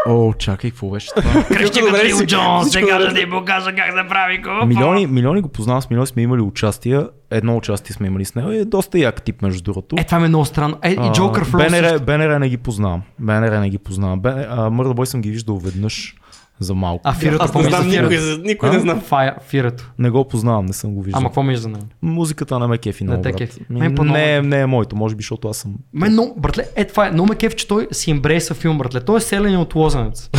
A: О, чакай, какво беше това?
C: Кръщи като
B: добре си.
C: Лил Джонс,
B: Всичко
C: сега
B: добре.
C: ще ти покажа как се прави купон.
A: Милиони, милиони го познавам, с милиони сме имали участия. Едно участие сме имали с него и е доста як тип, между другото.
C: Е, това ми е много странно. Е, и
A: А,
C: Джокър Флоу
A: БНР,
C: също.
A: БНР не ги познавам. БНР не ги познавам. Бен- а, Мърда бой съм ги виждал веднъж за малко.
C: А фирата
B: Аз не
C: помни за
B: знам никой,
C: фирата.
B: за- никой не
A: А?
B: знам.
C: Фая, фирато.
A: Не го познавам, не съм го виждал.
C: Ама какво ми е за него?
A: Музиката не ме кефи много,
C: те
A: брат.
C: кефи.
A: Ми,
C: Мен по-много.
A: не, е- не е моето, може би, защото аз съм...
C: Мен, но, братле, е това е. Но ме кеф, че той си имбрейса филм, братле. Той е селени от Лозенец.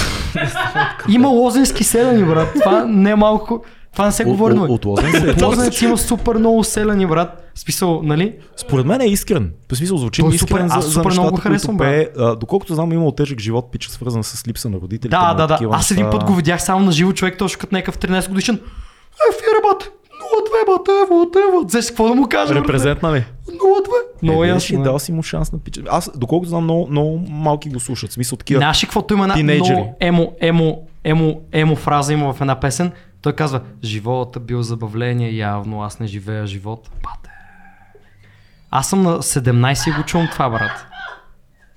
C: Има лозенски селени, брат. Това не е малко. Това не се
A: О-
C: говори,
A: о-
C: но
A: От Лозен се е
C: Лозенец има супер много селени, брат. Списал, нали?
A: Според мен е искрен. По смисъл звучи
C: Той е
A: искрен
C: супер- аз
A: за, за
C: супер
A: нещата,
C: много го харесвам,
A: които пее. А, доколкото знам, е имал тежък живот, пича, свързан с липса на родителите.
C: Да,
A: му,
C: да, да.
A: такива
C: Аз един
A: неща.
C: път го видях само на живо човек, точно като някакъв 13 годишен. Е, фирбат! 02 бат, ево, от, ево. Дзе какво да му кажа? братле?
A: Репрезент, нали?
C: 02. Много
A: Е, виж,
C: ясно.
A: и
C: е.
A: Дал си му шанс на пича. Аз, доколкото знам, много, много малки го слушат. В Смисъл такива.
C: Знаеш ли каквото има една
A: Тинейджери.
C: много емо, емо, емо, емо фраза има в една песен? Той казва, живота бил забавление, явно аз не живея живот. Пате. Аз съм на 17 и го чувам това, брат.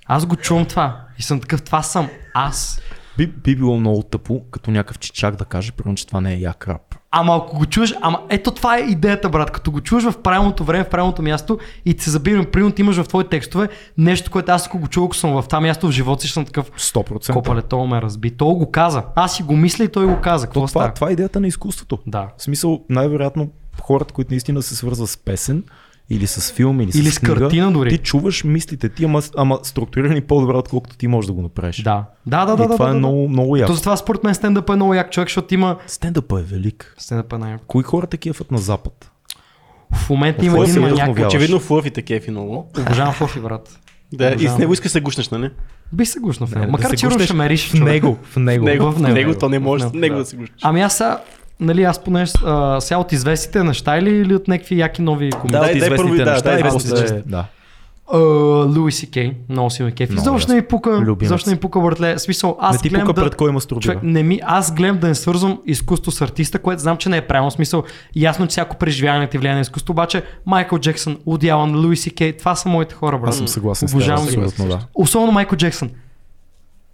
C: Аз го чувам това. И съм такъв, това съм аз.
A: Би, би било много тъпо, като някакъв чичак да каже, примерно, че това не е як рап.
C: Ама ако го чуеш, ама ето това е идеята, брат. Като го чуеш в правилното време, в правилното място и ти се забирам, примерно ти имаш в твоите текстове нещо, което аз ако го чувам, ако съм в това място в живота си, ще съм такъв.
A: 100%.
C: Копале, то ме разби. Той го каза. Аз си го мисля и той го каза. Какво става?
A: Това, това е идеята на изкуството.
C: Да.
A: В смисъл, най-вероятно, хората, които наистина се свързват с песен, или с филм, или,
C: Или
A: с
C: с
A: книга,
C: картина дори.
A: Ти чуваш мислите ти, ама, ама структурирани по-добре, отколкото ти можеш да го направиш.
C: Да. Да, да,
A: И
C: да. да,
A: това
C: да,
A: е
C: да.
A: много, много яко.
C: То затова според мен стендъп е много як човек, защото има...
A: Стендъпа е велик.
C: Стендъп е най
A: Кои хора такива на Запад?
C: В момента има
A: Какво е
C: един
A: се
C: маняк.
A: вдъхновяваш?
B: Очевидно флъфите кефи много.
C: Обожавам Фофи, брат.
B: е Да, и с
C: Обожавам.
B: него иска да се гушнеш, нали?
C: Би се гушнал в него.
A: да
C: Макар
A: се
C: че
A: гушнеш
C: ще мериш.
A: В него, в него.
B: Него,
C: в
B: в
C: него.
B: него, то не може
C: В
B: с
C: него,
B: него
C: да.
B: да се гушнеш.
C: Ами аз сега... Нали, аз поне а, сега от известите неща или, или от някакви яки нови комедии?
A: Да, от
B: Дай- дай
A: известните
B: първо и да,
A: неща
B: дай
A: и
B: известни
A: после-
B: чест.
A: Да.
C: А, Луи Си Кей, много си ме кефи.
A: Много
C: Защо не ми пука,
A: Любимец.
C: защо не ми пука, братле? В Смисъл, аз
A: Не ти
C: гледам
A: пука
C: да...
A: пред кой мастурбира.
C: Човек, не ми, аз гледам да не свързвам изкуство с артиста, което знам, че не е правилно В смисъл. Ясно, че всяко преживяване ти влияе на изкуството, обаче Майкъл Джексън, Уди Алън, Луи Си Кей, това са моите хора, брат.
A: Аз съм съгласен с теб,
C: Обожавам ги.
A: абсолютно, да.
C: Особено Майкъл Джексън.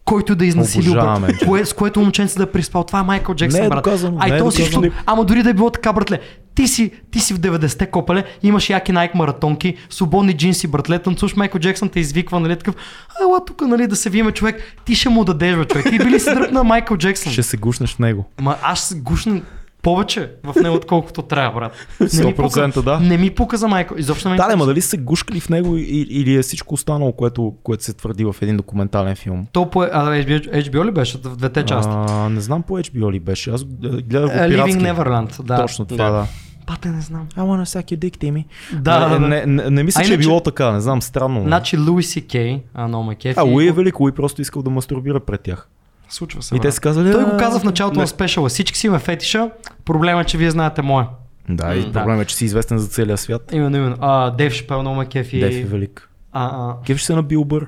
C: Който да е изнасилил, брат,
A: Обожаваме, Джексън.
C: кое, с което момченце да е приспал. Това е Майкъл Джексън,
A: Не е
C: брат.
A: доказано,
C: Ай,
A: не е
C: то си,
A: доказано.
C: защото- Ама дори да е било така, братле, ти си, ти си в 90-те копале, имаш яки Nike маратонки, свободни джинси, братле, танцуш, Майкъл Джексън те извиква, нали, такъв, ела тук, нали, да се виеме човек, ти ще му дадеш, бе, човек. Ти били си дръпна Майкъл Джексън.
A: Ще се гушнеш в него.
C: Ма аз се гушна повече в него, отколкото трябва, брат. Не ми
A: 100%
C: пука,
A: да.
C: Не ми пука за Майкъл. Изобщо не ми
A: Да, не,
C: пука.
A: ма дали са гушкали в него и- или е всичко останало, което, което се твърди в един документален филм?
C: То по а, HBO, HBO ли беше в двете части?
A: А, не знам по HBO ли беше. Аз е, гледах го
C: А, Living
A: пиратски.
C: Neverland, да.
A: Точно това,
B: Да.
A: да.
C: Пате не знам.
A: I wanna suck your dick, Timmy.
C: Да,
A: не,
C: да, да.
A: Не, не, не мисля,
C: А
A: че е
C: иначе-
A: било така, не знам, странно. Значи,
C: Значи Луи Си Кей, а но ме кефи.
A: а Луи е велик, Луи просто искал да мастурбира пред тях.
C: Случва се.
A: И те
C: брат.
A: са казали...
C: Той
A: «А,
C: го каза в началото
A: не».
C: на спешъла. Всички си има фетиша. Проблема е, че вие знаете моя.
A: Да, и
C: Да.
A: проблемът е, че си известен за целия свят.
C: Именно, именно. А, Дейв Шапел, много ме кефи.
A: Деф е велик.
C: А, а,
A: Кефиш се на Билбър.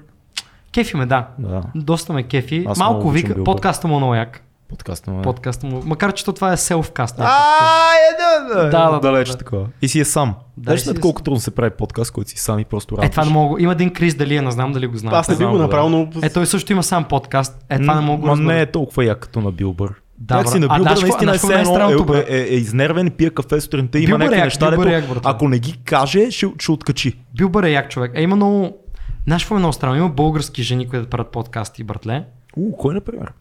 C: кефи ме, да.
A: Да.
C: Доста ме кефи.
A: Аз много
C: Малко
A: обичам
C: вика,
A: Билбо.
C: подкаста му е много як.
A: Подкаста му. е.
C: Подкаста му. Макар, че то това е селфкаст.
A: А, е, да, да,
C: Да, да,
A: далеч
C: да.
A: такова. И си е сам.
C: Да,
A: Да,
C: и
A: Знаеш
C: си
A: ли
C: е
A: колко трудно се прави подкаст, който си сам и просто
C: Е,
A: работиш?
C: това не мога. Има един Крис Далия, не знам дали го знам.
B: Аз не би
A: знам,
B: го
A: да.
B: направил, но...
C: Е, той също има сам подкаст. Е, това не мога
A: Ма
C: да
A: не
C: разбера.
A: е толкова як като на Билбър.
C: Да,
A: Някак си
C: брат.
A: на
C: А,
A: Билбър
C: знаеш какво-
A: наистина е
C: знаеш какво
A: все
C: най-странното,
A: едно, е,
C: брат?
A: е, е, изнервен, пие кафе сутринта, има
C: Билбър е
A: някакви
C: як,
A: неща,
C: Билбър
A: дето,
C: е як, брат.
A: ако не ги каже, ще, ще откачи.
C: Билбър е як човек. Е, има много... Знаеш какво е много странно? Има български жени, които правят подкасти, братле.
A: У, кой например?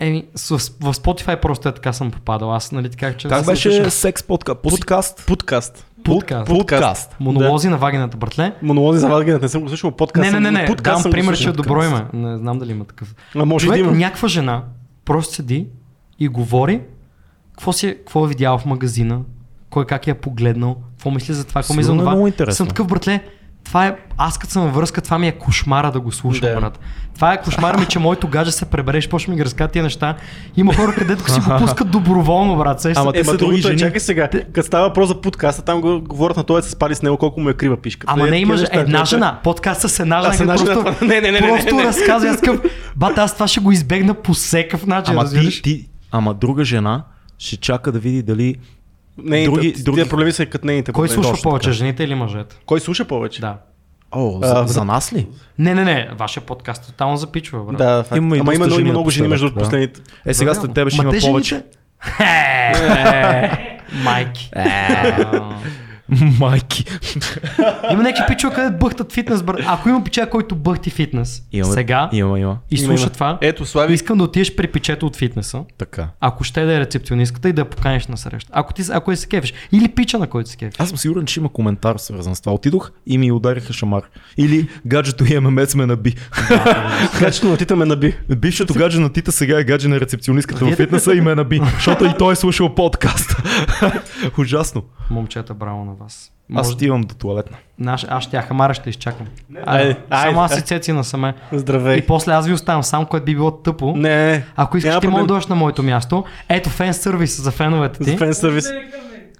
C: Еми, с- в Spotify просто е така съм попадал. Аз, нали, така, че...
A: Как
C: се слушаш.
A: беше секс подкаст? Подкаст?
B: Подкаст.
C: Подкаст.
A: Подкаст.
C: Монолози на вагината, братле.
B: Монолози за вагината, не съм го слушал подкаст.
C: Не, не,
B: съм-
C: не, не.
B: Подкаст съм
C: Дам
B: го
C: пример, че
B: слушал.
C: е добро име. Не знам дали има такъв.
B: А може да
C: Човек,
B: има.
C: някаква жена просто седи и говори какво, си, е- какво е видяла в магазина, кой как я е погледнал, какво мисли за това, какво мисли за
A: Сигурно е
C: това.
A: много интересно.
C: Съм такъв, братле, това е, аз като съм във връзка, това ми е кошмара да го слушам,
B: Да.
C: брат. Това е кошмара ми, че моето гадже се пребереш, почва ми ги разказва тия неща. Има хора, където си го пускат доброволно, брат. Сещаш
A: Ама
C: се.
B: Е,
A: Те са
B: ма
A: други
B: другото е,
A: жени.
B: чакай сега. Като става въпрос за подкаста, там го говорят на този, се спали с него, колко му е крива пишката.
C: Ама
B: Е,
C: не
B: такива
C: имаш
B: неща,
C: една
B: които-
C: жена. Подкаст с една
B: с една
C: жена. където
B: жена.
C: Просто,
B: Не, не, не, не, не,
C: просто
B: не, не.
C: разказва. Аз към... Бат, аз това ще го избегна по всекъв начин.
A: Ама
C: разбираш?
A: ти, ти, ама друга жена ще чака да види дали
B: Не,
A: Други-
B: други,
A: други-
B: други... проблеми са като нейните.
C: Кой
B: проблеми.
C: слуша
A: Точно
C: повече,
A: така.
C: жените или мъжете?
B: Кой слуша повече?
C: Да.
A: О,
B: А,
A: за, за нас ли?
C: Не, не, не, вашия подкаст тотално запичва, брат.
B: Да, факт.
A: Има и
B: Ама
A: доста
B: има много,
A: жени
B: много жени между
A: напоследък, да.
B: последните.
A: Е, сега след тебе ще
C: Ма
A: има
C: те
A: повече.
C: жените- Е, Майки. А,
A: Майки.
C: Има някакви пичове, където бъхтат фитнес, брат. Ако има пича, който бъхти фитнес,
A: Имаме-
C: сега
A: Има, има.
C: и
B: Има, има.
C: слуша това,
B: Ето, Слави,
C: искам да отидеш при пичето от фитнеса.
A: Така.
C: Ако ще да е рецепционистката и да я поканиш на среща. Ако ти, ако я се кефиш. Или пича, на който се кефиш.
A: Аз съм сигурен, че има коментар свързан с това. Отидох и ми удариха шамар. Или гаджето и ММС ме наби.
B: качествено на Тита ме наби.
A: Бившето гадже на Тита сега е гадже на рецепционистката в
C: Вие-
A: фитнеса и ме наби. Защото и той е слушал подкаст. Ужасно.
C: Момчета, браво на вас.
A: Аз
C: Може...
A: отивам до туалетна.
C: Наш, аз ще я хамара, ще изчакам. Айде,
B: Айде, айде.
C: Само аз си цеци насаме.
B: Здравей.
C: И после аз ви оставам сам, което би било тъпо.
B: Не, не.
C: Ако искаш,
B: няма
C: ти мога да
B: проблем.
C: дойдеш на моето място. Ето фен сервис за феновете ти.
B: За фен сервис.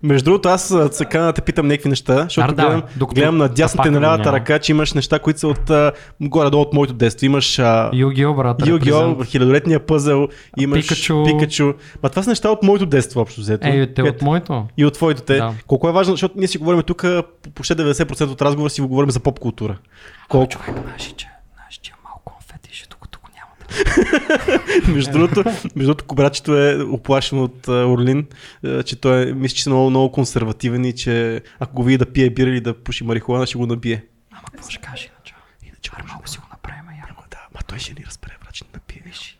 B: Между другото, аз а, сега да те питам някакви неща, защото
C: Дар, давай,
B: гледам,
C: докато
B: гледам на дясната и на
C: тапака го
B: лявата
C: няма.
B: ръка, че имаш неща, които са от а, горе-долу от моето детство. Имаш а,
C: Югио, брат.
B: Йогио,
C: репрезент.
B: хилядолетния пъзел, имаш
C: Пикачу.
B: Пикачу. Ма това са неща от моето детство, общо взето.
C: Е, и те от
B: Което-
C: моето.
B: И от твоето те.
C: Да.
B: Колко е важно, защото ние си говорим тук, по- почти 90% от разговора си го говорим за поп култура. Колко,
C: Човек, знаеш, че, знаеш, че има малко конфети, ще тук, тук няма.
B: между другото, между другото, братчето е оплашено от а, Орлин, а, че той е, мисля, че е много, много консервативен и че ако го види да пие бира или да пуши марихуана, ще го набие.
C: Ама какво ще кажеш иначе? Иначе малко си го направим, яко.
B: Да, ма той ще ни разбере, брат, ще ни набие. Виж.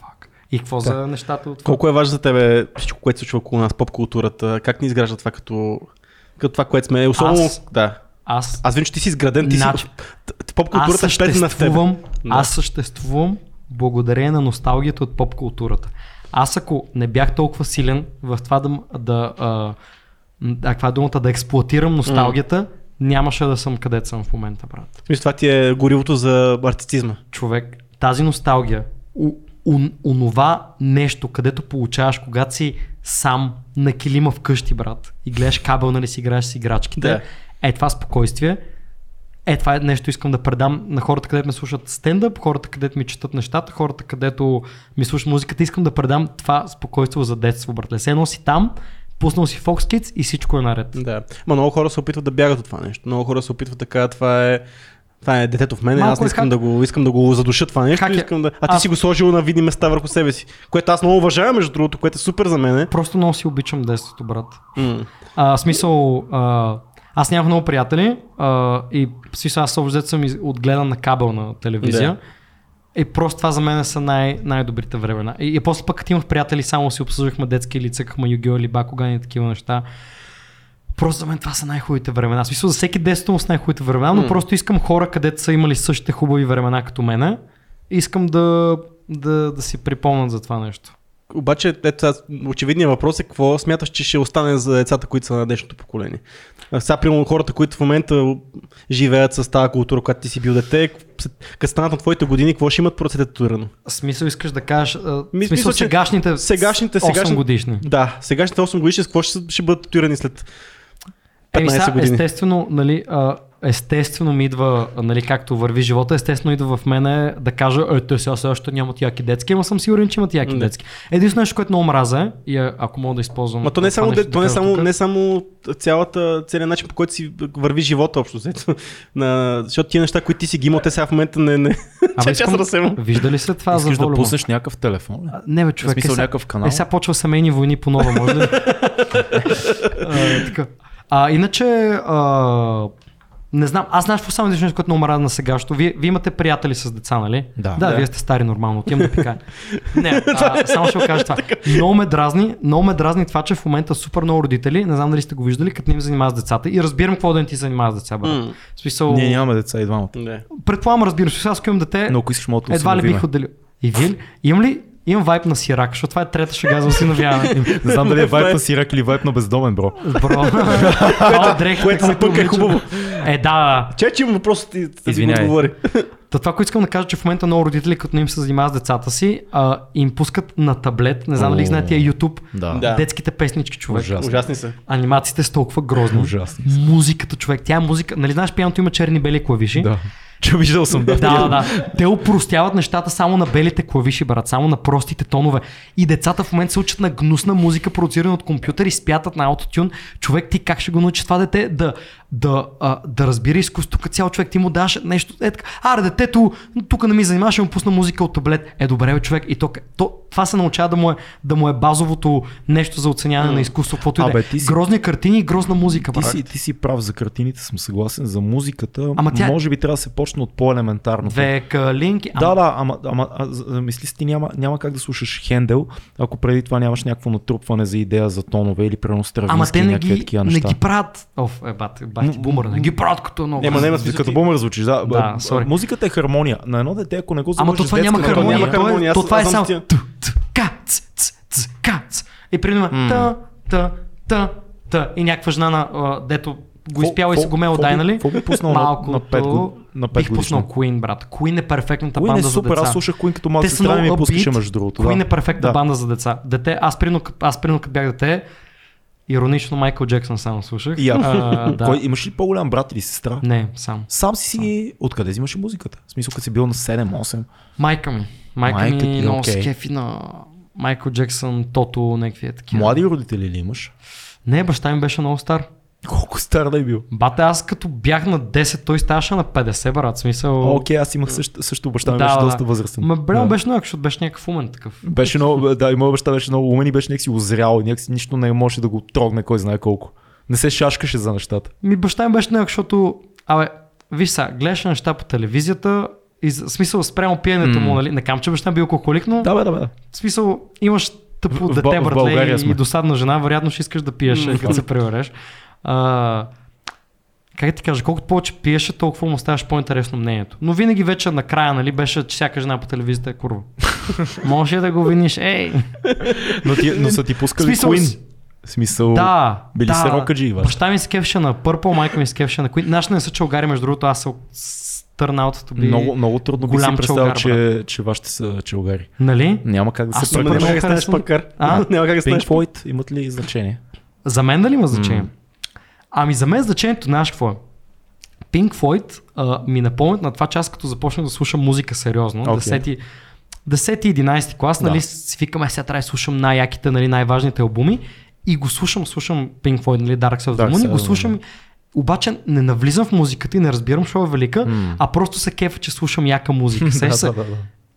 C: Fuck. И какво за нещата от...
B: Колко е важно за тебе всичко, което се случва около нас, поп културата, как ни изгражда това като, като това, което сме. Особено,
C: Аз?
B: да.
C: Аз...
B: Аз виждам, че ти си изграден, ти
C: Значи-
B: си... т- Поп
C: Аз
B: културата е впетна в теб.
C: съществувам,
B: Да.
C: аз съществувам благодарение на носталгията от поп културата. Аз ако не бях толкова силен в това да, м- да а, м, а, каква е думата, да експлуатирам носталгията, нямаше да съм където съм в момента, брат.
B: В смисъл, това ти е горивото за артистизма.
C: Човек, тази носталгия, у, у, онова нещо, където получаваш, когато си сам на килима вкъщи, брат, и гледаш кабел, нали си играеш с играчките,
B: Да.
C: е това спокойствие, е, това е нещо искам да предам на хората, където ме слушат стендъп, хората, където ми четат нещата, хората, където ми слушат музиката. Искам да предам това спокойствие за детство, братле. Се носи там, пуснал си Fox Kids и всичко е наред.
B: Да. Ма много хора се опитват да бягат от това нещо. Много хора се опитват така, това е това е детето в мен,
C: Малко
B: аз не
C: е
B: искам
C: хак.
B: да, го, искам да го задуша това нещо,
C: Хак е.
B: искам да... А ти
C: Аз-
B: си го сложил на видни места върху себе си, което аз много уважавам, между другото, което е супер за мен.
C: Просто много си обичам детството, брат.
B: М.
C: А, в смисъл, а, аз нямах много приятели а, и в смисъл аз обзет съм из- отгледан на кабелна телевизия. И просто това за мен са най- най-добрите времена. И, и после пък като имах приятели, само си обсъждахме детски или цъкахме югио или бакогани и такива неща. Просто за мен това са най-хубавите времена. В смисъл за всеки детството му са най-хубавите времена, но просто искам хора, където са имали същите хубави времена като мене. Искам да, да, да си припомнят за това нещо.
B: Обаче, ето, аз- очевидният въпрос е какво смяташ, че ще остане за децата, които са на днешното поколение. А Сега, примерно, хората, които в момента живеят с тази култура, когато ти си бил дете, е, като станат на твоите години, какво ще имат процедурно?
C: Смисъл искаш да кажеш, а, в
B: Ми-
C: смисъл,
B: мисля, че
C: сегашните,
B: сегашните-
C: 8
B: сегашни-
C: годишни.
B: Да, сегашните 8 годишни, с какво ще, са- ще бъдат татуирани след 15
C: Еми, сега,
B: години?
C: Ами естествено, нали, а, естествено ми идва, нали, както върви живота, естествено идва в мене да кажа, е, те сега все още нямат яки детски, ама съм сигурен, че имат яки
B: Да.
C: детски. Единственото нещо, което много мраза е, и а- ако мога да използвам.
B: Ма то не е
C: това
B: само,
C: нещо
B: де-
C: да
B: то не е
C: кажа
B: само,
C: тук.
B: не е само цялата, целият начин, по който си върви живота общо. взето. На, защото тия неща, които ти си ги имал, те сега в момента не... не.
C: Абе,
B: Че аз
C: искам-
B: разсемам.
C: Вижда ли се това
A: Искаш
C: за
A: да
C: волюма?
A: пуснеш някакъв телефон? ли?
C: А, Не, бе, човек.
A: смисъл
C: е, сега-
A: някакъв канал?
C: Е, сега почва семейни войни по нова, може ли? а, така. А, иначе, а, не знам, аз знаеш какво само единствено, нещо, което много мразя на сегашното. Вие, вие имате приятели с деца, нали?
A: Да.
C: Да,
A: Да.
C: вие сте стари нормално, отивам да пикая. Не, а, само ще го кажа това. Много ме дразни, много ме дразни това, че в момента супер много родители, не знам дали сте го виждали, като не им занимава с децата. И разбирам какво да не ти занимава с деца, брат.
B: М.
C: В смисъл,
A: Ние нямаме деца и двамата.
B: Да.
C: предполагам, разбирам, се, аз ако имам дете,
A: Но ако искаш, мога да те
C: едва ли
A: осиновиме.
C: бих отделил. И вие ли? Имам ли? Имам вайп на сирак, защото това е трета шега за осиновяване.
A: Не знам дали е вайп
B: Не.
A: на сирак или вайп на бездомен, бро.
C: Бро. Което, дрехите,
B: което се
C: които
B: пъка е
C: обличам.
B: хубаво.
C: Е, да.
B: Че, че има въпрос, ти да ти го
A: Извинявай.
B: отговори.
C: Та това, което искам да кажа, че в момента много родители, като не им се занимават с децата си, а, им пускат на таблет, не знам дали
A: О.
C: знаете, е YouTube,
A: Да.
B: Да.
C: детските песнички, човек.
A: Ужасно.
B: Ужасни са.
C: Анимациите са толкова грозни.
A: Ужасни
C: Музиката, човек. Тя е музика. Нали знаеш, пианото има черни и бели клавиши.
A: Да. Че виждал съм да.
C: Да, да, да. Те упростяват нещата само на белите клавиши, брат, само на простите тонове. И децата в момента се учат на гнусна музика, продуцирана от компютър и спятат на аутотюн. Човек, ти как ще го научиш това дете да, да, а, да разбира изкуството като цял човек? Ти му даш нещо. Е, така, аре, детето, тук не ми занимаваш, ще му пусна музика от таблет. Е, добре, бе, човек. И то, то, това се научава да му, е, да му е базовото нещо за оценяване на изкуство, каквото и да
A: Абе,
C: е.
A: ти си-
C: Грозни картини и грозна музика,
A: Ти
C: брат.
A: си, ти си прав за картините, съм съгласен. За музиката,
C: Ама тя-
A: може би трябва да се почне от по-елементарното.
C: Две калинки.
A: Да, да, ама, ама а, за- за- мисли си, ти няма, няма как да слушаш Хендел, ако преди това нямаш някакво натрупване за идея за тонове или примерно
C: Ама
A: стравински
C: те не
A: някакви
C: ги,
A: такива
C: не
A: неща.
C: ги правят. Оф, е, бат, бах ти бумър, не ги правят като много.
B: Ема, няма
A: Ти
B: смисъл
A: като
B: ти-
A: бумер звучиш, да.
C: Да,
A: Б-
C: sorry.
A: Музиката е хармония. На едно дете, ако не го
C: Ама то
A: заложиш
C: това няма
A: детска
B: хармония.
C: хармония.
B: няма
C: То, е,
B: хармония,
C: то
B: аз-
C: това е
B: аз съм
C: само
B: с тия.
C: т, т, кац, ц, ц, кац. И приема та, та, та, та. И някаква жена на а, дето го
A: Фо-
C: изпяла и
A: фо-
C: се го мел
A: фо би-
C: дай, нали?
A: фо би пуснал на-
C: Малкото-
A: на пет год- на пет
C: Бих пуснал
A: годишно.
C: Queen, брат. Queen е перфектната
A: Queen е
C: банда за
A: супер,
C: деца.
A: аз слушах Queen като малка
C: Те са
A: сестра и ми
C: много
A: пускаше,
C: upbeat.
A: между другото,
C: Queen
A: да.
C: е перфектна
A: Да.
C: банда за деца. Дете, аз прино, аз прино като бях дете, иронично Майкъл Джексън само слушах.
A: И яко.
C: А, да.
A: Кой, имаш ли по-голям брат или сестра?
C: Не, само.
A: Сам си си ги... Откъде взимаш музиката? В смисъл, като си бил на 7-8.
C: Майка ми. Майка,
A: Майка
C: ми
A: ти,
C: много
A: окей.
C: се кефи на Майкъл Джексън, Тото, някакви е такива.
A: Млади родители ли имаш?
C: Не, баща ми беше много стар.
A: Колко стар да е бил?
C: Бата, аз като бях на 10, той ставаше на 50, брат. в Смисъл.
A: Окей, аз имах също, също баща ми беше доста възрастен.
C: Ма, бре,
A: да.
C: да. беше много, защото беше някакъв умен такъв.
A: Беше много, да, и моят баща беше много умен и беше някакси озрял, и някакси нищо не можеше да го трогне, кой знае колко. Не се шашкаше за нещата.
C: Ми баща ми беше много, защото... Абе, виж сега, гледаше неща по телевизията, и, в смисъл спрямо пиенето му, нали? Не кам, че баща ми бил алкохолик, но
A: Да, бе, да, бе. да.
C: в смисъл имаш тъпо
A: В- в Ба-
C: дете,
A: в
C: братле,
A: България
C: и,
A: сме.
C: и досадна жена, вероятно ще искаш да пиеш, като се превареш. А, как ти кажа, колкото повече пиеше, толкова му ставаш по-интересно мнението. Но винаги вече накрая, нали, беше, че всяка жена по телевизията е курва. Може да го виниш, ей!
A: Но, ти, но са ти пускали
C: Смисъл
A: Queen.
C: с-
A: В смисъл,
C: Да,
A: били
C: да.
A: се рокаджи и вас.
C: Баща ми се кефеше на Purple, майка ми се кефеше на Queen. Наш не са чългари, между другото, аз се търнаутото би...
A: Много, много трудно би си
C: голям
A: представил,
C: чалгар,
A: че, че вашите са челгари.
C: Нали?
A: Няма как да
C: Аз
A: се
C: съм
B: Ама няма
A: пръгнеш.
B: как да станеш
C: харесвам.
B: пакар.
C: А?
B: Няма как
A: Pink
B: да станеш
A: Floyd имат ли значение?
C: За мен дали има значение? Ами за мен значението, знаеш какво е? Pink Floyd а, ми е напомнят на това, че аз като започнах да слушам музика сериозно,
A: Окей.
C: okay. 10 и 11 клас,
A: Да.
C: нали, си викаме, сега трябва да слушам най-яките, нали, най-важните албуми и го слушам, слушам Pink Floyd, нали, Dark Side of
A: Dark
C: the Moon и
A: Side of
C: го
A: the
C: слушам, обаче не навлизам в музиката и не разбирам, що е велика, mm. а просто се кефа, че слушам яка музика. Сещаш се?
A: да.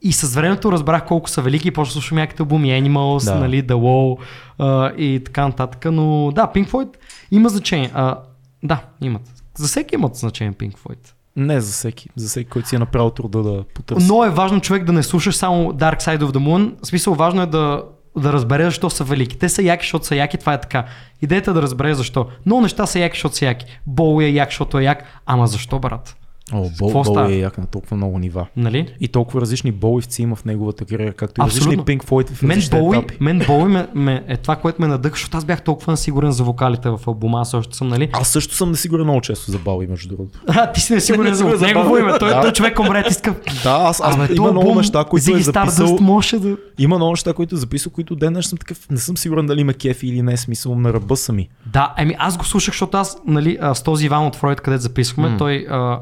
C: И с времето разбрах колко са велики и почнах да слушам някакви албуми, Animals,
A: Да.
C: да. нали, The Wall а, и така нататък. Но да, Pink Floyd има значение. А, да, имат. За всеки имат значение Pink Floyd.
A: Не за всеки, за всеки, който си е направил труда да потърси.
C: Но е важно човек да не слушаш само Dark Side of the Moon. В смисъл важно е да, да разбере защо са велики. Те са яки, защото са яки, това е така. Идеята е да разбере защо. Много неща са яки, защото са яки. Бол е як, защото е як. Ама защо, брат?
A: О,
C: Какво
A: Бол, Бол
C: става?
A: е як на толкова много нива.
C: Нали?
A: И толкова различни болевци има в неговата кариера, както и
C: Абсолютно.
A: различни Pink Floyd в
C: Мен
A: различни
C: Боуи,
A: етапи.
C: мен Боуи ме, ме, е това, което ме надъхва, защото аз бях толкова сигурен за вокалите в албума, аз още съм, нали?
A: Аз също съм несигурен много често за Боуи, между другото.
C: А, ти си несигурен за от
B: Забавно.
C: негово име. Той,
A: Да.
C: той човек умре, ти иска.
A: Да, аз, аз
C: Абе,
A: има
C: този
A: много
C: албум
A: неща, които
C: Ziggy
A: е записал.
C: Stardust можеше да...
A: Има много неща, които е записал, които ден днес съм такъв. Не съм сигурен дали ме кефи или не, смисъл на ръба са ми.
C: Да, еми аз го слушах, защото аз нали, а, с този Иван от Фройд, където записвахме, mm. той, а,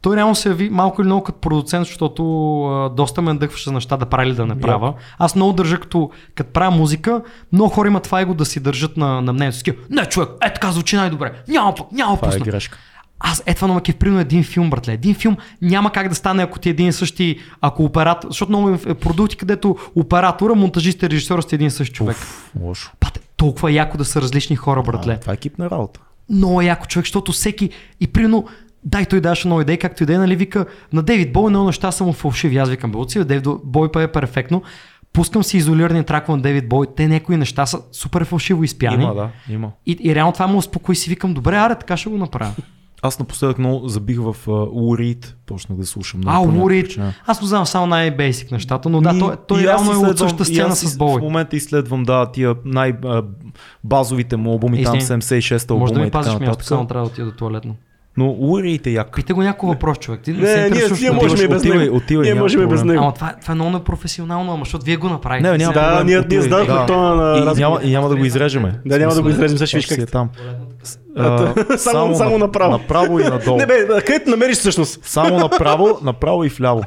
C: той реално се яви малко или много като продуцент, защото а, доста ме надъхваше за неща да прави или да не правя. Аз много държа като, като правя музика, много хора имат това и го да си държат на, на мнението. Си такива, не човек, е така звучи най-добре, няма пък, няма
A: Това е
C: пусна.
A: грешка.
C: Аз е това на Макев примерно един филм, братле. Един филм няма как да стане, ако ти е един и същи, ако оператор, защото много е продукти, където оператора, монтажист и режисьор сте един и същ човек.
A: Лошо.
C: Пате, толкова яко да са различни хора, братле
A: А, това е екипна работа.
C: много яко човек, защото всеки и прино дай той даваше нова идея, както и да е, нали, вика, на Дейвид Бой много неща са му фалшиви, аз викам, бълци, Дейвид Бой па е перфектно, пускам си изолирани тракове на Дейвид Бой, те някои неща са супер фалшиво изпяни.
A: Има, да, има.
C: И, и реално това му успокои си, викам, добре, аре, така ще го направя.
A: Аз напоследък много забих в Урит, почнах да слушам. много
C: а,
A: по някаква
C: Лурид,
A: причина.
C: аз го знам само най-бейсик нещата, но да,
A: Ми,
C: той, той
A: и аз
C: реално е от
A: изследвам-
C: същата
A: и
C: сцена
A: аз
C: с
A: из-
C: Бой.
A: В момента изследвам, да, тия най-базовите му албуми, там
C: Истина.
A: 76 албума
C: Може да
A: и
C: ми
A: така
C: пазиш място,
A: нататък.
C: само трябва да отида до туалетно.
A: Но Урит е як.
C: Питай го някой въпрос, човек. Ти не,
B: Не,
C: се
B: ние-
C: интересуваш.
B: ние
C: но-
B: можем и без
A: отивай,
B: него.
A: отивай,
B: Ние
A: няма
B: можем и без
A: проблем.
B: него.
C: Ама това, това е много непрофесионално, ама защото вие го направите.
A: Не, няма
B: Да,
A: проблем,
B: ние- ние
A: отивай.
B: знаехме
A: Да.
B: тона на
A: И
B: разговора.
A: няма, и няма да го изрежеме.
B: Да, няма да го
A: В смисъл,
B: изрежем, сега ще видиш
A: си
B: как-
A: е там.
B: Ето,
A: А,
B: само- само направо.
A: Направо и надолу.
B: Не бе, да, където намериш всъщност?
A: Само направо, направо и вляво.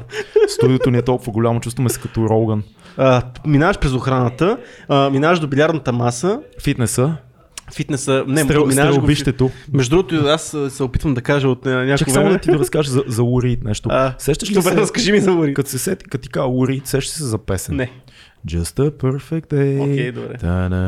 A: Студиото ни е толкова голямо, чувстваме се като Роган.
B: А, минаваш през охраната, а, минаваш до билярдната маса,
A: Фитнеса,
B: фитнеса, не,
A: стрел,
B: минаваш го в-
A: стрелбището.
B: Между другото, аз а, се опитвам да кажа от а,
A: Чакай
B: някакво
A: само да
B: време.
A: ти да разкажа за, за Урит нещо.
B: А,
A: Сещаш ли
B: Добре,
A: се?
B: разкажи ми за Лури.
A: Като се сети, като ти кажа Урит, сещаш ли се за песен?
B: Не.
A: Just a perfect day.
B: Окей, добре.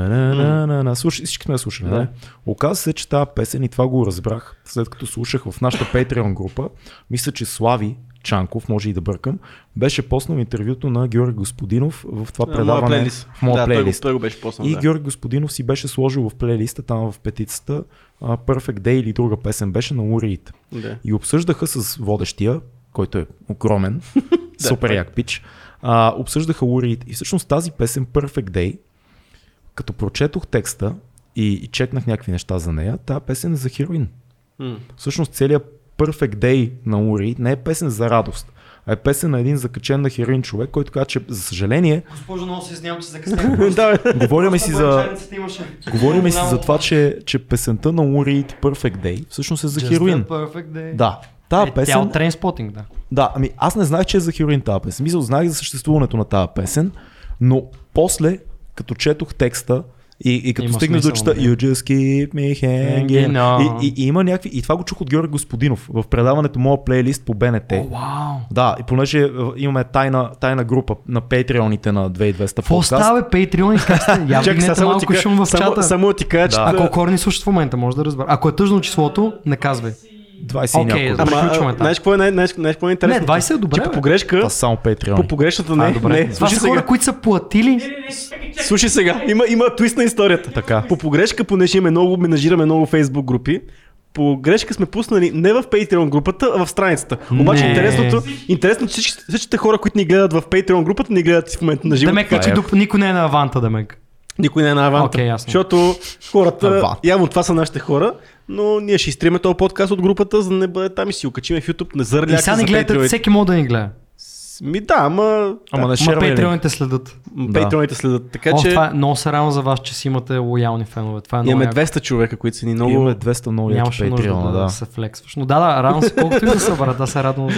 A: Та-на-на-на-на-на. Слушай, всички сме я слушали,
B: Да.
A: да. Оказва се, че тази песен и това го разбрах, след като слушах в нашата Patreon група. Мисля, че Слави Чанков, може и да бъркам, беше поснал интервюто на Георги Господинов в това
B: А, моя
A: предаване.
B: плейлист.
A: В моя
B: да, той го,
A: плейлист.
B: той го беше поснал.
A: И
B: да.
A: Георги Господинов си беше сложил в плейлиста, там в петицата, а, Perfect Day или друга песен беше на Уриит.
B: Да.
A: И обсъждаха с водещия, който е огромен, супер як пич, а, обсъждаха Уриит. И всъщност тази песен Perfect Day, като прочетох текста и, и чекнах някакви неща за нея, тази песен е за хероин.
B: М.
A: Всъщност целият Perfect Day на Уриит не е песен за радост, а е песен на един закачен на хероин човек, който каза, че за съжаление,
C: Госпожо, много се извинявам, че закъснях.
B: Да, бе.
A: говорим си за...
C: Имаше...
A: Говорим си за това, че, че песента на Уриит Perfect Day всъщност е за хероин. Да. Та
C: Е, тя
A: песен
C: от Трейнспотинг, да.
A: Да, ами аз не знаех, че е за хероин тази песен. Мисля, знаех за съществуването на тази песен, но после, като четох текста и, и като
C: Има
A: стигнах до
C: смисъл,
A: чета
C: да.
A: You just keep me hanging.
C: Hanging on.
A: И, и, и, има някакви... И това го чух от Георги Господинов в предаването моя плейлист по БНТ.
C: О, вау.
A: Да, и понеже е, имаме тайна, тайна група на патреоните на 2200
C: Какво става, бе, Patreon и как сте? Я
B: сега
C: вдигнете
B: ти
C: малко
B: кажа-
C: шум в
B: само-
C: чата.
B: Само да ти кажа, че...
A: Да.
C: А колко хора ни слушат в момента, може да разбера. Ако е тъжно числото, не казвай.
A: 20 и
C: Окей,
A: няколко.
C: да.
A: Ама...
B: Ама, а,
C: Приключваме там.
B: знаеш какво е най- знаеш- знаеш какво е
C: Не,
B: интересно?
C: 20 е добре,
B: Че по
C: бе.
B: погрешка,
A: Това са само
B: по
A: патреони.
B: погрешната не,
A: А, добре.
B: не.
C: Това
B: Слушай
C: са хора,
B: сега.
C: които са платили.
E: Не, не, чакай, чакай.
B: Слушай сега, има, има твист на историята.
A: Така.
B: По погрешка, понеже имаме много, менажираме много фейсбук групи, по грешка сме пуснали не в Patreon групата, а в страницата. Обаче
C: Не.
B: интересното, интересно, че всички- всичките хора, които ни гледат в Patreon групата, ни гледат в момента на живо.
C: Да ме
B: Така е.
C: качи, доп- никой не е на аванта, да ме.
B: Никой не е на аванта.
C: Окей, ясно.
B: Защото хората,
A: Авант.
B: явно това са нашите хора, но ние ще изтриме този подкаст от групата, за да не бъде там и си окачиме в YouTube. Не зарляка
C: И сега ни
B: за
C: гледат,
B: Patreon.
C: всеки мога да ни гледа.
B: Ми да, ама...
A: Ама не
C: Ма
A: шервали. ли?
C: Patreoните следят.
A: Да.
B: Пейтроните следят. Така
C: О,
B: че
C: това е много се радвам за вас, че си имате лоялни фенове. Това е много
B: имаме
C: яко.
B: 200 човека, които са ни много...
A: Имаме 200 много яки
C: Нямаше нужда да,
A: патреона, да.
C: да. се флексваш. Но да, да, радвам се колкото и да събрат. Аз се радвам за...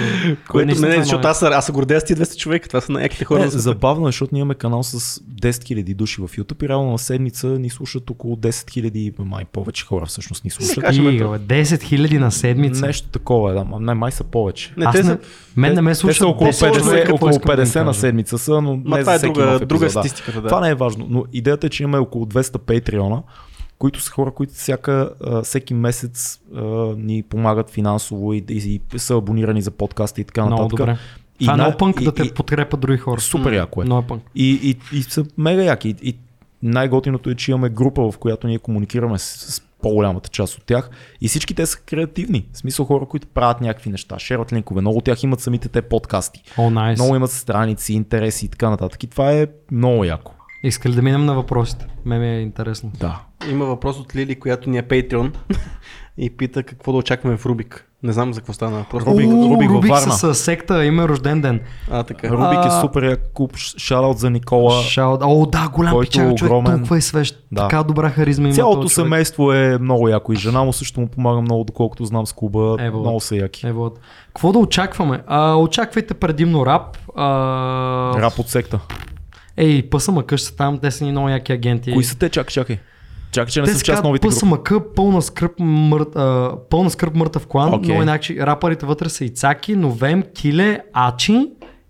B: Което
C: Наистина
B: не, не,
C: това е
B: защото
C: моят.
B: аз, аз се гордея с тия 200 човека, това са най-яките хора.
A: Не,
B: на света.
A: забавно е, защото ние имаме канал с 10 000 души в YouTube и реално на седмица ни слушат около 10 000, май повече хора всъщност ни слушат.
B: кажем
C: И, бе, 10 хиляди на седмица.
A: Нещо такова е, да, ма- не, май са повече.
B: Не,
C: аз
B: те
C: не,
B: са-
C: мен не ме
A: Те
C: слушат
A: са около
C: 10 човека,
A: 50,
C: какво
A: около
C: искам да им
A: 50 на
C: кажа.
A: седмица са, но
B: Ма
A: не
B: това е
A: за всеки
B: друга-
A: нов епизод,
B: друга
A: да.
B: статистиката, да.
A: Това не е важно, но идеята е, че имаме около 200 патреона, които са хора, които всяка, а, всеки месец а, ни помагат финансово и, и, и са абонирани за подкаста и така
C: Много
A: нататък.
C: добре.
A: И
C: Това е
A: на-
C: много пънк
A: и-
C: да те
A: и-
C: подкрепят други хора.
A: Супер яко е.
C: Много е пънк.
A: И, и, и са мега яки. И най-готиното е, че имаме група, в която ние комуникираме с, с по-голямата част от тях. И всички те са креативни. В смисъл хора, които правят някакви неща, шерват линкове. Много от тях имат самите те подкасти.
C: О, найс.
A: Много имат страници, интереси и така нататък. И това е много яко.
C: Искали да минем на въпросите. Ме ми е интересно.
A: Да.
B: Има въпрос от Лили, която ни е Patreon и пита какво да очакваме в Рубик. Не знам за какво стана въпрос.
A: Рубик-
C: Уу,
A: Рубик във
C: Рубик
A: Варна.
C: с секта, има рожден ден.
B: А, така.
A: Рубик
C: А-
A: е супер як клуб. Ш- Шараут за Никола.
C: Шао, о, да, голям
A: Който
C: печал човек,
A: огромен-
C: толкова е свещ.
A: Да.
C: Така добра харизма има
A: Цялото
C: този човек.
A: семейство е много яко и жена му също му помага много, доколкото знам с клуба.
C: Е, вот.
A: много са яки.
C: Е, вот. Какво да очакваме? А, очаквайте предимно рап. А...
A: Рап от секта.
C: Ей, пъсама къща там, те са ни много яки агенти.
A: Кои са те? Чакай, чакай. Чакай, че не
C: Те
A: съм
C: са
A: в част
C: казват
A: новите групи.
C: ПСМК, пълна скръп, мър... а, пълна скръп мъртъв клан,
A: Окей.
C: okay. но иначе рапарите вътре са Ицаки, Новем, Киле, Ачи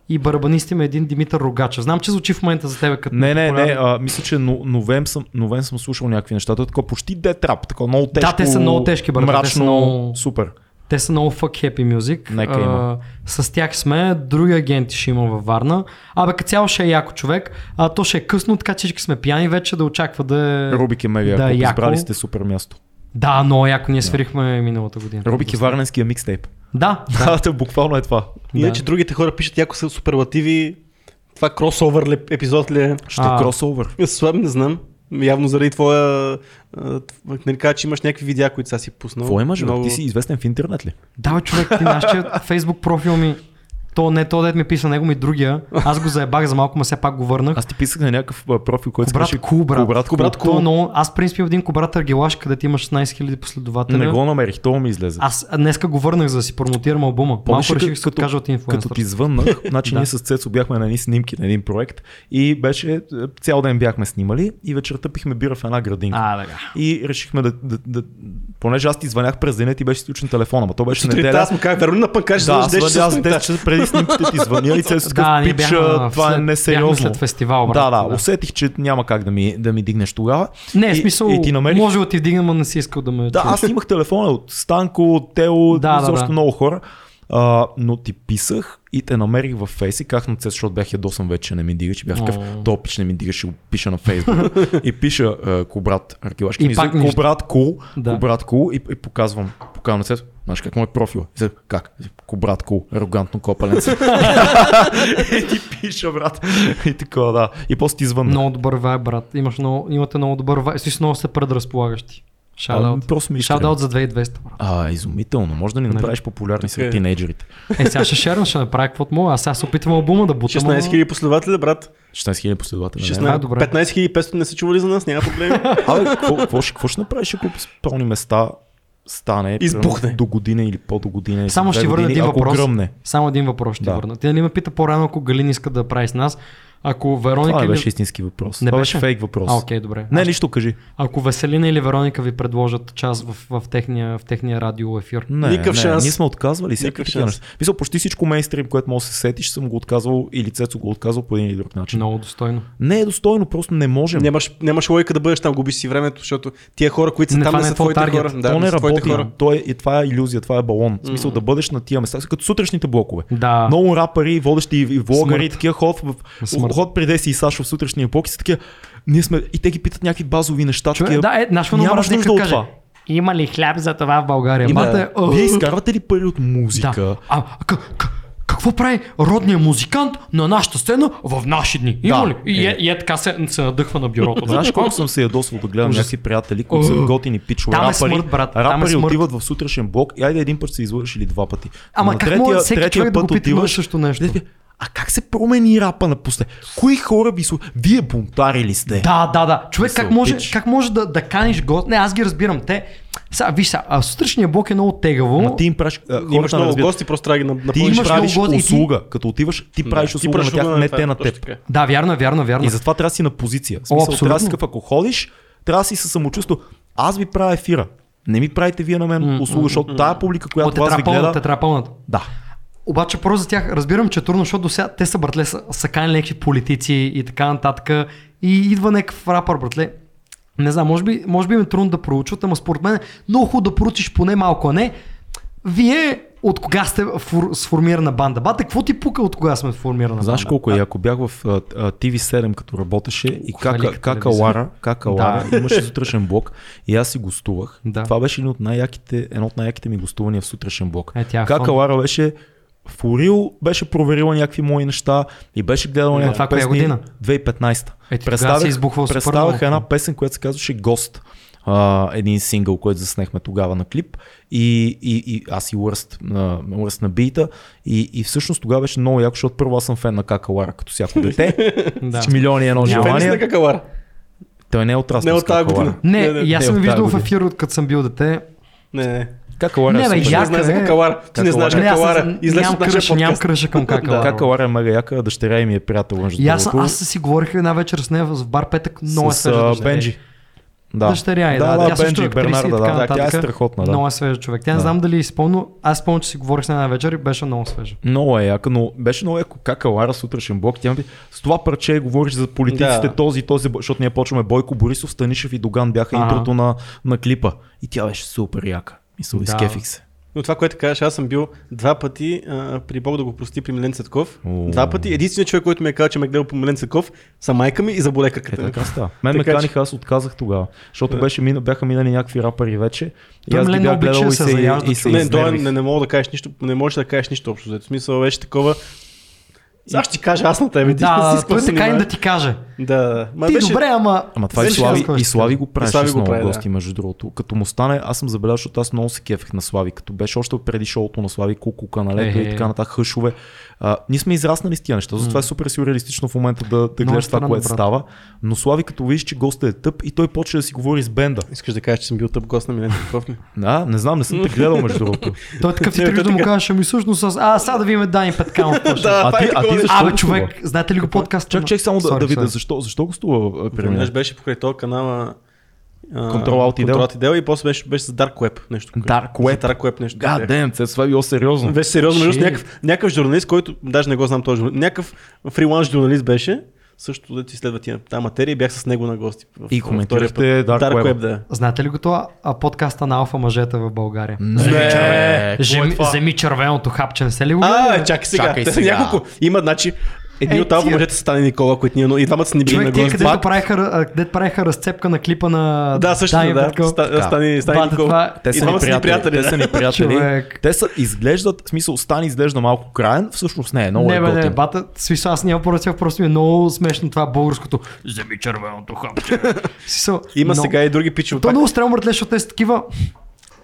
C: и барабанист им е един Димитър Рогачев. Знам, че звучи в момента за тебе като...
A: Не, не, не,
C: популярен.
A: а, мисля, че но- новем съм, новем съм слушал някакви неща. Той е такова почти детрап, такова много тежко.
C: те са много тежки, брат, те са
A: Мрачно,
C: много-
A: супер.
C: Те са много fuck happy music.
A: Нека има.
C: А, с тях сме, други агенти ще има във Варна. Абе, като цяло ще е яко човек. А, то ще е късно, така че всички сме пияни вече да очаква да е...
A: Рубик е мега,
C: да,
A: да,
C: яко.
A: избрали сте супер място.
C: Да, много яко, ние свирихме миналата година.
A: Рубик е варненския микстейп.
C: Да,
A: Да, да, буквално е това.
B: Иначе другите хора пишат яко са суперлативи. Това кросовър ли, епизод ли е?
A: Ще
C: А.
A: е кросовър.
B: Слаб не знам. Явно заради твоя... а, т- Нали кажа, че имаш някакви видеа, които сега си пуснал.
A: Какво имаш, бе? Ти си известен в интернет ли?
C: Да, бе, човек, ти знаеш, че фейсбук профил ми, то не то, дед ми писа, него ми другия. Аз го заебах за малко, ма все пак го върнах.
A: Аз ти писах на някакъв а, профил, който се
C: Кобрат
A: казваше
C: Кул, брат.
A: Кобрат Кул.
B: Кобрат
C: То, но аз в принцип имам един кобрат Аргелаш, къде ти имаш 16 000 последователи.
A: Не го намерих, то ми излезе.
C: Аз днеска го върнах, за да си промотирам албума.
A: Помниш
C: Малко
A: ли
C: реших да се
A: като-
C: откажа от
A: Като
C: инфлуенсър.
A: ти звъннах, значи
C: Да.
A: ние с Цецо бяхме на едни снимки на един проект и беше е, цял ден бяхме снимали и вечерта пихме бира в една градинка.
C: А, да. га.
A: И решихме да, да, да, понеже аз ти звънях през деня, ти беше изключен телефона, ма то беше
B: Сутринта
A: неделя.
B: аз му казах, верно на пънка, ще
A: да, аз
B: дойдеш
A: звъня аз 10
B: сутринта.
A: часа преди снимките ти звъня и се
C: Да,
A: да,
C: ние бяхме
A: пича, това е
C: след-
A: несериозно.
C: бяхме след фестивал, брат.
A: да, да,
C: Да.
A: усетих, че няма как да ми, да ми дигнеш тогава.
C: Не, в
A: и,
C: смисъл,
A: и ти намерих...
C: може да ти вдигна, но не си искал да ме
A: Да,
C: чуеш.
A: аз имах телефона от Станко, от Тео,
C: Да,
A: да,
C: да,
A: също
C: да.
A: много хора. А, но ти писах и те намерих във фейс и как на цес, защото бях ядосан вече, че не ми дигаш. И бях такъв,
C: О.
A: то пич не ми дигаш, ще го пиша на Фейсбук. и пиша е, Кобрат Аркелашки.
C: И
A: внизу,
C: пак нищо.
A: Кобрат Кул,
C: Да.
A: Кобрат Кул и, и показвам, показвам на цес. Знаеш как му е профила? И се, как? И се, Кобрат Кул, арогантно копаленце. и ти пиша, брат. И такова, да. И после ти звънна.
C: Много добър вай, брат. Имаш много, имате много добър вай. Си много се предразполагащи. Шадаут.
A: Ами, просто ми е
C: Шадаут за 2200, брат.
A: А, изумително. Може да ни направиш популярни
B: Така е.
A: сред тинейджерите.
C: Е, сега ще шерна, ще направя каквото мога. Аз сега се опитвам албума да бутам.
B: 16
C: ама-
B: 000 последователя, брат.
A: 16 000 последователи. нали?
B: 16,
C: добре.
B: 15 500 не са чували за нас, няма проблем.
A: Абе, какво, какво, ще- какво ще направиш, ако с пълни места стане
B: Избухне.
A: примерно, до година или по-до година? или
C: Само
A: след
C: ще ти
A: две
C: върна
A: години,
C: един
A: ако
C: въпрос.
A: Гръмне.
C: Само един въпрос ще ти
A: Да.
C: върна. Ти нали ме пита по-рано, ако Галин иска да прави с нас. Ако
A: Това
C: Вероника
A: не
C: или...
A: беше истински въпрос.
C: Не
A: Това
C: беше?
A: беше фейк въпрос.
C: А, окей, добре.
A: Не,
C: Аз-
A: нищо кажи.
C: Ако Веселина или Вероника ви предложат част в, в, техния, в техния радио ефир.
A: Не,
B: Никакъв
A: не,
B: шанс.
A: Ние сме отказвали
B: Никакъв
A: всякакви такива
B: шанс.
A: неща. Мисля, почти всичко мейнстрим, което може да се сетиш, съм го отказвал или Цецо го е отказал по един или друг начин.
C: Много достойно.
A: Не е достойно, просто не можем.
B: нямаш, нямаш логика да бъдеш там, губиш си времето, защото тия хора, които са
C: Не,
B: там,
C: това
B: не
C: не е
B: са
C: твой
B: твоите
C: таргет.
B: хора.
A: То
B: не
A: не
B: са твоите
A: работи.
B: хора.
A: То е, и това е иллюзия, това е балон. В смисъл да бъдеш на тия места, като сутрешните блокове.
C: Да.
A: Много рапъри, водещи и- и влогъри,
C: Смърт.
A: и такива ход в
C: Смърт.
A: ход при Деси и Сашо в сутрешния блок и са такива. Ние сме, и те ги питат някакви базови неща.
C: Човек,
A: такива,
C: да, е, наш
A: нямаш нужда от това.
C: Има ли хляб за това в България?
A: Има-
C: Бате, а,
A: Вие изкарвате ли пари от музика?
C: Да. А, к- к- какво прави родният музикант на нашата сцена в наши дни? Има
A: Да.
C: ли? И е,
A: Е.
C: и е така се, се надъхва на бюрото.
A: Знаеш колко съм се ядосвал да гледам
C: Ужас.
A: някакви приятели, които са
C: Ugh.
A: готини пичове.
C: Там е
A: рапъри,
C: смърт, брат, там е
A: рапъри
C: смърт.
A: отиват в сутрешен блок и айде един път се излъжеш или два пъти.
C: Ама
A: На
C: как може всеки човек да го пита
A: отиваш-
C: същото нещо?
A: Дето, А как се промени рапа напусне? Кои хора ви слушат? Вие бунтари ли сте?
C: Да, да, да. Човек,
A: Е, Да се
C: как може,
A: опич.
C: как може да, да каниш гот? Не, аз ги разбирам. Те. Сега, виж, сега, а, сутрешния блок е много тегаво.
A: Ма ти им праш... а, хората
B: Имаш
A: не
B: много
A: разбират.
B: гости, просто трябва да ги нап-
A: Ти
B: напълниш.
A: им
C: Имаш
A: правиш
C: много гости и ти-
A: услуга. Като отиваш, ти правиш услуга на тях, не те на теб.
C: Да, вярно, е, вярно, е, вярно.
A: И
C: е.
A: затова трябва да си на позиция. В Смисъл,
C: абсолютно.
A: трябва да си такъв, ако ходиш, трябва да си със самочувство. Аз ви правя ефира. Не ми правите вие на мен услуга, защото тая публика,
C: О,
A: която
C: те
A: аз ви
C: трябва пълната, те
A: гледа...
C: трябва пълната.
A: Да.
C: Обаче просто за тях разбирам, че е трудно, защото сега те са братле, са, са канили някакви политици и така нататък. И идва някакъв рапър, братле. Не знам, може би, може би им е трудно да проучват, ама според мен е много хубаво да проучиш поне малко, а не. Вие от кога сте фур, сформирана банда. Бате, какво ти пука от кога сме сформирана
A: Знаеш
C: банда?
A: колко е яко? Бях в а, а, TV7, като работеше и
C: Ух,
A: кака,
C: велика
A: кака
C: телевизия.
A: Лара, кака
C: Да.
A: Лара имаше сутрешен блок и аз си гостувах.
C: Да.
A: Това беше едно от най-яките, едно от най-яките ми гостувания в сутрешен блок.
C: Е, тя е
A: кака
C: фон.
A: Лара беше Фурил беше проверила някакви мои неща и беше гледала
C: Да,
A: някакви
C: Е, това коя
A: песни.
C: година?
A: 2015.
C: Е, ти тогава се избухвал супер
A: представях
C: много.
A: една песен, която се казваше Гост. А, един сингъл, който заснехме тогава на клип и, и, и аз и Уръст, на, Уръст на бита и, и всъщност тогава беше много яко, защото първо аз съм фен на Какалара, като всяко дете,
C: Да.
A: с милиони и едно
C: Няма. е.
B: Фен ли си на
A: желание.
B: какалар?
A: Той не е отрасъл
B: Не
A: с
B: от тази
A: Какалара.
B: година.
C: Не,
B: Не, не,
C: и аз
A: не
C: съм
A: от
C: ви
A: тази
C: виждал в
A: година.
C: ефир, от като съм бил дете.
B: Не, не, не.
A: Какалара
C: Не,
A: е
C: бе,
A: супер.
B: Не
C: яко.
B: знаеш за
C: е.
B: какалар. Ти не знаеш
C: Не, аз
B: какалара. Излез
C: нямам
B: от нашия
C: кръж, нямам
B: подкаст.
C: кръжа към какалара.
A: Какалара е мега яка, дъщеря ми е приятел между
C: И аз,
A: другото.
C: аз си говорих една вечер с нея в бар петък, много е
A: с а,
C: свежа дъщеря.
A: Бенджи. Да.
C: Дъщеря е,
A: да,
C: да.
A: да,
C: тя също е
A: Бенджи,
C: актриса и
A: Бернарда,
C: така
A: да, да, тя е
C: нататък.
A: страхотна, да.
C: Много е свежа човек. Тя не
A: Да.
C: знам дали изпълно, аз помня, че си говорих с нея една вечер и беше много свежа.
A: Много е яка, но беше много яко как Алара сутрешен блок. Тя ми пи- с това парче говориш за политиците,
B: Да.
A: този и този, бо- защото ние почваме Бойко Борисов, Станишев и Доган бяха
C: Ага.
A: интрото на, на клипа. И тя беше супер яка. Мисля,
C: Да.
A: изкефих се.
B: Но това, което кажеш, аз съм бил два пъти, а, при Бог да го прости, при Милен Цветков.
A: О.
B: Два пъти. Единственият човек, който ми е казал, че ме е гледал по Милен Цветков, са майка ми и нали? заболе
A: Е,
B: краката ми.
A: така става. Мен ме
B: Така че-
A: каниха, аз отказах тогава, защото беше мина, бяха минали някакви рапъри вече. И
C: Той
A: аз ги
C: Милен не
A: бях
C: обича
A: гледал
C: да
A: и
C: се
A: се,
C: заяжда,
A: и се
C: човек.
B: Не, той е
A: изнервих.
B: не, не мога да кажеш нищо, не можеш да кажеш нищо общо. взето. В смисъл беше такова. Аз ще ти кажа аз на
A: Ами,
B: тебе. Ти
C: Да,
B: си
C: да, той така им да ти каже.
B: Да, да. Ма
C: Ти
B: беше-
C: добре, ама...
A: Ама това и
B: Беше
A: Слави,
C: разкош.
A: и Слави го
B: И
A: правеше
B: Слави
A: с
B: го
A: много
B: прави, да.
A: гости, между другото. Като му стане, аз съм забелязал, защото аз много се кефех на Слави, като беше още преди шоуто на Слави, Кукука, на лето
C: Е, е,
A: и
C: е.
A: така нататък, хъшове. А, ние сме израснали с тия неща, затова е супер сюрреалистично в момента да, да гледаш това,
C: странно,
A: което
C: брат.
A: става. Но Слави, като видиш, че гостът е тъп и той почва да си говори с бенда.
B: Искаш да кажеш, че съм бил тъп гост на Милен Цветков ми.
A: А, не знам, не съм те гледал, между другото.
C: Той такъв
A: е
C: ти
B: Не,
C: тръгва
B: той
C: да му
B: така.
C: кажеш, ами всъщност аз... А, сега да видим Дани Петканов. какво ще е.
B: Да,
A: А
B: това
A: ти,
B: е
A: а
B: такова
A: ти
B: нещо.
A: защо?
C: Абе,
A: го
C: човек,
A: струва?
C: знаете ли го подкаста?
A: Чак, чак само да,
C: Sorry,
A: да видя
C: sorry.
A: защо, защо го стува а, при мен.
B: Веднъж беше покрай този канала а,
A: Control Alt и Del.
B: Control Alt и Del и после беше, беше с Dark Web нещо.
A: Dark Web.
B: За Dark Web нещо.
A: God
B: да.
A: damn, това е било сериозно.
B: Беше сериозно, между
A: Shit.
B: някакъв, някакъв журналист, който даже не го знам този журналист, някакъв фриланс журналист беше, също да ти следва тия тази материя, бях с него на гости. в-
A: И
B: в-
A: коментирахте
B: втория път.
A: Dark Web.
B: да.
C: Знаете ли го това а, подкаста на алфа мъжете в България?
A: Не,
C: Жеми, земи червеното хапче, не се ли го
B: А, е,
C: гледали?
B: чакай сега.
A: Чакай
B: Те са
A: сега.
B: няколко. Има, значи,
C: Е,
B: един от алфа
C: тия-
B: мъжете са Стани Никола, които ние, но и двамата са ни били на
C: Човек, тия
B: гости.
C: където
B: Пак-
C: правиха, а, където правиха разцепка на клипа на
B: Да, също
C: Дани
B: да.
C: Петков.
B: Ста-
A: Така.
B: Стани, Стани
C: Бате,
B: Никола.
C: това-
A: Те са,
B: И
A: ни
B: двамата
A: приятели, те
B: да.
A: са ни приятели.
C: Човек.
A: те са изглеждат, в смисъл Стан изглежда малко краен, всъщност не е много
C: не,
A: е
C: бе, не,
A: готин.
C: бата, свисо, аз няма поръчах, просто ми е много смешно това българското. Земи червеното хапче. Свисо,
B: Има
C: много-
B: сега и други пичове.
C: То е
B: пак.
C: много стрелно, братле, защото те са такива...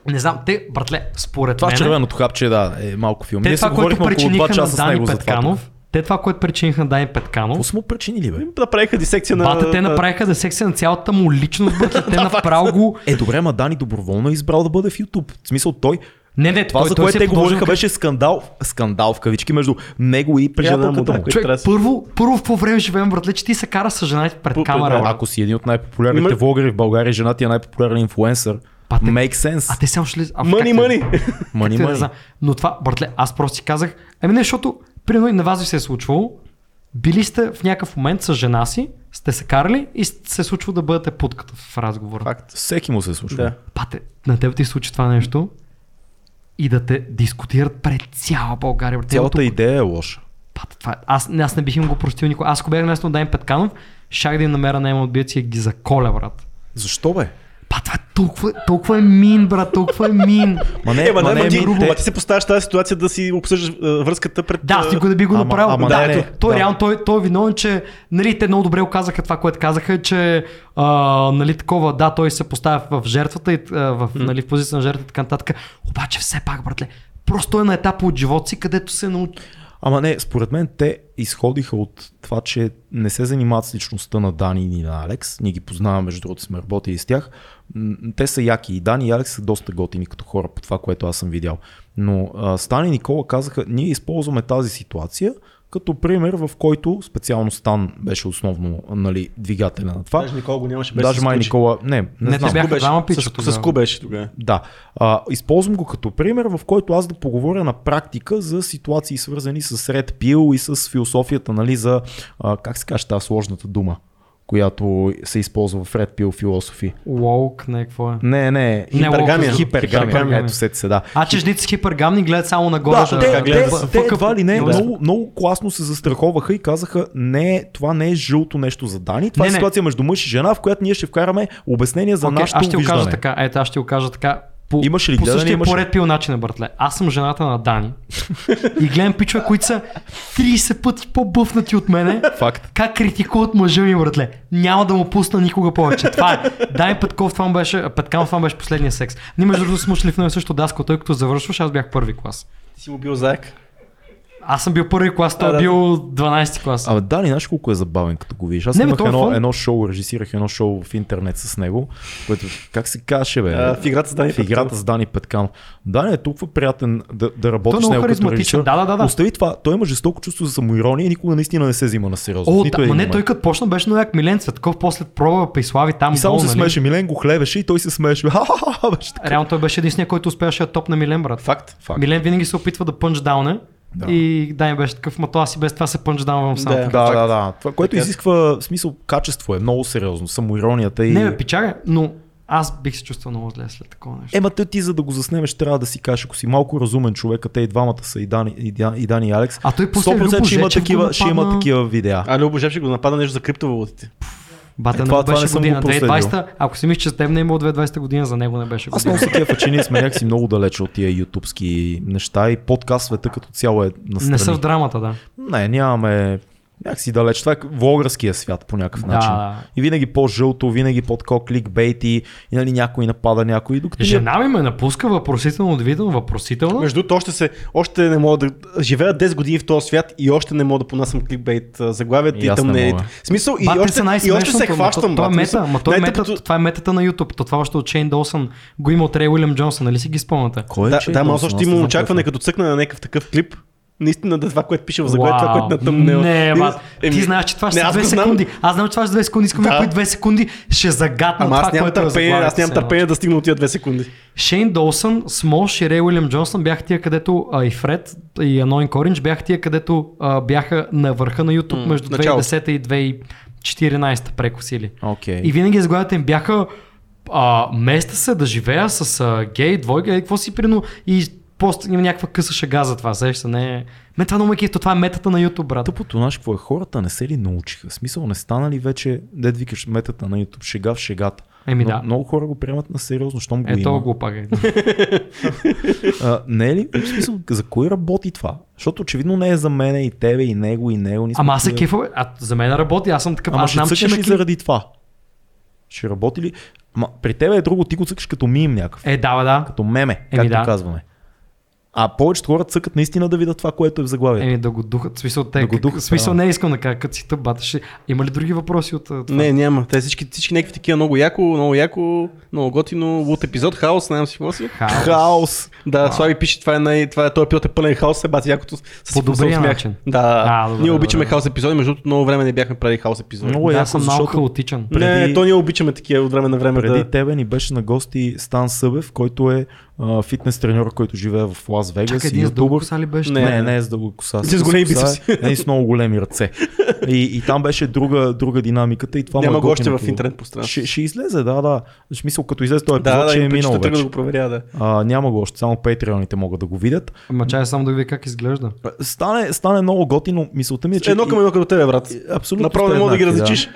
C: Не знам, те, братле, според
A: Това
C: мен...
A: червеното хапче, да, е малко филм.
C: те
A: Ние си
C: това, което
A: говорихме около
C: причиниха
A: 2
C: на
A: часа с
C: Дани
A: него за това.
C: Петканов, те това, което причиниха на Дани Петканов,
A: Какво сме причинили, бе?
B: Направиха дисекция на...
C: Бата, те направиха десекция на цялата му личност, бата, те направо го...
A: Е, добре, ма Дани доброволно е избрал да бъде в YouTube. В смисъл той,
C: Не, не,
A: това
C: той,
A: за
C: той
A: което
C: се
A: те
C: е подложил
A: говориха
C: към-
A: беше скандал, скандал в кавички между него и
B: му,
A: приятелката
B: да,
A: му.
B: кой-
C: Човек,
B: трябва да се-
C: първо, първо в какво време живеем, братле, че ти се кара с жена ти пред
B: Пу-
C: камера.
B: да.
C: бе.
A: Ако си един от най-популярните
B: Има-
A: влогъри в България, жена ти е най-популярен инфлуенсър.
C: Пате-
A: Make sense.
C: А те само ще ли... а, как
B: Мъни,
C: те-
B: мъни.
A: Мани,
C: Ти не
A: мани.
C: знам. Но това, братле, аз просто си казах, ами не, защото, примерно и на вас ви се е случвало, били сте в някакъв момент с жена си, сте се карали и се е случвало да бъдете путката в разговора.
A: Всеки му се е случва.
B: Да.
C: Пате, на теб ти се случи това нещо и да те дискутират пред цяла България. Братле,
A: Цялата
C: тук-
A: идея е лоша.
C: Пата, това... е- Аз, не- аз не бих им го простил никога. Аз ако бях на място на Дайн Петканов, щях да им намеря на отбиец и ги заколя, брат.
A: Защо бе?
C: Па това е толкова, толкова е мин, брат, толкова е мин.
A: Ма не,
B: Е, ма,
A: ма
B: не,
A: не,
B: ма, ти,
A: ми- те-
B: ма ти се поставяш в тази ситуация да си обсъждаш а, връзката пред...
C: Да,
B: а,
C: аз никога не би го
A: Ама-
C: направил.
A: ама
C: да,
A: не, не.
C: ето, той
A: Да.
C: реално той, той е виновен, че нали, те много добре го казаха това, което казаха, че а, нали, такова, да, той се поставя в жертвата и а, в, нали, в позиция на жертвата и така нататък. Обаче все пак, братле, просто той е на етапа от живота си, където се е научи.
A: Ама не, според мен те изходиха от това, че не се занимават с личността на Дани и на Алекс. Ние ги познаваме, между другото сме работили с тях. М, Те са яки и Дани и Алекс са доста готини като хора по това, което аз съм видял. Но а, Стан и Никола казаха, ние използваме тази ситуация като пример, в който специално Стан беше основно нали, двигателя на това.
B: Даже Никола го нямаше без
A: Даже
B: да
A: май
B: се включи.
A: Никола... Не, не,
C: Не, те
A: знам.
C: бяха Бяха двама
B: С-
C: пича
B: С, с
C: тогава.
B: Ку беше тогава.
A: Да. А, използвам го като пример, в който аз да поговоря на практика за ситуации свързани с Red Pill и с философията, нали, за, а, как се каже тази сложната дума? която се използва в Red Pill Philosophy.
C: Лоук, не, какво е?
A: Не, не.
C: Не,
B: Хипергамия.
A: Хипергамия. Хипергамия.
C: Хипергамия.
A: Ето сете се, да.
C: А че жници хипергамни гледат само нагоре.
A: Да, те, те,
B: гледат.
A: те едва ли не
C: Да.
A: много, много класно се застраховаха и казаха, не, това не е жълто нещо за Дани, това
C: Не,
A: е
C: не.
A: ситуация между мъж и жена, в която ние ще вкараме обяснение за
C: Окей,
A: нашето
C: аз ще го
A: виждане.
C: кажа така. Ето, аз ще го кажа така. По,
A: Имаш ли
C: по
A: гледане,
C: същия
A: имаш ли?
C: поред пил начин, братле. Аз съм жената на Дани. и гледам пичове, които са 30 пъти по-бъфнати от мене.
A: Факт.
C: Как критикуват мъжа ми, братле. Няма да му пусна никога повече. Това е. Дани Петков, това му беше, а, Петканов, това му беше последния секс. Ние между другото сме учили в едно и също даско, тъй като завършваш, аз бях първи клас.
B: Ти си му бил заек.
C: Аз съм бил първи клас, той
B: А,
C: е
B: да.
C: бил 12 клас.
A: Абе, Дани, знаеш колко е забавен, като го видиш. Аз
C: Не, бе,
A: имах
C: той е
A: едно,
C: фан.
A: едно шоу, режисирах едно шоу в интернет с него, което, как се каже, бе?
B: А, Е, в играта с Дани
A: в играта
B: Петканов.
A: с Дани Петканов. Дани е толкова приятен да, да
C: Той
A: работи с
C: е много
A: него като
C: харизматичен.
A: режисьор.
C: Да, да, да, да.
A: Остави това. Той има жестоко чувство за самоирония и никога наистина не се взима на сериозно. в
C: О,
A: нито е
C: да,
A: един
C: ма не,
A: момент.
C: той като почна беше много як Милен Цветков, после пробва прислави там.
A: И само
C: долу,
A: се
C: нали?
A: смееше. Милен го хлебеше и той се смееше. Ха-ха-ха, беше така.
C: Реално той беше единствения, който успяваше да топне Милен, брат.
B: Е, Факт.
A: Факт.
C: Милен винаги се опитва да пънчдауне.
A: Да.
C: Да. И да, им беше такъв, ма то аз и без това се пънчдаунвам сам.
B: Да.
C: Да.
A: Да,
B: Факт.
A: да, да. Това, което
B: Така.
A: изисква в смисъл качество е много сериозно. Самоиронията и...
C: Не, бе, пичага, но аз бих се чувствал много зле след такова нещо.
A: Ема те ти за да го заснемеш трябва да си кажеш, ако си малко разумен човек, а те и двамата са и Дани и, Дани, и, Дани, и Алекс,
C: А той после
A: 100% ще има,
C: Любо Жечев го
A: такива, ще има
C: нападна.
A: такива видеа.
B: А Любо Жевчев го напада нещо за криптовалутите.
C: Бата не
A: е, това-
C: му
A: това не
C: беше
A: съм го
C: година.
A: проследил.
C: 2020, ако си мислиш, че с теб не е имало 2020 година, за него не беше
A: Аз
C: година.
A: много се кефа, че ние сме някакси много далече от тия ютубски неща и подкаст света като цяло е настрани.
C: Не са в драмата, да.
A: Не, нямаме някакси далеч. Това е влогърския свят по някакъв
C: Да,
A: начин.
C: да.
A: И винаги по-жълто, винаги под такова кликбейти, и нали някой напада някой, докато... ние-
C: Жена ми ме напуска въпросително, удивително, въпросително.
B: Между другото, още, се, още не мога да живея 10 години в този свят и още не мога да понасям кликбейт а, заглавията
A: И
B: и,
A: аз не
B: тъмнелите.
A: мога.
B: В Смисъл, и,
C: Бат, те
B: още,
C: са
B: и още се
C: най-смешното, ма
B: хващам.
C: То, то е
B: брат.
C: мета,
B: Мисъл,
C: ма то е
B: най-тъпото-
C: метата, това е метата на YouTube. То това още от Чейн Долсън го има от Рей Уилям Джонсън, нали си ги спомняте?
A: Кой е
B: Да,
A: Джей
B: да, ма аз
A: Долсон?
B: още
A: не
B: имам
A: знам
B: очакване,
A: кой е.
B: като цъкна на някакъв такъв клип, наистина да това, което пише в заглавието, това, което е на тъмнела.
C: Не,
B: И-
C: бат, ти
B: еми,
C: знаеш, че това
B: не,
C: ще са
B: аз
C: две
B: го знам.
C: секунди. Аз знам, че това ще са две секунди. Искам
B: Да.
C: да. две секунди ще загадна
B: Ама
C: това,
B: аз нямам
C: което е
B: търпение, аз
C: заглавието,
B: нямам
C: все едно.
B: търпение да стигна от тия две секунди.
C: Шейн Долсън, Смолш и Рей Уилям Джонсън бяха тия, където а, и Фред и Аноин Коринч бяха тия, където а, бяха на върха на YouTube
B: М,
C: между
B: началото.
C: 2010 и 2014 прекосили.
B: Е.
A: Окей.
C: И винаги заглавията им бяха а, места се да живея с а, гей, двойка, е, какво си прино и просто има някаква къса шега за това, сещаш се, не е... Мен това много ме кефи, то това е метата на YouTube, брат.
A: Тъпото наш, какво е, хората не се ли научиха? В Смисъл, не стана ли вече, дед викаш метата на YouTube, шега в шегата?
C: Еми
A: Но
C: да. Е,
A: Много хора го приемат на сериозно, щом го
C: Ето
A: има.
C: го пак.
A: А, не е ли? В смисъл, за кой работи това? Защото очевидно не е за мене и тебе, и него, и него. Ние сме
C: Ама аз се
A: такива-
C: кефа, бе. а за мен работи, аз съм такъв,
A: Ама
C: аз
A: ще
C: знам, че
A: цъкаш
C: ме
A: ли
C: кеф...
A: заради това? Ще работи ли? Ама при тебе е друго, ти го цъкаш като мим някакъв.
C: Е, да, бе, да.
A: Като меме, както
C: да.
A: казваме. А повечето хора цъкат наистина да видят това, което е в заглавието.
C: Еми да го духат, в смисъл те,
A: Да го
C: как-
A: духат,
C: в смисъл
A: да.
C: не искам да кажа, като си тъп, бата, ще... Има ли други въпроси от а, това?
B: Не, няма. Те всички, всички някакви такива много яко, много яко, много готино, лут епизод, хаос, не знам си какво си.
C: Хаос.
A: Хаос!
B: Да, Слави пише, това е, най- това е, този епизод е пълен хаос, е бати якото с- с
C: По добрия
B: смях.
C: начин.
B: Да,
C: А, добре,
B: ние
C: добре,
B: обичаме
C: добре.
B: хаос епизоди, между другото много време не бяхме правили хаос епизоди.
A: Много
C: О, да,
A: яко,
C: аз съм малко
A: защото
C: хаотичен.
A: преди-
B: Не, то ние обичаме такива от време на време.
A: Преди
B: да.
A: тебе ни беше на гости Стан Събев, който е а, фитнес треньор, който живее в Лас Вегас.
C: Чакай,
A: и
C: един с
A: ютубър.
C: дълго са ли беше?
A: Не, не,
B: не.
A: не е с дълга коса.
B: С големи
A: коса
B: бицепси.
A: е, Не, и с много големи ръце. И, и там беше друга, друга динамиката и това му е
B: Няма го още
A: готиното.
B: в интернет пространство.
A: Ще, ще излезе, да, да. В смисъл, като излезе този епизод,
B: Да, да,
A: че е
B: и ще
A: минал
B: тръгна да
A: вече.
B: го проверя, да.
A: А, няма го още, само патреоните могат да го видят.
C: Ма чай само да видя как изглежда.
A: Стане, стане много готино. Мисълта ми е, че...
B: Едно към едно като тебе, брат.
A: и- Абсолютно.
B: Направо
A: сте
B: не мога да ги
A: еднакви,
B: различиш.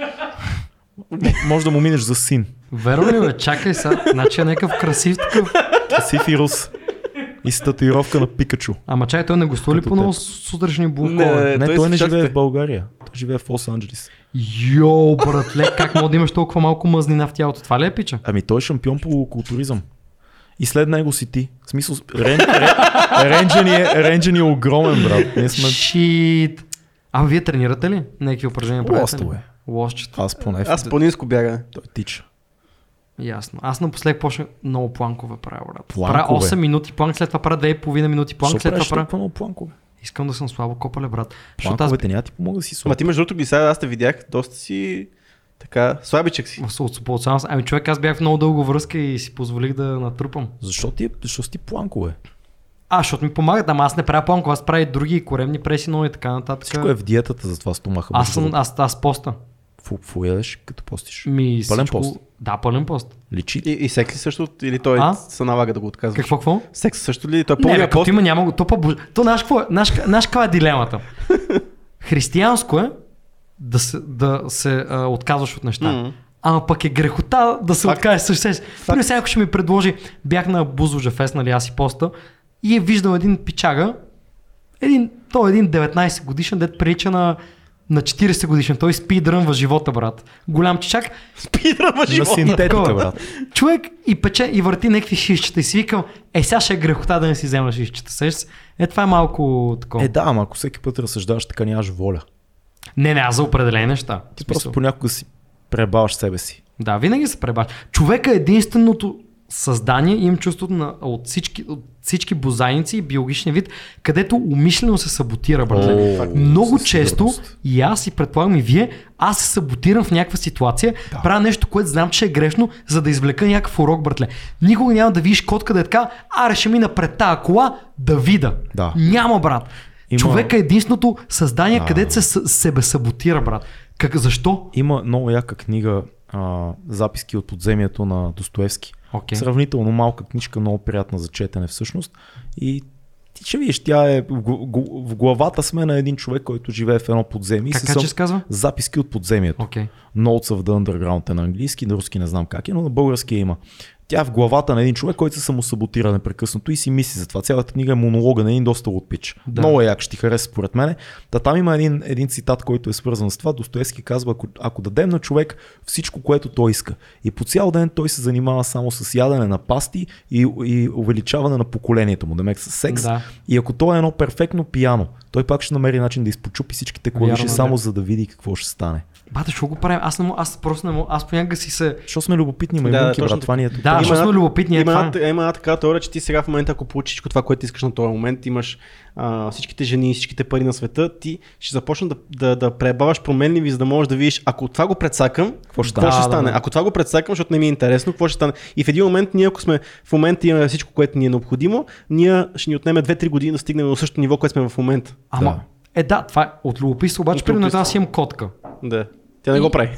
A: Може да му минеш за син.
C: Верно ли бе? Чакай сега. Значи е някакъв красив такъв.
A: Сифирус. И с татуировка на Пикачу.
C: Ама чай, той не гостува ли
A: Като
C: по много
A: теб.
C: сутрешни
B: Не,
C: блокове?
A: Не,
B: Е, той
A: той,
B: си
A: не живее
B: чакате.
A: в България. Той живее в Лос Анджелис.
C: Йо, братле, как мога да имаш толкова малко мъзнина в тялото? Това ли е пича?
A: Ами той е шампион по културизъм. И след него си ти. В смисъл, рен, рен, ренджен, е, ренджен е огромен, брат. Ние сме...
C: Шит. А вие тренирате ли? Някакви упражнения правите ли?
A: Лостове.
C: Лостчета.
A: Аз поне.
B: Аз по-низко бягане.
A: Той тича.
C: Ясно. Аз напоследък почнах много планкове правя, брат.
A: Планкове?
C: Правя 8 минути планк, след това правя 2,5 минути планк,
A: Защо
C: след
A: правиш
C: това правя...
A: толкова много планкове?
C: Искам да съм слабо копале, брат. Защото аз
A: Планковете няма ти помога да си
B: Ама
A: слаб.
B: ти между другото ги сега аз те видях, доста си така слабичък си.
C: Аз се отсупалцавам. Ами човек, аз бях в много дълго връзка и си позволих да натрупам.
A: Защо ти, е- защо си ти планкове?
C: А, защото ми помагат, ама аз не правя планко, аз правя и други и коремни преси, но и така
A: е
C: нататък.
A: Всичко е в диетата за това стомаха.
C: Аз
A: между
C: съм,
A: другото.
C: аз, аз поста.
A: Фу- Фуядеш като постиш.
C: Ми,
A: Пълен
C: всичко...
A: пост.
C: Да, пълен пост.
A: Личи.
B: И, и секс ли също? Или той
C: А?
B: се налага да го отказва?
C: Какво, какво?
B: Секс също ли? Той е
C: Не, бе,
B: пълния
C: като
B: пост.
C: има няма го. То, по, то знаеш какво е? Знаеш, знаеш каква е дилемата? Християнско е да се, да се а, отказваш от неща.
B: Мгм.
C: Ама пък е грехота да се
B: Факт.
C: откажеш със себе си. Примерно сега, ако ще ми предложи, бях на Бузовджа фест, нали аз и поста, и е виждал един пичага, един, той е един 19 годишен, дет прилича на, на 40 годишен. Той спидрънва живота, брат. Голям чичак.
B: Спидра на
A: На
B: живота.
A: синтетика,
C: Такова.
A: брат.
C: Човек и пече и върти някакви шишчета и си викам, е сега ще е грехота да не си взема шишчета. Сещаш се? Е това е малко такова.
A: Е,
C: Е,
A: да, ама ако всеки път разсъждаваш, така нямаш воля.
C: Не, не, аз за определени неща.
A: Ти
C: В смисъл.
A: просто понякога си пребаваш себе си.
C: Да, винаги се пребаш. Човека е единственото създание, имам чувството на, от, всички, от всички бозайници и биологичния вид, където умишлено се саботира, братле.
A: О,
C: Много
A: със
C: често
A: сигурност.
C: и аз и предполагам и вие, аз се саботирам в някаква ситуация, да. правя нещо, което знам, че е грешно, за да извлека някакъв урок, братле. Никога няма да видиш котка да е така, аре ще мина пред тая кола, да вида.
A: Да.
C: Няма, брат.
A: Има-
C: Има... Човек е единственото създание,
A: Да.
C: да. където се с- себе саботира, брат. Как, защо?
A: Има много яка книга а, Записки от подземието на Достоевски.
C: Окей.
A: Сравнително малка книжка, много приятна за четене всъщност. И ти ще видиш, тя е в гл- гл- в главата сме на един човек, който живее в едно подземие. и
C: Как-
A: се
C: как
A: съм-
C: че се казва?
A: Записки от подземието.
C: Окей.
A: Notes of the Underground е на английски, на руски не знам как е, но на български я има. Тя е в главата на един човек, който се самосаботира непрекъснато и си мисли за това. Цялата книга е монолога на един доста лотпич. Да.
C: Да.
A: Много як, ще ти хареса според мене. Та там има един, един цитат, който е свързан с това. Достоевски казва, ако, ако дадем на човек всичко, което той иска и по цял ден той се занимава само с ядене на пасти и, и увеличаване на поколението му, демек с секс.
C: Да.
A: И ако той е едно перфектно пияно, той пак ще намери начин да изпочупи всичките клавиши,
C: Вярно,
A: само
C: да.
A: за да види какво ще стане.
C: Бата, ще го правим. Аз, не мога, аз просто не мога. Аз понякога си се.
A: Защото сме любопитни
B: Да,
A: маймунки,
B: точно
A: брат,
B: така.
A: това ни е тук.
C: Да, защото сме любопитни. е
B: има,
C: това.
B: една, има една такава теория, че ти сега в момента, ако получиш всичко това, което искаш на този момент, имаш а, всичките жени, всичките пари на света, ти ще започна да, да, да пребаваш променливи, за да можеш да видиш, ако това го предсакам, какво ще,
C: Да, да,
B: стане?
C: да.
B: Ако това го предсакам, защото не ми е интересно, какво ще стане? И в един момент, ние ако сме в момента имаме всичко, което ни е необходимо, ние ще ни отнеме 2-3 години да стигнем до същото ниво, което сме в момента.
C: Ама.
A: Да.
C: Е, да, това е от любопитство, обаче
B: От
C: при
B: любопитство.
C: аз имам котка.
B: Да. Тя не го прави.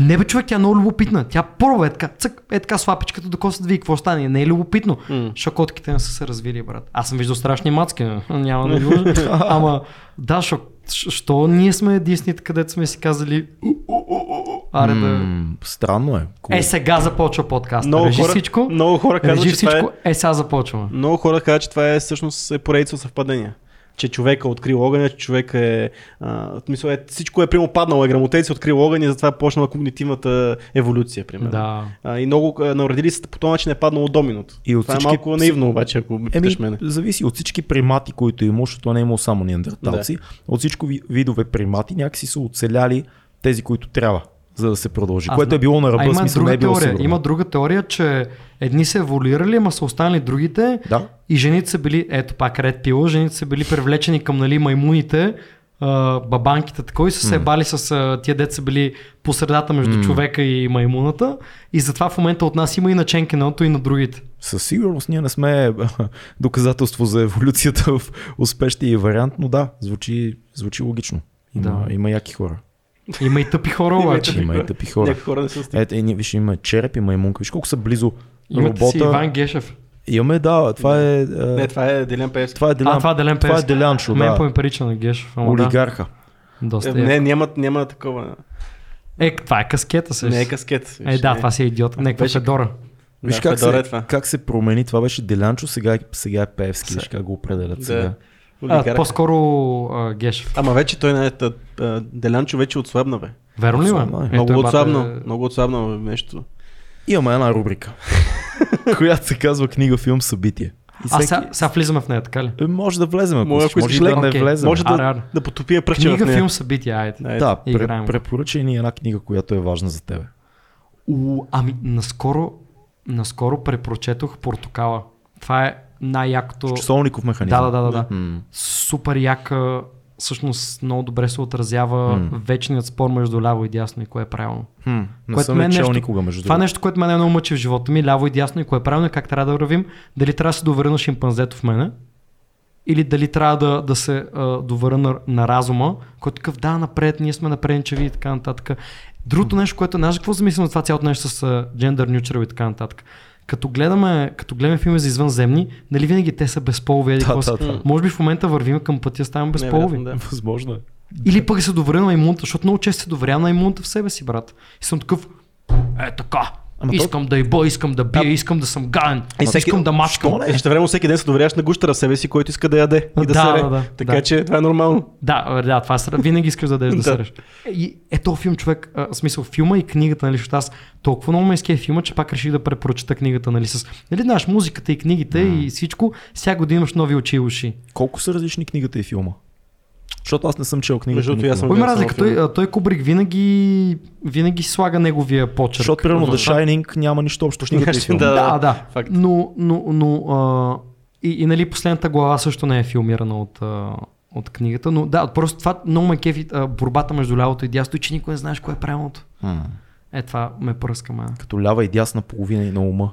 C: Не бе, човек, тя е много любопитна. Тя първа е така, цък, е така слапичката, докосва да види какво стане. Не е любопитно.
B: М.
C: Защото котките не са се развили, брат. Аз съм виждал страшни мацки, но няма да ви лъжа. Ама, да, шо, щ- що ние сме единствените, където сме си казали «У, у, у, у, у». Аре да...
A: М, Странно е. Cool.
C: Е, сега започва подкаст.
B: Много
C: Режи
B: хора-
C: всичко.
B: много хора казват,
C: режи
B: че това е-
C: всичко. Е, сега започваме.
B: Много хора казват, че това е всъщност е поредица от съвпадения. Че човека е открил огъня, че човек е... А, в смисъл е всичко е прямо паднало, е грамотец е открил огъня и затова е почнала когнитивната еволюция, примерно.
C: Да.
B: А, и много а, народили се по този начин е паднало доминото.
A: И от
B: това
A: всички-
B: е малко наивно обаче, ако ме
A: Еми,
B: питаш мене.
A: зависи от всички примати, които има, защото не е имало само неандерталци. Да. От всичко ви- видове примати някакси са оцеляли тези, които трябва, за да се продължи.
C: Аз
A: което е
C: знам.
A: било на
C: А
A: ръба,
C: има
A: смисъл
C: друга
A: не е било
C: теория.
A: сигурно.
C: Има друга теория, че едни са еволюирали, ама са останали другите.
A: Да.
C: И жените са били, ето пак ред пила, жените са били привлечени към нали, маймуните, а, бабанките такова и са се ебали с а, тия деца са били по средата между човека и маймуната. И затова в момента от нас има и наченки на едното и на другите.
A: Със сигурност ние не сме доказателство за еволюцията в успешния й вариант, но да, звучи, звучи логично. Има, да.
C: Да.
A: има яки хора.
C: Има и тъпи хора
B: Има и
C: обаче.
A: Има и тъпи хора.
B: Някои хора не са стигнали.
A: Ето, е, ние, виж, има череп, има и мунка. Виж колко са близо
C: Имате си
A: робота.
C: Иван Гешев.
A: Имаме, да, това е... а,
B: Не, това е Делян Пеевски.
A: Това е Делян,
C: А, това е Делян
A: това е
C: Пеевски.
A: Делянчо,
C: Мен
A: да.
C: по парича на Гешев. Ама да,
A: Олигарха.
B: Е,
C: доста е.
B: Не, няма, няма такова.
C: Е, това е каскета се.
B: Не е каскет.
C: Е, да, това си е идиот. Някаква
B: Беше-
C: федора.
A: Виж
B: Да,
A: как,
B: Федор
A: се,
B: е това.
A: как се промени. Това беше Делянчо, сега, е- сега е Певски. Виж как го определят
B: Да.
A: сега.
C: А,
B: Олигарх.
C: по-скоро а, Гешев.
B: Ама вече той не е... та- а, Делянчо вече отслабна, бе.
C: Верно ли ме?
A: Отслабна е.
C: Ето
B: Много
C: е бата-
B: отслабна. Много отслабна бе, нещо.
A: Имаме една рубрика, която се казва книга, филм, събитие. И
C: А сега, сега влизаме в нея, така ли?
A: Е, Може да влезем, ако
B: Може,
A: може,
B: ако
A: може и
B: искаш
A: да
B: леко.
A: не
C: Окей.
A: влезем.
B: Е, Може
A: Може...
B: да,
C: Аре, аре.
B: да потопим пръче в
C: Книга,
B: нея.
C: филм, събитие, айде.
B: Да, е.
A: Да, пре,
C: Играем го.
A: препоръчай ни една книга, която е важна за тебе.
C: У, ами, наскоро, наскоро препрочетох Портокала. Това е най-якото...
A: Часовников механизъм.
C: Да, да, да, да, да.
A: М.
C: Супер яка, всъщност много добре се отразява
A: М.
C: вечният спор между ляво и дясно и кое е правилно.
A: Хм, не
C: Което
A: съм
C: мен
A: не чел
C: нещо-
A: никога, между
C: Това е
A: другото.
C: нещо, което мен е много мъчи в живота ми, ляво и дясно и кое е правилно и как трябва да вървим. Дали трябва да се доверя на шимпанзето в мене, или дали трябва да, да се а, доверя на, на разума, който такъв да, напред, ние сме напредничави и така нататък. Другото нещо, което знаеш какво замислям от това цялото нещо с а, gender neutral и така нататък. Като гледаме, като гледаме филми за извънземни, нали винаги те са безполови?
A: Да,
C: еди какво
A: да,
C: си?
A: да.
C: Може би в момента вървим към пътя, ставаме безполови.
B: Невероятно, да.
A: Възможно е.
C: Или пък се доверя на имунта, защото много често се доверя на имунта в себе си, брат. И съм такъв, е така.
A: Ама
C: искам да иба, искам да бия, искам да съм гаден,
B: И всеки-
C: искам да мачкам.
B: И Също време Е, всеки ден се доверяваш на гущера в себе си, който иска да яде и да,
C: Да,
B: се
C: да, да,
B: така
C: да.
B: че това е нормално.
C: Да, да, това са, винаги искаш да дадеш да
B: Да.
C: съреш. И е то филм, човек, а, в смисъл филма и книгата, нали, защото аз толкова много ме изкефи филма, че пак реших да препрочета книгата, нали, с, нали, знаеш, музиката и книгите и всичко, всяка година имаш нови очи и уши.
A: Колко са различни книгата и филма? Защото аз не съм чел книгата.
B: Между другото, и аз
A: никога.
B: съм
C: Кой има
B: гледал само
C: разлика? Той,
B: филма.
C: а, той Кубрик винаги, винаги си слага неговия почерк.
A: Защото примерно The Shining няма нищо общо с книгата и
B: Значи,
A: филма.
B: да.
C: Да, да.
B: Факт.
C: Но, но, но а, и, и нали последната глава също не е филмирана от, а, от книгата, но да, просто това много ме кефи а, борбата между лявото и дясното и че никой не знаеш кое е правилното.
A: М.
C: Е, това ме пръска ма.
A: Като лява и дясна половина и на ума.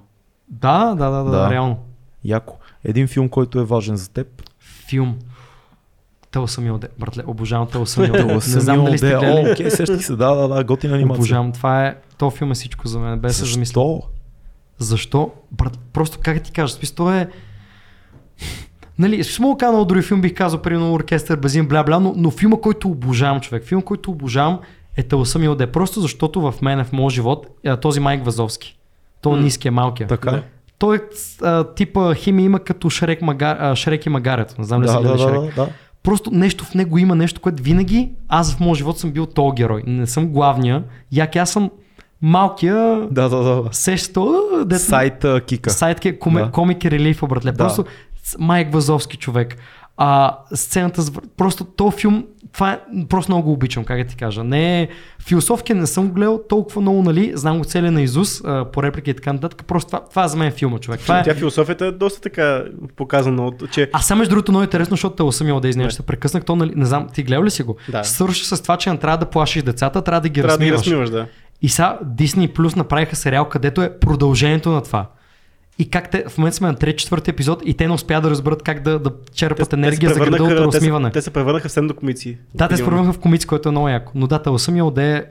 C: Да, да, да, да, да,
A: Да.
C: реално.
A: Яко. Един филм, който е важен за теб.
C: Филм. Тел Самил Де. Братле, обожавам Тел Самил Де. Не
A: Тъла съм
C: знам
A: Йол
C: дали сте
A: Де. О,
C: гледали.
A: Окей, сещах се. Да, да, да. Готина анимация.
C: Обожавам. Това е... То филм е всичко за мен. Без да се замисля.
A: Защо?
C: Защо? Брат, просто как да ти кажа, в смисъл то е... Нали, с много канал други филм бих казал, примерно оркестър, базин, бля, бля, но, но филма, който обожавам, човек, филм, който обожавам е Тълсъм и Оде. Просто защото в мен, в моят живот, е този Майк Вазовски. То
B: М.
C: ниския, малкия.
A: Така. е.
B: Да.
A: Да,
C: Той а, типа химия има като Шрек, Магар, а, Шрек и Магарето. Не знам ли
A: да,
C: си
A: да,
C: гледали Шрек.
A: да, да.
C: Просто нещо в него има нещо, което винаги аз в моят живот съм бил то герой. Не съм главния. Яки, аз съм малкия,
A: Да, да, да.
C: сещо, дето...
A: Сайт а, Кика.
C: Сайтки, коми, да.
A: Да.
C: комик и релифа, братле.
A: Да.
C: Просто с- Майк Вазовски човек. А, сцената с... вър- Просто то филм, това е, просто много го обичам, как да ти кажа. Не е... Философки не съм го гледал толкова много, нали, знам го целия на Изус, по реплики и така нататък. Просто това, това е за мен филма, човек. Това е...
B: Тя философията е доста така показана, от, че
C: А само между другото много интересно, защото те осъмила да изнеш, ще се прекъснах, то нали, не знам, ти гледал ли си го?
B: Да.
C: Свърши с това, че не трябва да плашиш децата, трябва да ги
B: трябва да ги
C: размиваш.
B: размиваш, да.
C: И сега Disney Plus направиха сериал, където е продължението на това. И как те, в момента сме на 3-4 епизод и те не успят да разберат как да, да черпат енергия за града от
B: те,
C: размиване.
B: се, те се превърнаха в сендокомици.
C: Да, те се превърнаха в комици, което е много яко. Но да, Тълсъм и Оде, е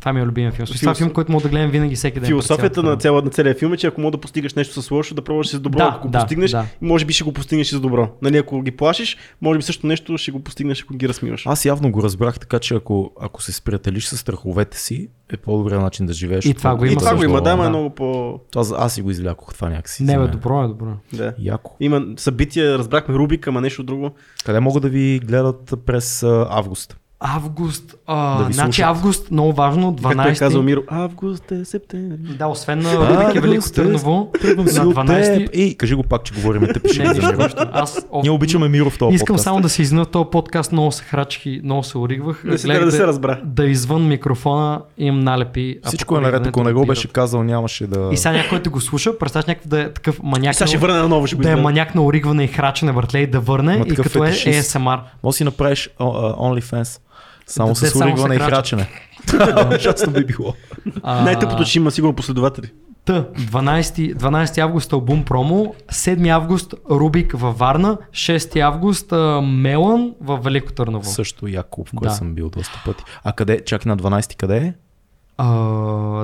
C: това ми е любим филм. Философ... Това е
B: Философ-
C: филм, който мога да гледам винаги всеки ден.
B: Философията
C: през цялата
B: на, цяла, на целия филм е, че ако мога да постигаш нещо с лошо, да пробваш с добро.
C: Да,
B: ако го
C: да,
B: постигнеш,
C: да.
B: може би ще го постигнеш и с добро. Нали, ако ги плашиш, може би също нещо ще го постигнеш, ако ги размиваш.
A: Аз явно го разбрах, така че ако, ако се сприятелиш с страховете си, е по-добрия начин да живееш.
C: И
A: от-
C: това го
B: и
C: има
B: това го
C: също,
B: има, да, ама е
C: да.
B: много по...
A: Аз, аз си го извлякох това някакси.
C: Не,
A: за
C: бе,
A: мен.
C: добро е, добро. е.
B: Да.
A: Яко.
B: Има събития, разбрахме Рубик, ама нещо друго.
A: Къде могат да ви гледат през а, август?
C: Август. А,
A: Да ви
C: значи
A: слушат.
C: август, много важно, 12.
B: Както е казал Миро, август е септември.
C: Да, освен на Рубик и Велико
A: август е.
C: Търново.
A: Тръгвам си
C: На
A: от
C: 12.
A: теб. е- Ей, кажи го пак, че говорим те пиши
C: Не,
A: за
C: нищо,
A: него.
C: нищо. Аз
A: Ние обичаме Миро в този
C: Искам
A: подкаст.
C: само да се извиня, в този подкаст много се храчих и много се оригвах.
B: Не се
C: Гледах
B: да се разбра.
C: Да извън микрофона им налепи. а
A: Всичко
C: пък
A: е наред, ако не го
C: оригването
A: беше казал, нямаше да...
C: отива. И сега някой който го слуша, представяш някакъв да е такъв
B: И
C: маняк.
B: сега ще
C: на-
B: върна наново, ще го
C: да е
B: изгледам.
C: маняк на оригване и храчене, братле, и да върне,
A: Ма
C: и
A: такъв
C: като е
A: фетишист.
C: ASMR.
A: Може си направиш а, а, OnlyFans. Само
C: Да, те
A: с
C: само
A: уригване
C: се
A: и
C: храчат.
A: храчене. Ужасно би било.
C: А,
B: Най-тъпото ще има сигурно последователи.
C: Та, 12, 12 август албум промо, 7 август Рубик във Варна, 6 август а, Мелан във Велико Търново.
A: Също яко, в кое
C: Да.
A: съм бил доста пъти. А къде, чак на 12 къде е?
C: А,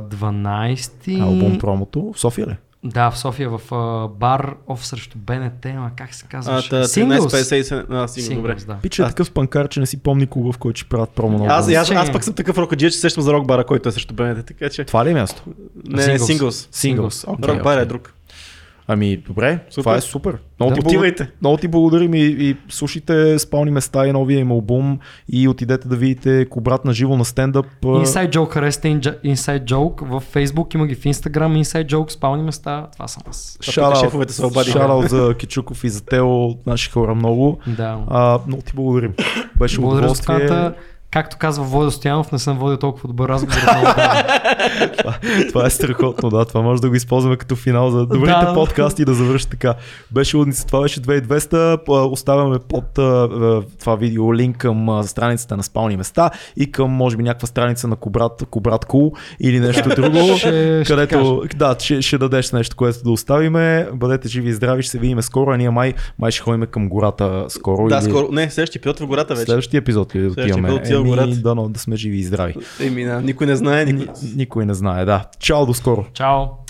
C: 12...
A: Албум промото. В София ли?
C: Да, в София в а, бар оф срещу БНТ, ама как се
B: А,
C: казваше?
B: та,
C: Singles.
B: 13.57. А, сингъл, добре.
C: Singles, Значи, да.
A: Пича е такъв панкар, че не си помни клуба, в който ще правят промо на
B: Аз,
A: албума.
B: аз,
C: Значи-
B: аз пък съм такъв рокаджия, че сещам за рок-бара, който е срещу БНТ, така че...
A: Това ли е място?
B: Не, не, синглс.
A: Singles.
C: Singles.
A: Окей,
B: Рок бар е
A: окей.
B: друг.
A: Ами, добре,
B: Супер.
A: това е супер. Много,
C: Да.
A: ти,
B: Отивайте.
A: благодар... Много ти благодарим и, и слушайте спални места и новия им албум и отидете да видите Кобрат на живо на стендъп. а,
C: Inside Joke, харесате Inja- Inside Joke в Facebook, има ги в Instagram, Inside Joke, спални места, това съм аз.
A: Шараут-
B: Тук шефовете се обадиха.
A: Шараут за Кичуков и за Тео, наши хора много.
C: Да.
A: А, много ти благодарим. Беше
C: Благодаря за
A: удоволствие.
C: поканата. Както казва Владо Стоянов, не съм водил толкова добър разговор. отново да.
A: Това е страхотно, да. Това може да го използваме като финал за добрите
C: Да.
A: да. подкасти и да завърши така. Беше лудница, това беше 2200. П- а, Оставяме под а, а, това видео линк към а, страницата на спални места и към, може би, някаква страница на Кобрат, Кобрат Кул или нещо друго.
C: Ще- ще
A: където, да, ще, ще, дадеш нещо, което да оставиме. Бъдете живи и здрави, ще се видим скоро, а ние май, май ще ходим към гората скоро.
B: Да,
A: или...
B: скоро. Не, следващия епизод в гората вече.
A: Следващия епизод ли
B: Следващия
A: отиваме?
B: епизод отиваме цял
A: Ами,
B: город.
A: дано да сме живи и здрави.
B: Еми, да, никой не знае, никой.
A: Никой не знае, да. Чао, до скоро.
C: Чао!